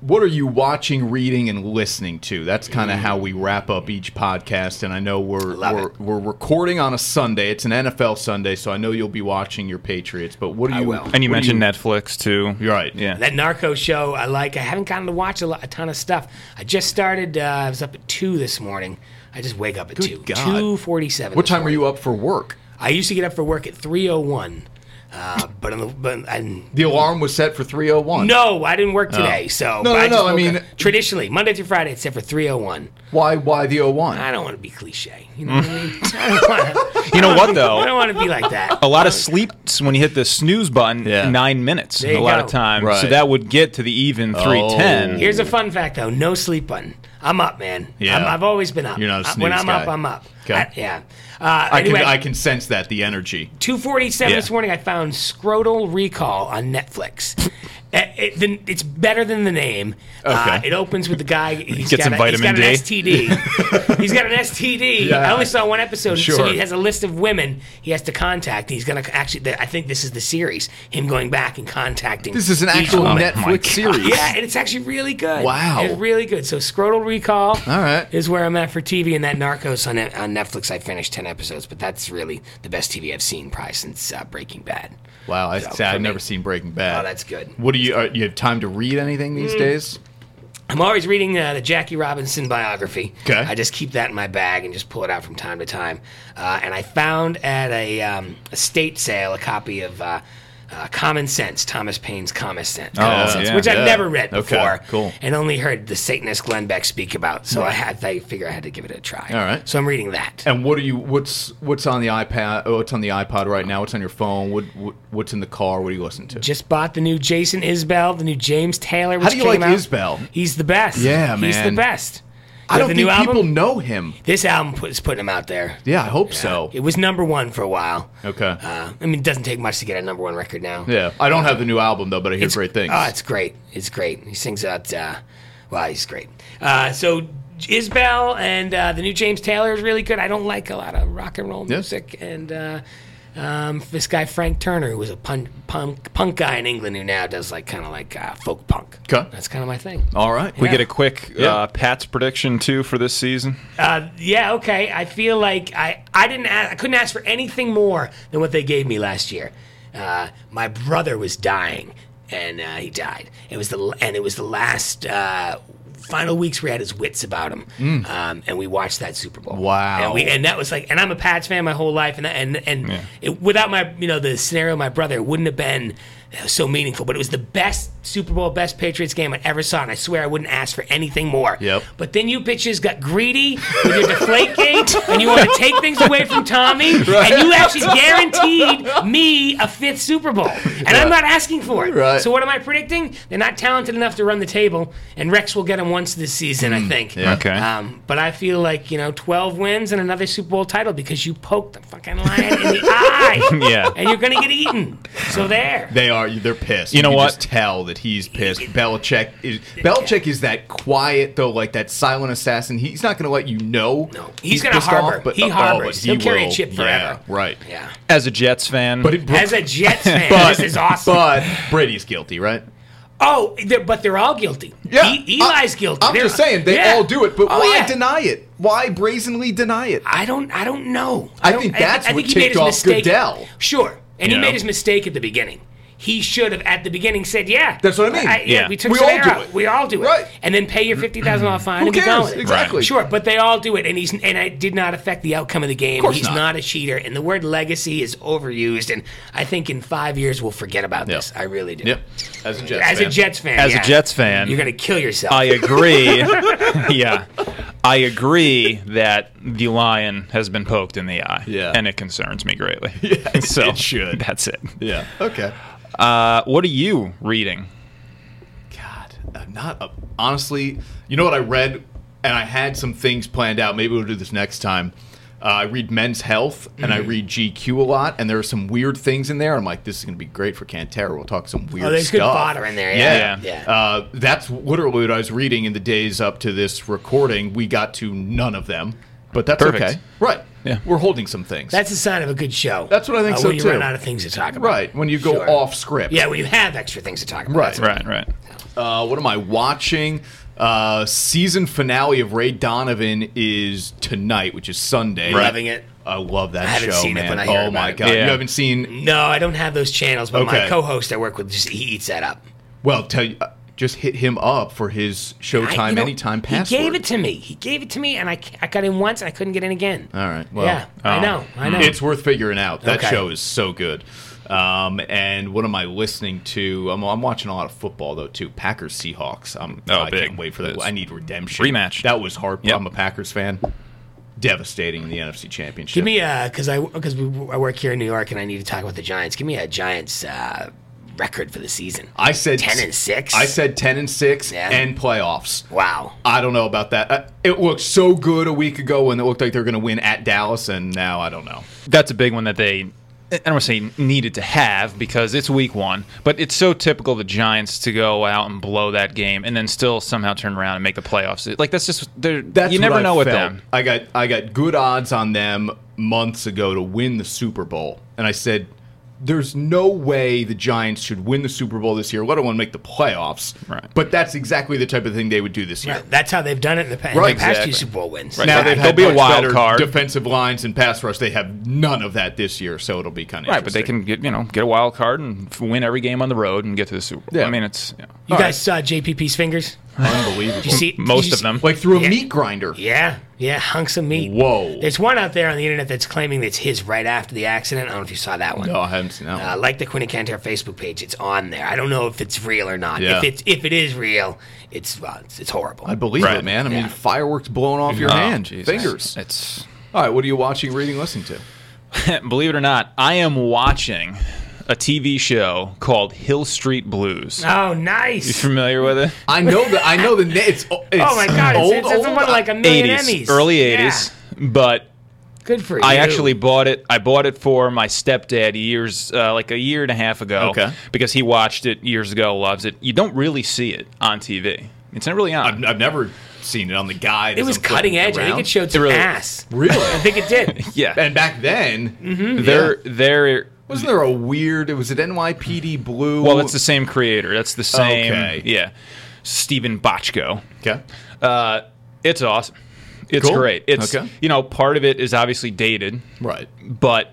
Speaker 2: What are you watching, reading, and listening to? That's kind of how we wrap up each podcast. And I know we're
Speaker 4: Love
Speaker 2: we're,
Speaker 4: it.
Speaker 2: we're recording on a Sunday. It's an NFL Sunday, so I know you'll be watching your Patriots. But what are you?
Speaker 4: will.
Speaker 3: And you
Speaker 2: what do
Speaker 3: mentioned Netflix too.
Speaker 2: You're right.
Speaker 3: Yeah.
Speaker 4: That narco show, I like. I haven't gotten to watch a, lot, a ton of stuff. I just started. Uh, I was up at two this morning. I just wake up at two.
Speaker 2: God.
Speaker 4: Two forty-seven.
Speaker 2: What time were you up for work?
Speaker 4: I used to get up for work at three oh one, uh, but on the, but I,
Speaker 2: The alarm was set for three oh one.
Speaker 4: no, I didn't work today. So
Speaker 2: No,
Speaker 4: but
Speaker 2: no,
Speaker 4: I just
Speaker 2: no, I
Speaker 4: woke
Speaker 2: mean-
Speaker 4: up. traditionally Monday through Friday, except for three oh one.
Speaker 2: Why? Why the oh one?
Speaker 4: I don't want to be cliche. You know what I mean?
Speaker 2: Mm.
Speaker 4: I don't wanna-
Speaker 3: You know what
Speaker 2: Oh.
Speaker 4: I
Speaker 3: though?
Speaker 4: don't want to be like that.
Speaker 3: A lot of sleeps when you hit the snooze button.
Speaker 2: Yeah.
Speaker 3: Nine minutes.
Speaker 4: There
Speaker 3: A
Speaker 4: you
Speaker 3: lot
Speaker 4: go.
Speaker 3: of time.
Speaker 2: Right. Oh.
Speaker 3: So that would get to the even three ten.
Speaker 4: Here's a fun fact though: no sleep button. I'm up, man.
Speaker 2: Yeah.
Speaker 4: I'm, I've always been up.
Speaker 2: You're not a
Speaker 4: Uh,
Speaker 2: snooze
Speaker 4: when I'm up,
Speaker 2: guy.
Speaker 4: I'm up.
Speaker 2: Okay.
Speaker 4: I- yeah. Uh,
Speaker 2: I
Speaker 4: anyway,
Speaker 2: can I can sense that the energy.
Speaker 4: 247 this
Speaker 3: Yeah.
Speaker 4: morning, I found Scrotal Recall on Netflix. Uh, it- the- it's better than the name. Uh,
Speaker 2: Okay.
Speaker 4: it opens with the guy. He's
Speaker 3: Get
Speaker 4: got
Speaker 3: some
Speaker 4: a,
Speaker 3: vitamin D.
Speaker 4: he's got an STD. he's got an STD.
Speaker 2: Yeah.
Speaker 4: I only saw one episode, so
Speaker 2: Sure.
Speaker 4: he has a list of women he has to contact. He's going to actually, I think this is the series, him going back and contacting.
Speaker 2: This is an
Speaker 4: each
Speaker 2: actual
Speaker 4: woman.
Speaker 2: Netflix series.
Speaker 4: Yeah, and it's actually really good.
Speaker 2: Wow.
Speaker 4: It's really good. So Scrotal Recall
Speaker 2: All right.
Speaker 4: is where I'm at for TV, and that Narcos on, on Netflix, I finished 10 episodes, but that's really the best TV I've seen probably since uh, Breaking Bad.
Speaker 2: Wow, I,
Speaker 4: So,
Speaker 2: see, I've
Speaker 4: for me-
Speaker 2: never seen Breaking Bad.
Speaker 4: Oh, that's good. Mm.
Speaker 2: What do you? Are, you have time to read anything these days?
Speaker 4: I'm always reading uh, the Jackie Robinson biography.
Speaker 2: 'Kay.
Speaker 4: I just keep that in my bag and just pull it out from time to time. Uh, and I found at a um, estate sale a copy of uh, uh, Common Sense, Thomas Paine's Common Sense, Common Sense,
Speaker 3: yeah,
Speaker 4: which I've
Speaker 2: Oh, yeah.
Speaker 4: never read
Speaker 2: Okay,
Speaker 4: before,
Speaker 2: cool.
Speaker 4: and only heard the Satanist Glenn Beck speak about. So I had, I figure I had to give it a try.
Speaker 2: All right.
Speaker 4: So I'm reading that.
Speaker 2: And what are you? What's what's on the iPad? Oh, what's on the iPod right now? What's on your phone? What, what what's in the car? What do you listen to?
Speaker 4: Just bought the new Jason Isbell, the new James Taylor. Which
Speaker 2: How do you
Speaker 4: came
Speaker 2: like
Speaker 4: out.
Speaker 2: Isbell?
Speaker 4: He's the best.
Speaker 2: Yeah,
Speaker 4: He's the
Speaker 2: man.
Speaker 4: best.
Speaker 2: I don't
Speaker 4: the
Speaker 2: think
Speaker 4: new
Speaker 2: people
Speaker 4: album?
Speaker 2: know him.
Speaker 4: This album put, is putting him out there.
Speaker 2: Yeah, I hope so.
Speaker 4: It was number one for a while.
Speaker 2: Okay.
Speaker 4: Uh, I mean, it doesn't take much to get a number one record now.
Speaker 2: yeah, I don't have the new album though, but I hear
Speaker 4: It's-
Speaker 2: great things.
Speaker 4: Oh, it's great. It's great. He sings out. Uh, well, he's great. Uh, so Isbell and uh, the new James Taylor is really good. I don't like a lot of rock and roll
Speaker 2: Yeah.
Speaker 4: music and. Uh, um, this guy Frank Turner, who was a punk, punk punk guy in England, who now does like kind of like uh, folk punk.
Speaker 2: 'Kay.
Speaker 4: That's kind of my thing.
Speaker 2: All right.
Speaker 3: We
Speaker 4: Yeah.
Speaker 3: get a quick
Speaker 2: Yeah.
Speaker 3: uh, Pat's prediction too for this season.
Speaker 4: Uh, yeah, okay. I feel like I, I didn't ask, I couldn't ask for anything more than what they gave me last year. Uh, my brother was dying, and uh, he died. It was the and it was the last uh, final weeks we had his wits about him, um, and we watched that Super Bowl.
Speaker 2: Wow.
Speaker 4: And, we, and that was like, and I'm a Pats fan my whole life, and that, and and it, without my you know the scenario, of my brother it wouldn't have been It was so meaningful, but it was the best Super Bowl, best Patriots game I ever saw, and I swear I wouldn't ask for anything more.
Speaker 2: Yep.
Speaker 4: But then you bitches got greedy with your deflate gate, and you want to take things away from Tommy, and you actually guaranteed me a fifth Super Bowl, and I'm not asking for it.
Speaker 2: Right.
Speaker 4: So what am I predicting? They're not talented enough to run the table, and Rex will get them once this season, I think.
Speaker 2: Mm. yeah.
Speaker 3: Okay.
Speaker 4: Um, but I feel like you know, 12 wins and another Super Bowl title because you poked the fucking lion in the eye,
Speaker 3: yeah.
Speaker 4: and you're gonna get eaten. So there.
Speaker 2: They are. They're pissed.
Speaker 3: You know
Speaker 2: can
Speaker 3: what?
Speaker 2: Just tell that he's pissed. Belichick is. Belichick is that quiet though, like that silent assassin. He's not going to let you know.
Speaker 4: No. He's gonna
Speaker 2: pissed
Speaker 4: harbor.
Speaker 2: off, but
Speaker 4: He
Speaker 2: oh, but
Speaker 4: harbors. He'll carry a chip
Speaker 2: Yeah,
Speaker 4: forever.
Speaker 2: right.
Speaker 4: Yeah.
Speaker 3: As a Jets fan,
Speaker 2: But it,
Speaker 4: As a Jets fan,
Speaker 2: but,
Speaker 4: this is awesome.
Speaker 2: But Brady's guilty, right?
Speaker 4: oh, they're, but they're all guilty. E- Eli's
Speaker 2: I-
Speaker 4: guilty.
Speaker 2: I'm
Speaker 4: They're-
Speaker 2: just saying they
Speaker 4: yeah.
Speaker 2: all do it, but
Speaker 4: Oh,
Speaker 2: why
Speaker 4: yeah.
Speaker 2: deny it? Why brazenly deny it?
Speaker 4: I don't. I don't know.
Speaker 2: I
Speaker 4: don't-
Speaker 2: think that's what ticked off Goodell.
Speaker 4: Sure, and
Speaker 3: You
Speaker 4: he
Speaker 3: know?
Speaker 4: made his mistake at the beginning. He should have at the beginning said, "Yeah,
Speaker 2: That's what I mean.
Speaker 4: yeah,
Speaker 3: Yeah. Mm-hmm.
Speaker 4: we took
Speaker 2: We
Speaker 4: some
Speaker 2: all
Speaker 4: air
Speaker 2: do
Speaker 4: out.
Speaker 2: it.
Speaker 4: We all do it,
Speaker 2: Right.
Speaker 4: And then pay your fifty thousand dollars fine.
Speaker 2: Who
Speaker 4: and be
Speaker 2: cares?
Speaker 4: gone.
Speaker 2: Exactly.
Speaker 4: Sure, but they all do it, and he's and it did not affect the outcome of the game.
Speaker 2: course
Speaker 4: he's
Speaker 2: not.
Speaker 4: not. a cheater, and the word legacy is overused. And I think in five years we'll forget about this. I really do.
Speaker 2: Yep. As a Jets
Speaker 4: As
Speaker 2: fan.
Speaker 4: a Jets fan,
Speaker 3: As a
Speaker 4: yeah.
Speaker 3: Jets fan,
Speaker 4: you're gonna kill yourself.
Speaker 3: I agree. yeah. I agree that the lion has been poked in the eye.
Speaker 2: Yeah.
Speaker 3: And it concerns me greatly. Yeah, so
Speaker 2: it should.
Speaker 3: That's it.
Speaker 2: Yeah. Okay.
Speaker 3: Uh, what are you reading?
Speaker 2: God, I'm not a, honestly. You know what I read, and I had some things planned out. Maybe we'll do this next time. Uh, I read Men's Health and I
Speaker 4: Mm-hmm.
Speaker 2: read GQ a lot, and there are some weird things in there. I'm like, this is going to be great for Cantera. We'll talk some weird.
Speaker 4: oh, there's
Speaker 2: stuff.
Speaker 4: good fodder in there.
Speaker 2: Yeah,
Speaker 4: Yeah,
Speaker 3: Yeah.
Speaker 2: Uh, that's literally what I was reading in the days up to this recording. We got to none of them, but that's
Speaker 3: Perfect.
Speaker 2: okay. Right.
Speaker 3: Yeah.
Speaker 2: We're holding some things.
Speaker 4: That's a sign of a good show.
Speaker 2: That's what I think
Speaker 4: uh,
Speaker 2: so,
Speaker 4: when you
Speaker 2: too.
Speaker 4: run out of things to talk about.
Speaker 2: right. When you go
Speaker 4: Sure.
Speaker 2: off script.
Speaker 4: Yeah, when you have extra things to talk about.
Speaker 2: Right.
Speaker 3: Right, right.
Speaker 2: Uh, what am I watching? Uh, season finale of Ray Donovan is tonight, which is Sunday.
Speaker 4: Right. Loving it.
Speaker 2: I love that
Speaker 4: I haven't
Speaker 2: show,
Speaker 4: seen it,
Speaker 2: man.
Speaker 4: but I
Speaker 2: oh my
Speaker 4: hear about it.
Speaker 2: god,
Speaker 3: Yeah.
Speaker 2: you haven't seen?
Speaker 4: No, I don't have those channels, but
Speaker 2: Okay.
Speaker 4: my co-host I work with just he eats that up.
Speaker 2: Well, tell you, uh, just hit him up for his Showtime
Speaker 4: I, you know,
Speaker 2: Anytime
Speaker 4: He
Speaker 2: password.
Speaker 4: gave it to me. He gave it to me, and I, I got in once, and I couldn't get in again.
Speaker 2: All right. Uh, Well,
Speaker 4: yeah, I
Speaker 3: oh.
Speaker 4: know. I know.
Speaker 2: It's worth figuring out. That
Speaker 4: Okay.
Speaker 2: show is so good. Um, and what am I listening to? I'm, I'm watching a lot of football though too. Packers Seahawks. I'm,
Speaker 3: Oh,
Speaker 2: I
Speaker 3: big.
Speaker 2: can't wait for that.
Speaker 3: It's-
Speaker 2: I need redemption.
Speaker 3: Rematch.
Speaker 2: That was hard.
Speaker 3: Yep.
Speaker 2: I'm a Packers fan. Devastating in the NFC Championship.
Speaker 4: Give me a because I because I work here in New York, and I need to talk about the Giants. Give me a Giants uh, record for the season.
Speaker 2: I said
Speaker 4: 10 and 6?
Speaker 2: I said ten and six
Speaker 4: Yeah.
Speaker 2: and playoffs.
Speaker 4: wow.
Speaker 2: I don't know about that. Uh, It looked so good a week ago when it looked like they were going to win at Dallas, and now I don't know.
Speaker 3: That's a big one that they. I don't want to say needed to have because it's week one, but it's so typical of the Giants to go out and blow that game and then still somehow turn around and make the playoffs. Like that's just they're,
Speaker 2: That's
Speaker 3: you
Speaker 2: what
Speaker 3: never
Speaker 2: I
Speaker 3: know with
Speaker 2: felt.
Speaker 3: them.
Speaker 2: I got I got good odds on them months ago to win the Super Bowl, and I said, "There's no way the Giants should win the Super Bowl this year, let alone make the playoffs."
Speaker 3: Right.
Speaker 2: But that's exactly the type of thing they would do this year.
Speaker 4: Right, That's how they've done it in the, pa- in
Speaker 2: Right,
Speaker 4: the past
Speaker 2: exactly.
Speaker 4: two Super Bowl wins.
Speaker 3: Right.
Speaker 2: Now
Speaker 3: Yeah,
Speaker 2: they've
Speaker 3: there'll
Speaker 2: had
Speaker 3: be a
Speaker 2: much
Speaker 3: wild
Speaker 2: better
Speaker 3: card.
Speaker 2: defensive lines and pass rush. They have none of that this year, so it'll be kind of
Speaker 3: Right, but they can get you know get a wild card and f- win every game on the road and get to the Super Bowl.
Speaker 2: Yeah.
Speaker 3: I mean, it's you know,
Speaker 4: You guys saw JPP's fingers?
Speaker 2: unbelievable.
Speaker 4: You see,
Speaker 3: most
Speaker 4: you
Speaker 3: of
Speaker 4: see-
Speaker 3: them.
Speaker 2: like through a meat grinder.
Speaker 4: Yeah, yeah, hunks of meat.
Speaker 2: Whoa.
Speaker 4: There's one out there on the internet that's claiming that's his right after the accident. I don't know if you saw that one.
Speaker 2: No, I haven't seen that. one.
Speaker 4: Uh, like the Quinn and Cantor Facebook page, it's on there. I don't know if it's real or not.
Speaker 2: Yeah.
Speaker 4: If it's if it is real, it's uh, it's, it's horrible.
Speaker 2: I believe
Speaker 3: Right.
Speaker 2: it, man. I mean,
Speaker 4: Yeah.
Speaker 2: fireworks blowing off your
Speaker 3: Oh,
Speaker 2: hand,
Speaker 3: Jesus.
Speaker 2: fingers.
Speaker 3: It's
Speaker 2: All right, what are you watching, reading, listening to?
Speaker 3: believe it or not, I am watching a TV show called Hill Street Blues.
Speaker 4: oh,
Speaker 3: You
Speaker 4: nice.
Speaker 3: Familiar with it?
Speaker 2: I know the I know the na- it's, it's
Speaker 4: Oh my god, it's,
Speaker 2: old,
Speaker 4: it's, it's
Speaker 2: old.
Speaker 4: won like a million
Speaker 3: Eighties,
Speaker 4: Emmys.
Speaker 3: early
Speaker 4: Yeah.
Speaker 3: eighties, but
Speaker 4: Good for you.
Speaker 3: I actually bought it. I bought it for my stepdad years, uh, like a year and a half ago,
Speaker 2: Okay.
Speaker 3: because he watched it years ago, loves it. You don't really see it on TV. It's not really on.
Speaker 2: I've, I've never seen it on the guide.
Speaker 4: it was cutting edge. I think it showed some
Speaker 3: really-
Speaker 4: ass. I
Speaker 2: really.
Speaker 4: think it did.
Speaker 3: yeah,
Speaker 2: and back then,
Speaker 4: Mm-hmm.
Speaker 3: they're they're.
Speaker 2: wasn't there a weird? It was it NYPD Blue.
Speaker 3: Well, it's the same creator. That's the same.
Speaker 2: Okay.
Speaker 3: Yeah, Stephen Bochco.
Speaker 2: okay.
Speaker 3: Uh, it's awesome. It's
Speaker 2: Cool.
Speaker 3: great. It's
Speaker 2: Okay.
Speaker 3: you know part of it is obviously dated,
Speaker 2: Right.
Speaker 3: but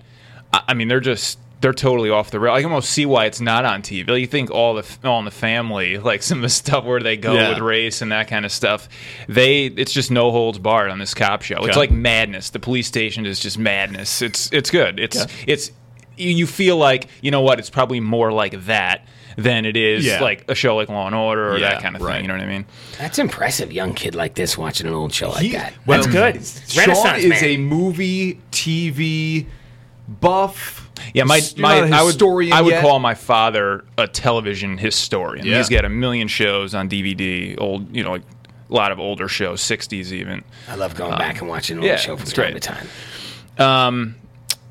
Speaker 3: I I mean they're just they're totally off the rail. I can almost see why it's not on TV. Like, you think all the f- all in the family, like some of the stuff where they go
Speaker 2: Yeah.
Speaker 3: with race and that kind of stuff. They it's just no holds barred on this cop show. It's
Speaker 2: Okay.
Speaker 3: like madness. The police station is just madness. It's it's good. It's it's you you feel like you know what it's probably more like that than it is
Speaker 2: Yeah.
Speaker 3: like a show like Law and Order or
Speaker 2: Yeah,
Speaker 3: that kind of thing.
Speaker 2: right.
Speaker 3: You know what I mean?
Speaker 4: That's impressive, young kid like this watching an old show like
Speaker 2: He-
Speaker 4: that.
Speaker 2: well,
Speaker 4: That's good.
Speaker 2: Sean
Speaker 4: Renaissance
Speaker 2: is
Speaker 4: man.
Speaker 2: a movie, TV buff.
Speaker 3: Yeah, my,
Speaker 2: You're
Speaker 3: my
Speaker 2: not a
Speaker 3: I would
Speaker 2: historian
Speaker 3: I would
Speaker 2: yet.
Speaker 3: call my father a television historian.
Speaker 2: Yeah.
Speaker 3: He's got a million shows on DVD, old you know, like a lot of older shows, sixties even.
Speaker 4: I love going back and watching an old
Speaker 3: yeah,
Speaker 4: show from
Speaker 3: it's
Speaker 4: time
Speaker 3: great.
Speaker 4: to time.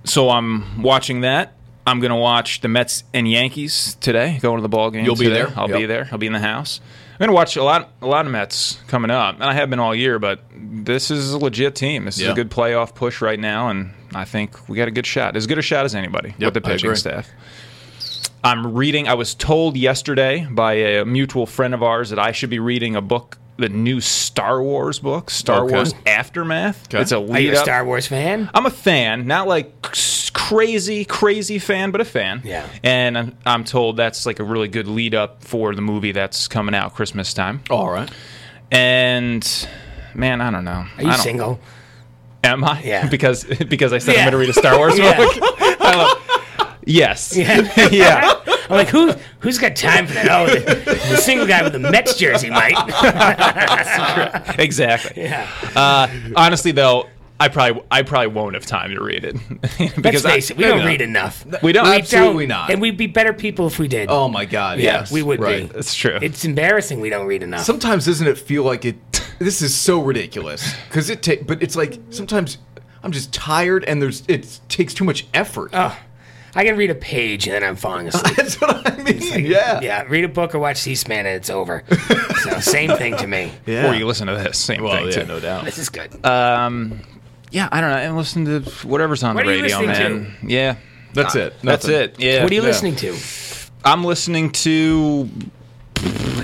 Speaker 3: So I'm watching that. I'm gonna watch the Mets and Yankees today. Going to the ball game.
Speaker 2: You'll be
Speaker 3: today.
Speaker 2: there?
Speaker 3: I'll be
Speaker 2: Yep.
Speaker 3: there. I'll be in the house. I'm gonna watch a lot, a lot of Mets coming up, and I have been all year. But this is a legit team. This is
Speaker 2: Yeah.
Speaker 3: a good playoff push right now, and I think we got a good shot. As good a shot as anybody
Speaker 2: Yep,
Speaker 3: with the
Speaker 2: I
Speaker 3: pitching
Speaker 2: agree.
Speaker 3: staff. I'm reading. I was told yesterday by a mutual friend of ours that I should be reading a book, the new Star Wars book, Star
Speaker 2: Okay.
Speaker 3: Wars Aftermath.
Speaker 2: Okay.
Speaker 3: It's a
Speaker 4: Are you
Speaker 3: lead
Speaker 4: a
Speaker 3: up.
Speaker 4: Star Wars fan?
Speaker 3: I'm a fan, not like c- crazy, crazy fan, but a fan.
Speaker 4: Yeah.
Speaker 3: And I'm, I'm told that's like a really good lead up for the movie that's coming out Christmas time.
Speaker 2: All right.
Speaker 3: And man, I don't know.
Speaker 4: Are you
Speaker 3: I don't-
Speaker 4: single?
Speaker 3: Am I?
Speaker 4: Yeah.
Speaker 3: because because I said
Speaker 4: Yeah.
Speaker 3: I'm going to read a Star Wars
Speaker 4: Yeah.
Speaker 3: book. I love- yes.
Speaker 4: Yeah.
Speaker 3: yeah.
Speaker 4: I'm like, who, who's got time for that? Oh, the, the single guy with the Mets jersey might.
Speaker 3: Exactly.
Speaker 4: yeah.
Speaker 3: Uh, honestly, though, I probably I probably won't have time to read it
Speaker 4: Let's
Speaker 3: because I-
Speaker 4: face it, we
Speaker 2: no,
Speaker 4: don't
Speaker 2: no.
Speaker 4: read enough.
Speaker 3: we don't.
Speaker 2: We Absolutely
Speaker 4: Don't-
Speaker 2: not.
Speaker 4: And we'd be better people if we did.
Speaker 2: Oh my God.
Speaker 4: Yeah,
Speaker 2: yes.
Speaker 4: we would be.
Speaker 2: right.
Speaker 3: That's true.
Speaker 4: It's embarrassing we don't read enough.
Speaker 2: Sometimes doesn't it feel like it? This is so ridiculous because it take, but it's like sometimes I'm just tired and there's it takes too much effort.
Speaker 4: I can read a page and then I'm falling asleep.
Speaker 2: That's what I mean. yeah.
Speaker 4: yeah, read a book or watch C-SPAN and it's over. so same thing to me.
Speaker 2: Yeah. Uh,
Speaker 3: Or you listen to this same
Speaker 2: Well,
Speaker 3: thing
Speaker 2: yeah,
Speaker 3: too.
Speaker 2: no doubt.
Speaker 4: This is good.
Speaker 3: Yeah, I don't know. And listen to whatever's on
Speaker 4: What
Speaker 3: the
Speaker 4: are you
Speaker 3: radio,
Speaker 4: listening
Speaker 3: man. Yeah.
Speaker 2: That's it.
Speaker 3: That's
Speaker 2: Nothing.
Speaker 3: it. Yeah.
Speaker 4: what are you
Speaker 3: Yeah.
Speaker 4: listening to?
Speaker 3: I'm listening to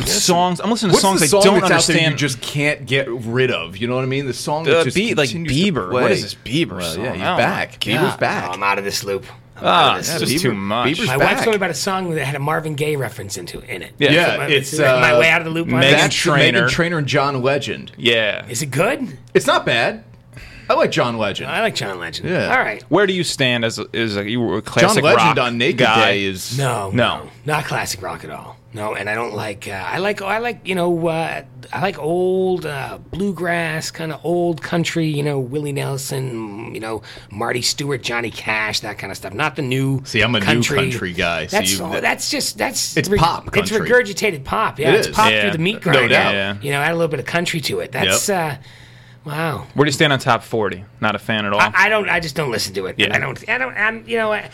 Speaker 3: songs. I'm listening to
Speaker 2: What's
Speaker 3: songs
Speaker 2: the song
Speaker 3: I don't
Speaker 2: that's out there you
Speaker 3: understand.
Speaker 2: just can't get rid of? You know what I mean? The song that
Speaker 3: uh,
Speaker 2: just
Speaker 3: Be- like
Speaker 2: continues to
Speaker 3: Bieber.
Speaker 2: play.
Speaker 3: What is this Bieber
Speaker 2: Well,
Speaker 3: song?
Speaker 2: yeah, he's
Speaker 3: Oh, my
Speaker 2: back. Bieber's
Speaker 3: God.
Speaker 4: Oh,
Speaker 2: back.
Speaker 4: I'm out of this loop. I'm
Speaker 3: Ah,
Speaker 4: out of this
Speaker 3: that's
Speaker 4: loop.
Speaker 3: just too much.
Speaker 2: Bieber's
Speaker 4: My
Speaker 2: back.
Speaker 4: wife told me about a song that had a Marvin Gaye reference into in it.
Speaker 3: Yeah.
Speaker 2: Yeah,
Speaker 4: Am I-
Speaker 2: it's,
Speaker 4: am I
Speaker 2: uh,
Speaker 4: way out of the loop. on
Speaker 3: Megan
Speaker 4: that?
Speaker 2: That's the Megan
Speaker 3: Trainor.
Speaker 2: Trainor and John Legend.
Speaker 3: yeah.
Speaker 4: Is it good?
Speaker 2: It's not bad. I like John Legend.
Speaker 4: I like John Legend.
Speaker 2: Yeah.
Speaker 4: All right.
Speaker 3: Where do you stand as a, as a you were
Speaker 2: John
Speaker 3: a classic rock
Speaker 2: Legend on Naked
Speaker 3: guy?
Speaker 2: Day is
Speaker 4: No,
Speaker 3: No.
Speaker 4: not classic rock at all. No, and I don't like. Uh, I like. I like. You know, uh, I like old uh, bluegrass, kind of old country. You know, Willie Nelson. You know, Marty Stewart, Johnny Cash, that kind of stuff. Not the new.
Speaker 2: See, I'm a new
Speaker 4: country.
Speaker 2: country guy, so
Speaker 4: That's
Speaker 2: you-
Speaker 4: all-
Speaker 2: that-
Speaker 4: that's just that's
Speaker 2: It's pop
Speaker 4: It's
Speaker 2: country.
Speaker 4: regurgitated pop. Yeah,
Speaker 2: It
Speaker 4: it's
Speaker 2: is.
Speaker 4: pop
Speaker 3: Yeah.
Speaker 4: through the meat
Speaker 2: No
Speaker 4: grinder.
Speaker 2: doubt.
Speaker 3: Yeah.
Speaker 4: You know, add a little bit of country to it. That's uh, wow.
Speaker 3: Where do you stand on Top Forty? Not a fan at all.
Speaker 4: I don't. I just don't listen to it.
Speaker 3: Yeah.
Speaker 4: I don't. I don't. I'm. You know. I,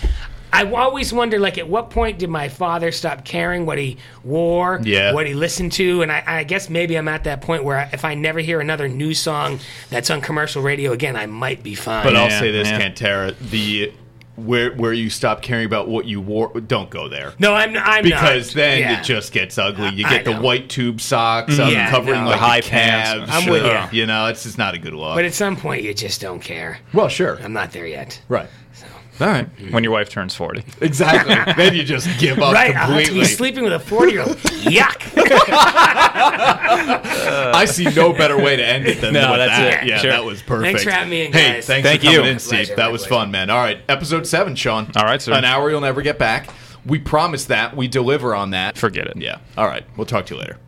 Speaker 4: I always wonder, like, at what point did my father stop caring what he wore,
Speaker 2: Yeah.
Speaker 4: what he listened to? And I, I guess maybe I'm at that point where I, if I never hear another new song that's on commercial radio again, I might be fine.
Speaker 2: But I'll
Speaker 3: Yeah,
Speaker 2: say this,
Speaker 3: yeah.
Speaker 2: Cantera, the where where you stop caring about what you wore, don't go there.
Speaker 4: no, I'm. I'm
Speaker 2: Because
Speaker 4: not.
Speaker 2: then
Speaker 4: Yeah.
Speaker 2: it just gets ugly. You
Speaker 4: I-
Speaker 2: get
Speaker 4: I
Speaker 2: the
Speaker 4: know. Mm,
Speaker 2: white tube socks um,
Speaker 4: Yeah,
Speaker 2: covering
Speaker 4: no.
Speaker 2: like
Speaker 4: The
Speaker 3: high
Speaker 2: the calves.
Speaker 3: pants.
Speaker 4: I'm with ya.
Speaker 2: you. know, it's just not a good look.
Speaker 4: But at some point, you just don't care.
Speaker 2: well, sure,
Speaker 4: I'm not there yet.
Speaker 2: right. All right,
Speaker 3: when your wife turns forty.
Speaker 2: exactly. then you just give up
Speaker 4: Right, I'll have to
Speaker 2: completely.
Speaker 4: be sleeping with a 40 year old. Yuck.
Speaker 2: I see no better way to end it than
Speaker 3: No,
Speaker 2: with
Speaker 3: that's
Speaker 2: that.
Speaker 3: it.
Speaker 2: Yeah,
Speaker 3: Sure.
Speaker 2: that was perfect.
Speaker 4: Thanks for having me in,
Speaker 2: Hey,
Speaker 4: guys.
Speaker 2: thanks
Speaker 3: Thank
Speaker 2: for coming
Speaker 3: you.
Speaker 2: in, Steve.
Speaker 4: Pleasure,
Speaker 2: that was
Speaker 4: pleasure.
Speaker 2: fun, man. All right, episode seven, Sean.
Speaker 3: All right, sir.
Speaker 2: An hour you'll never get back. We promise that. We deliver on that.
Speaker 3: Forget it.
Speaker 2: Yeah. All right. We'll talk to you later.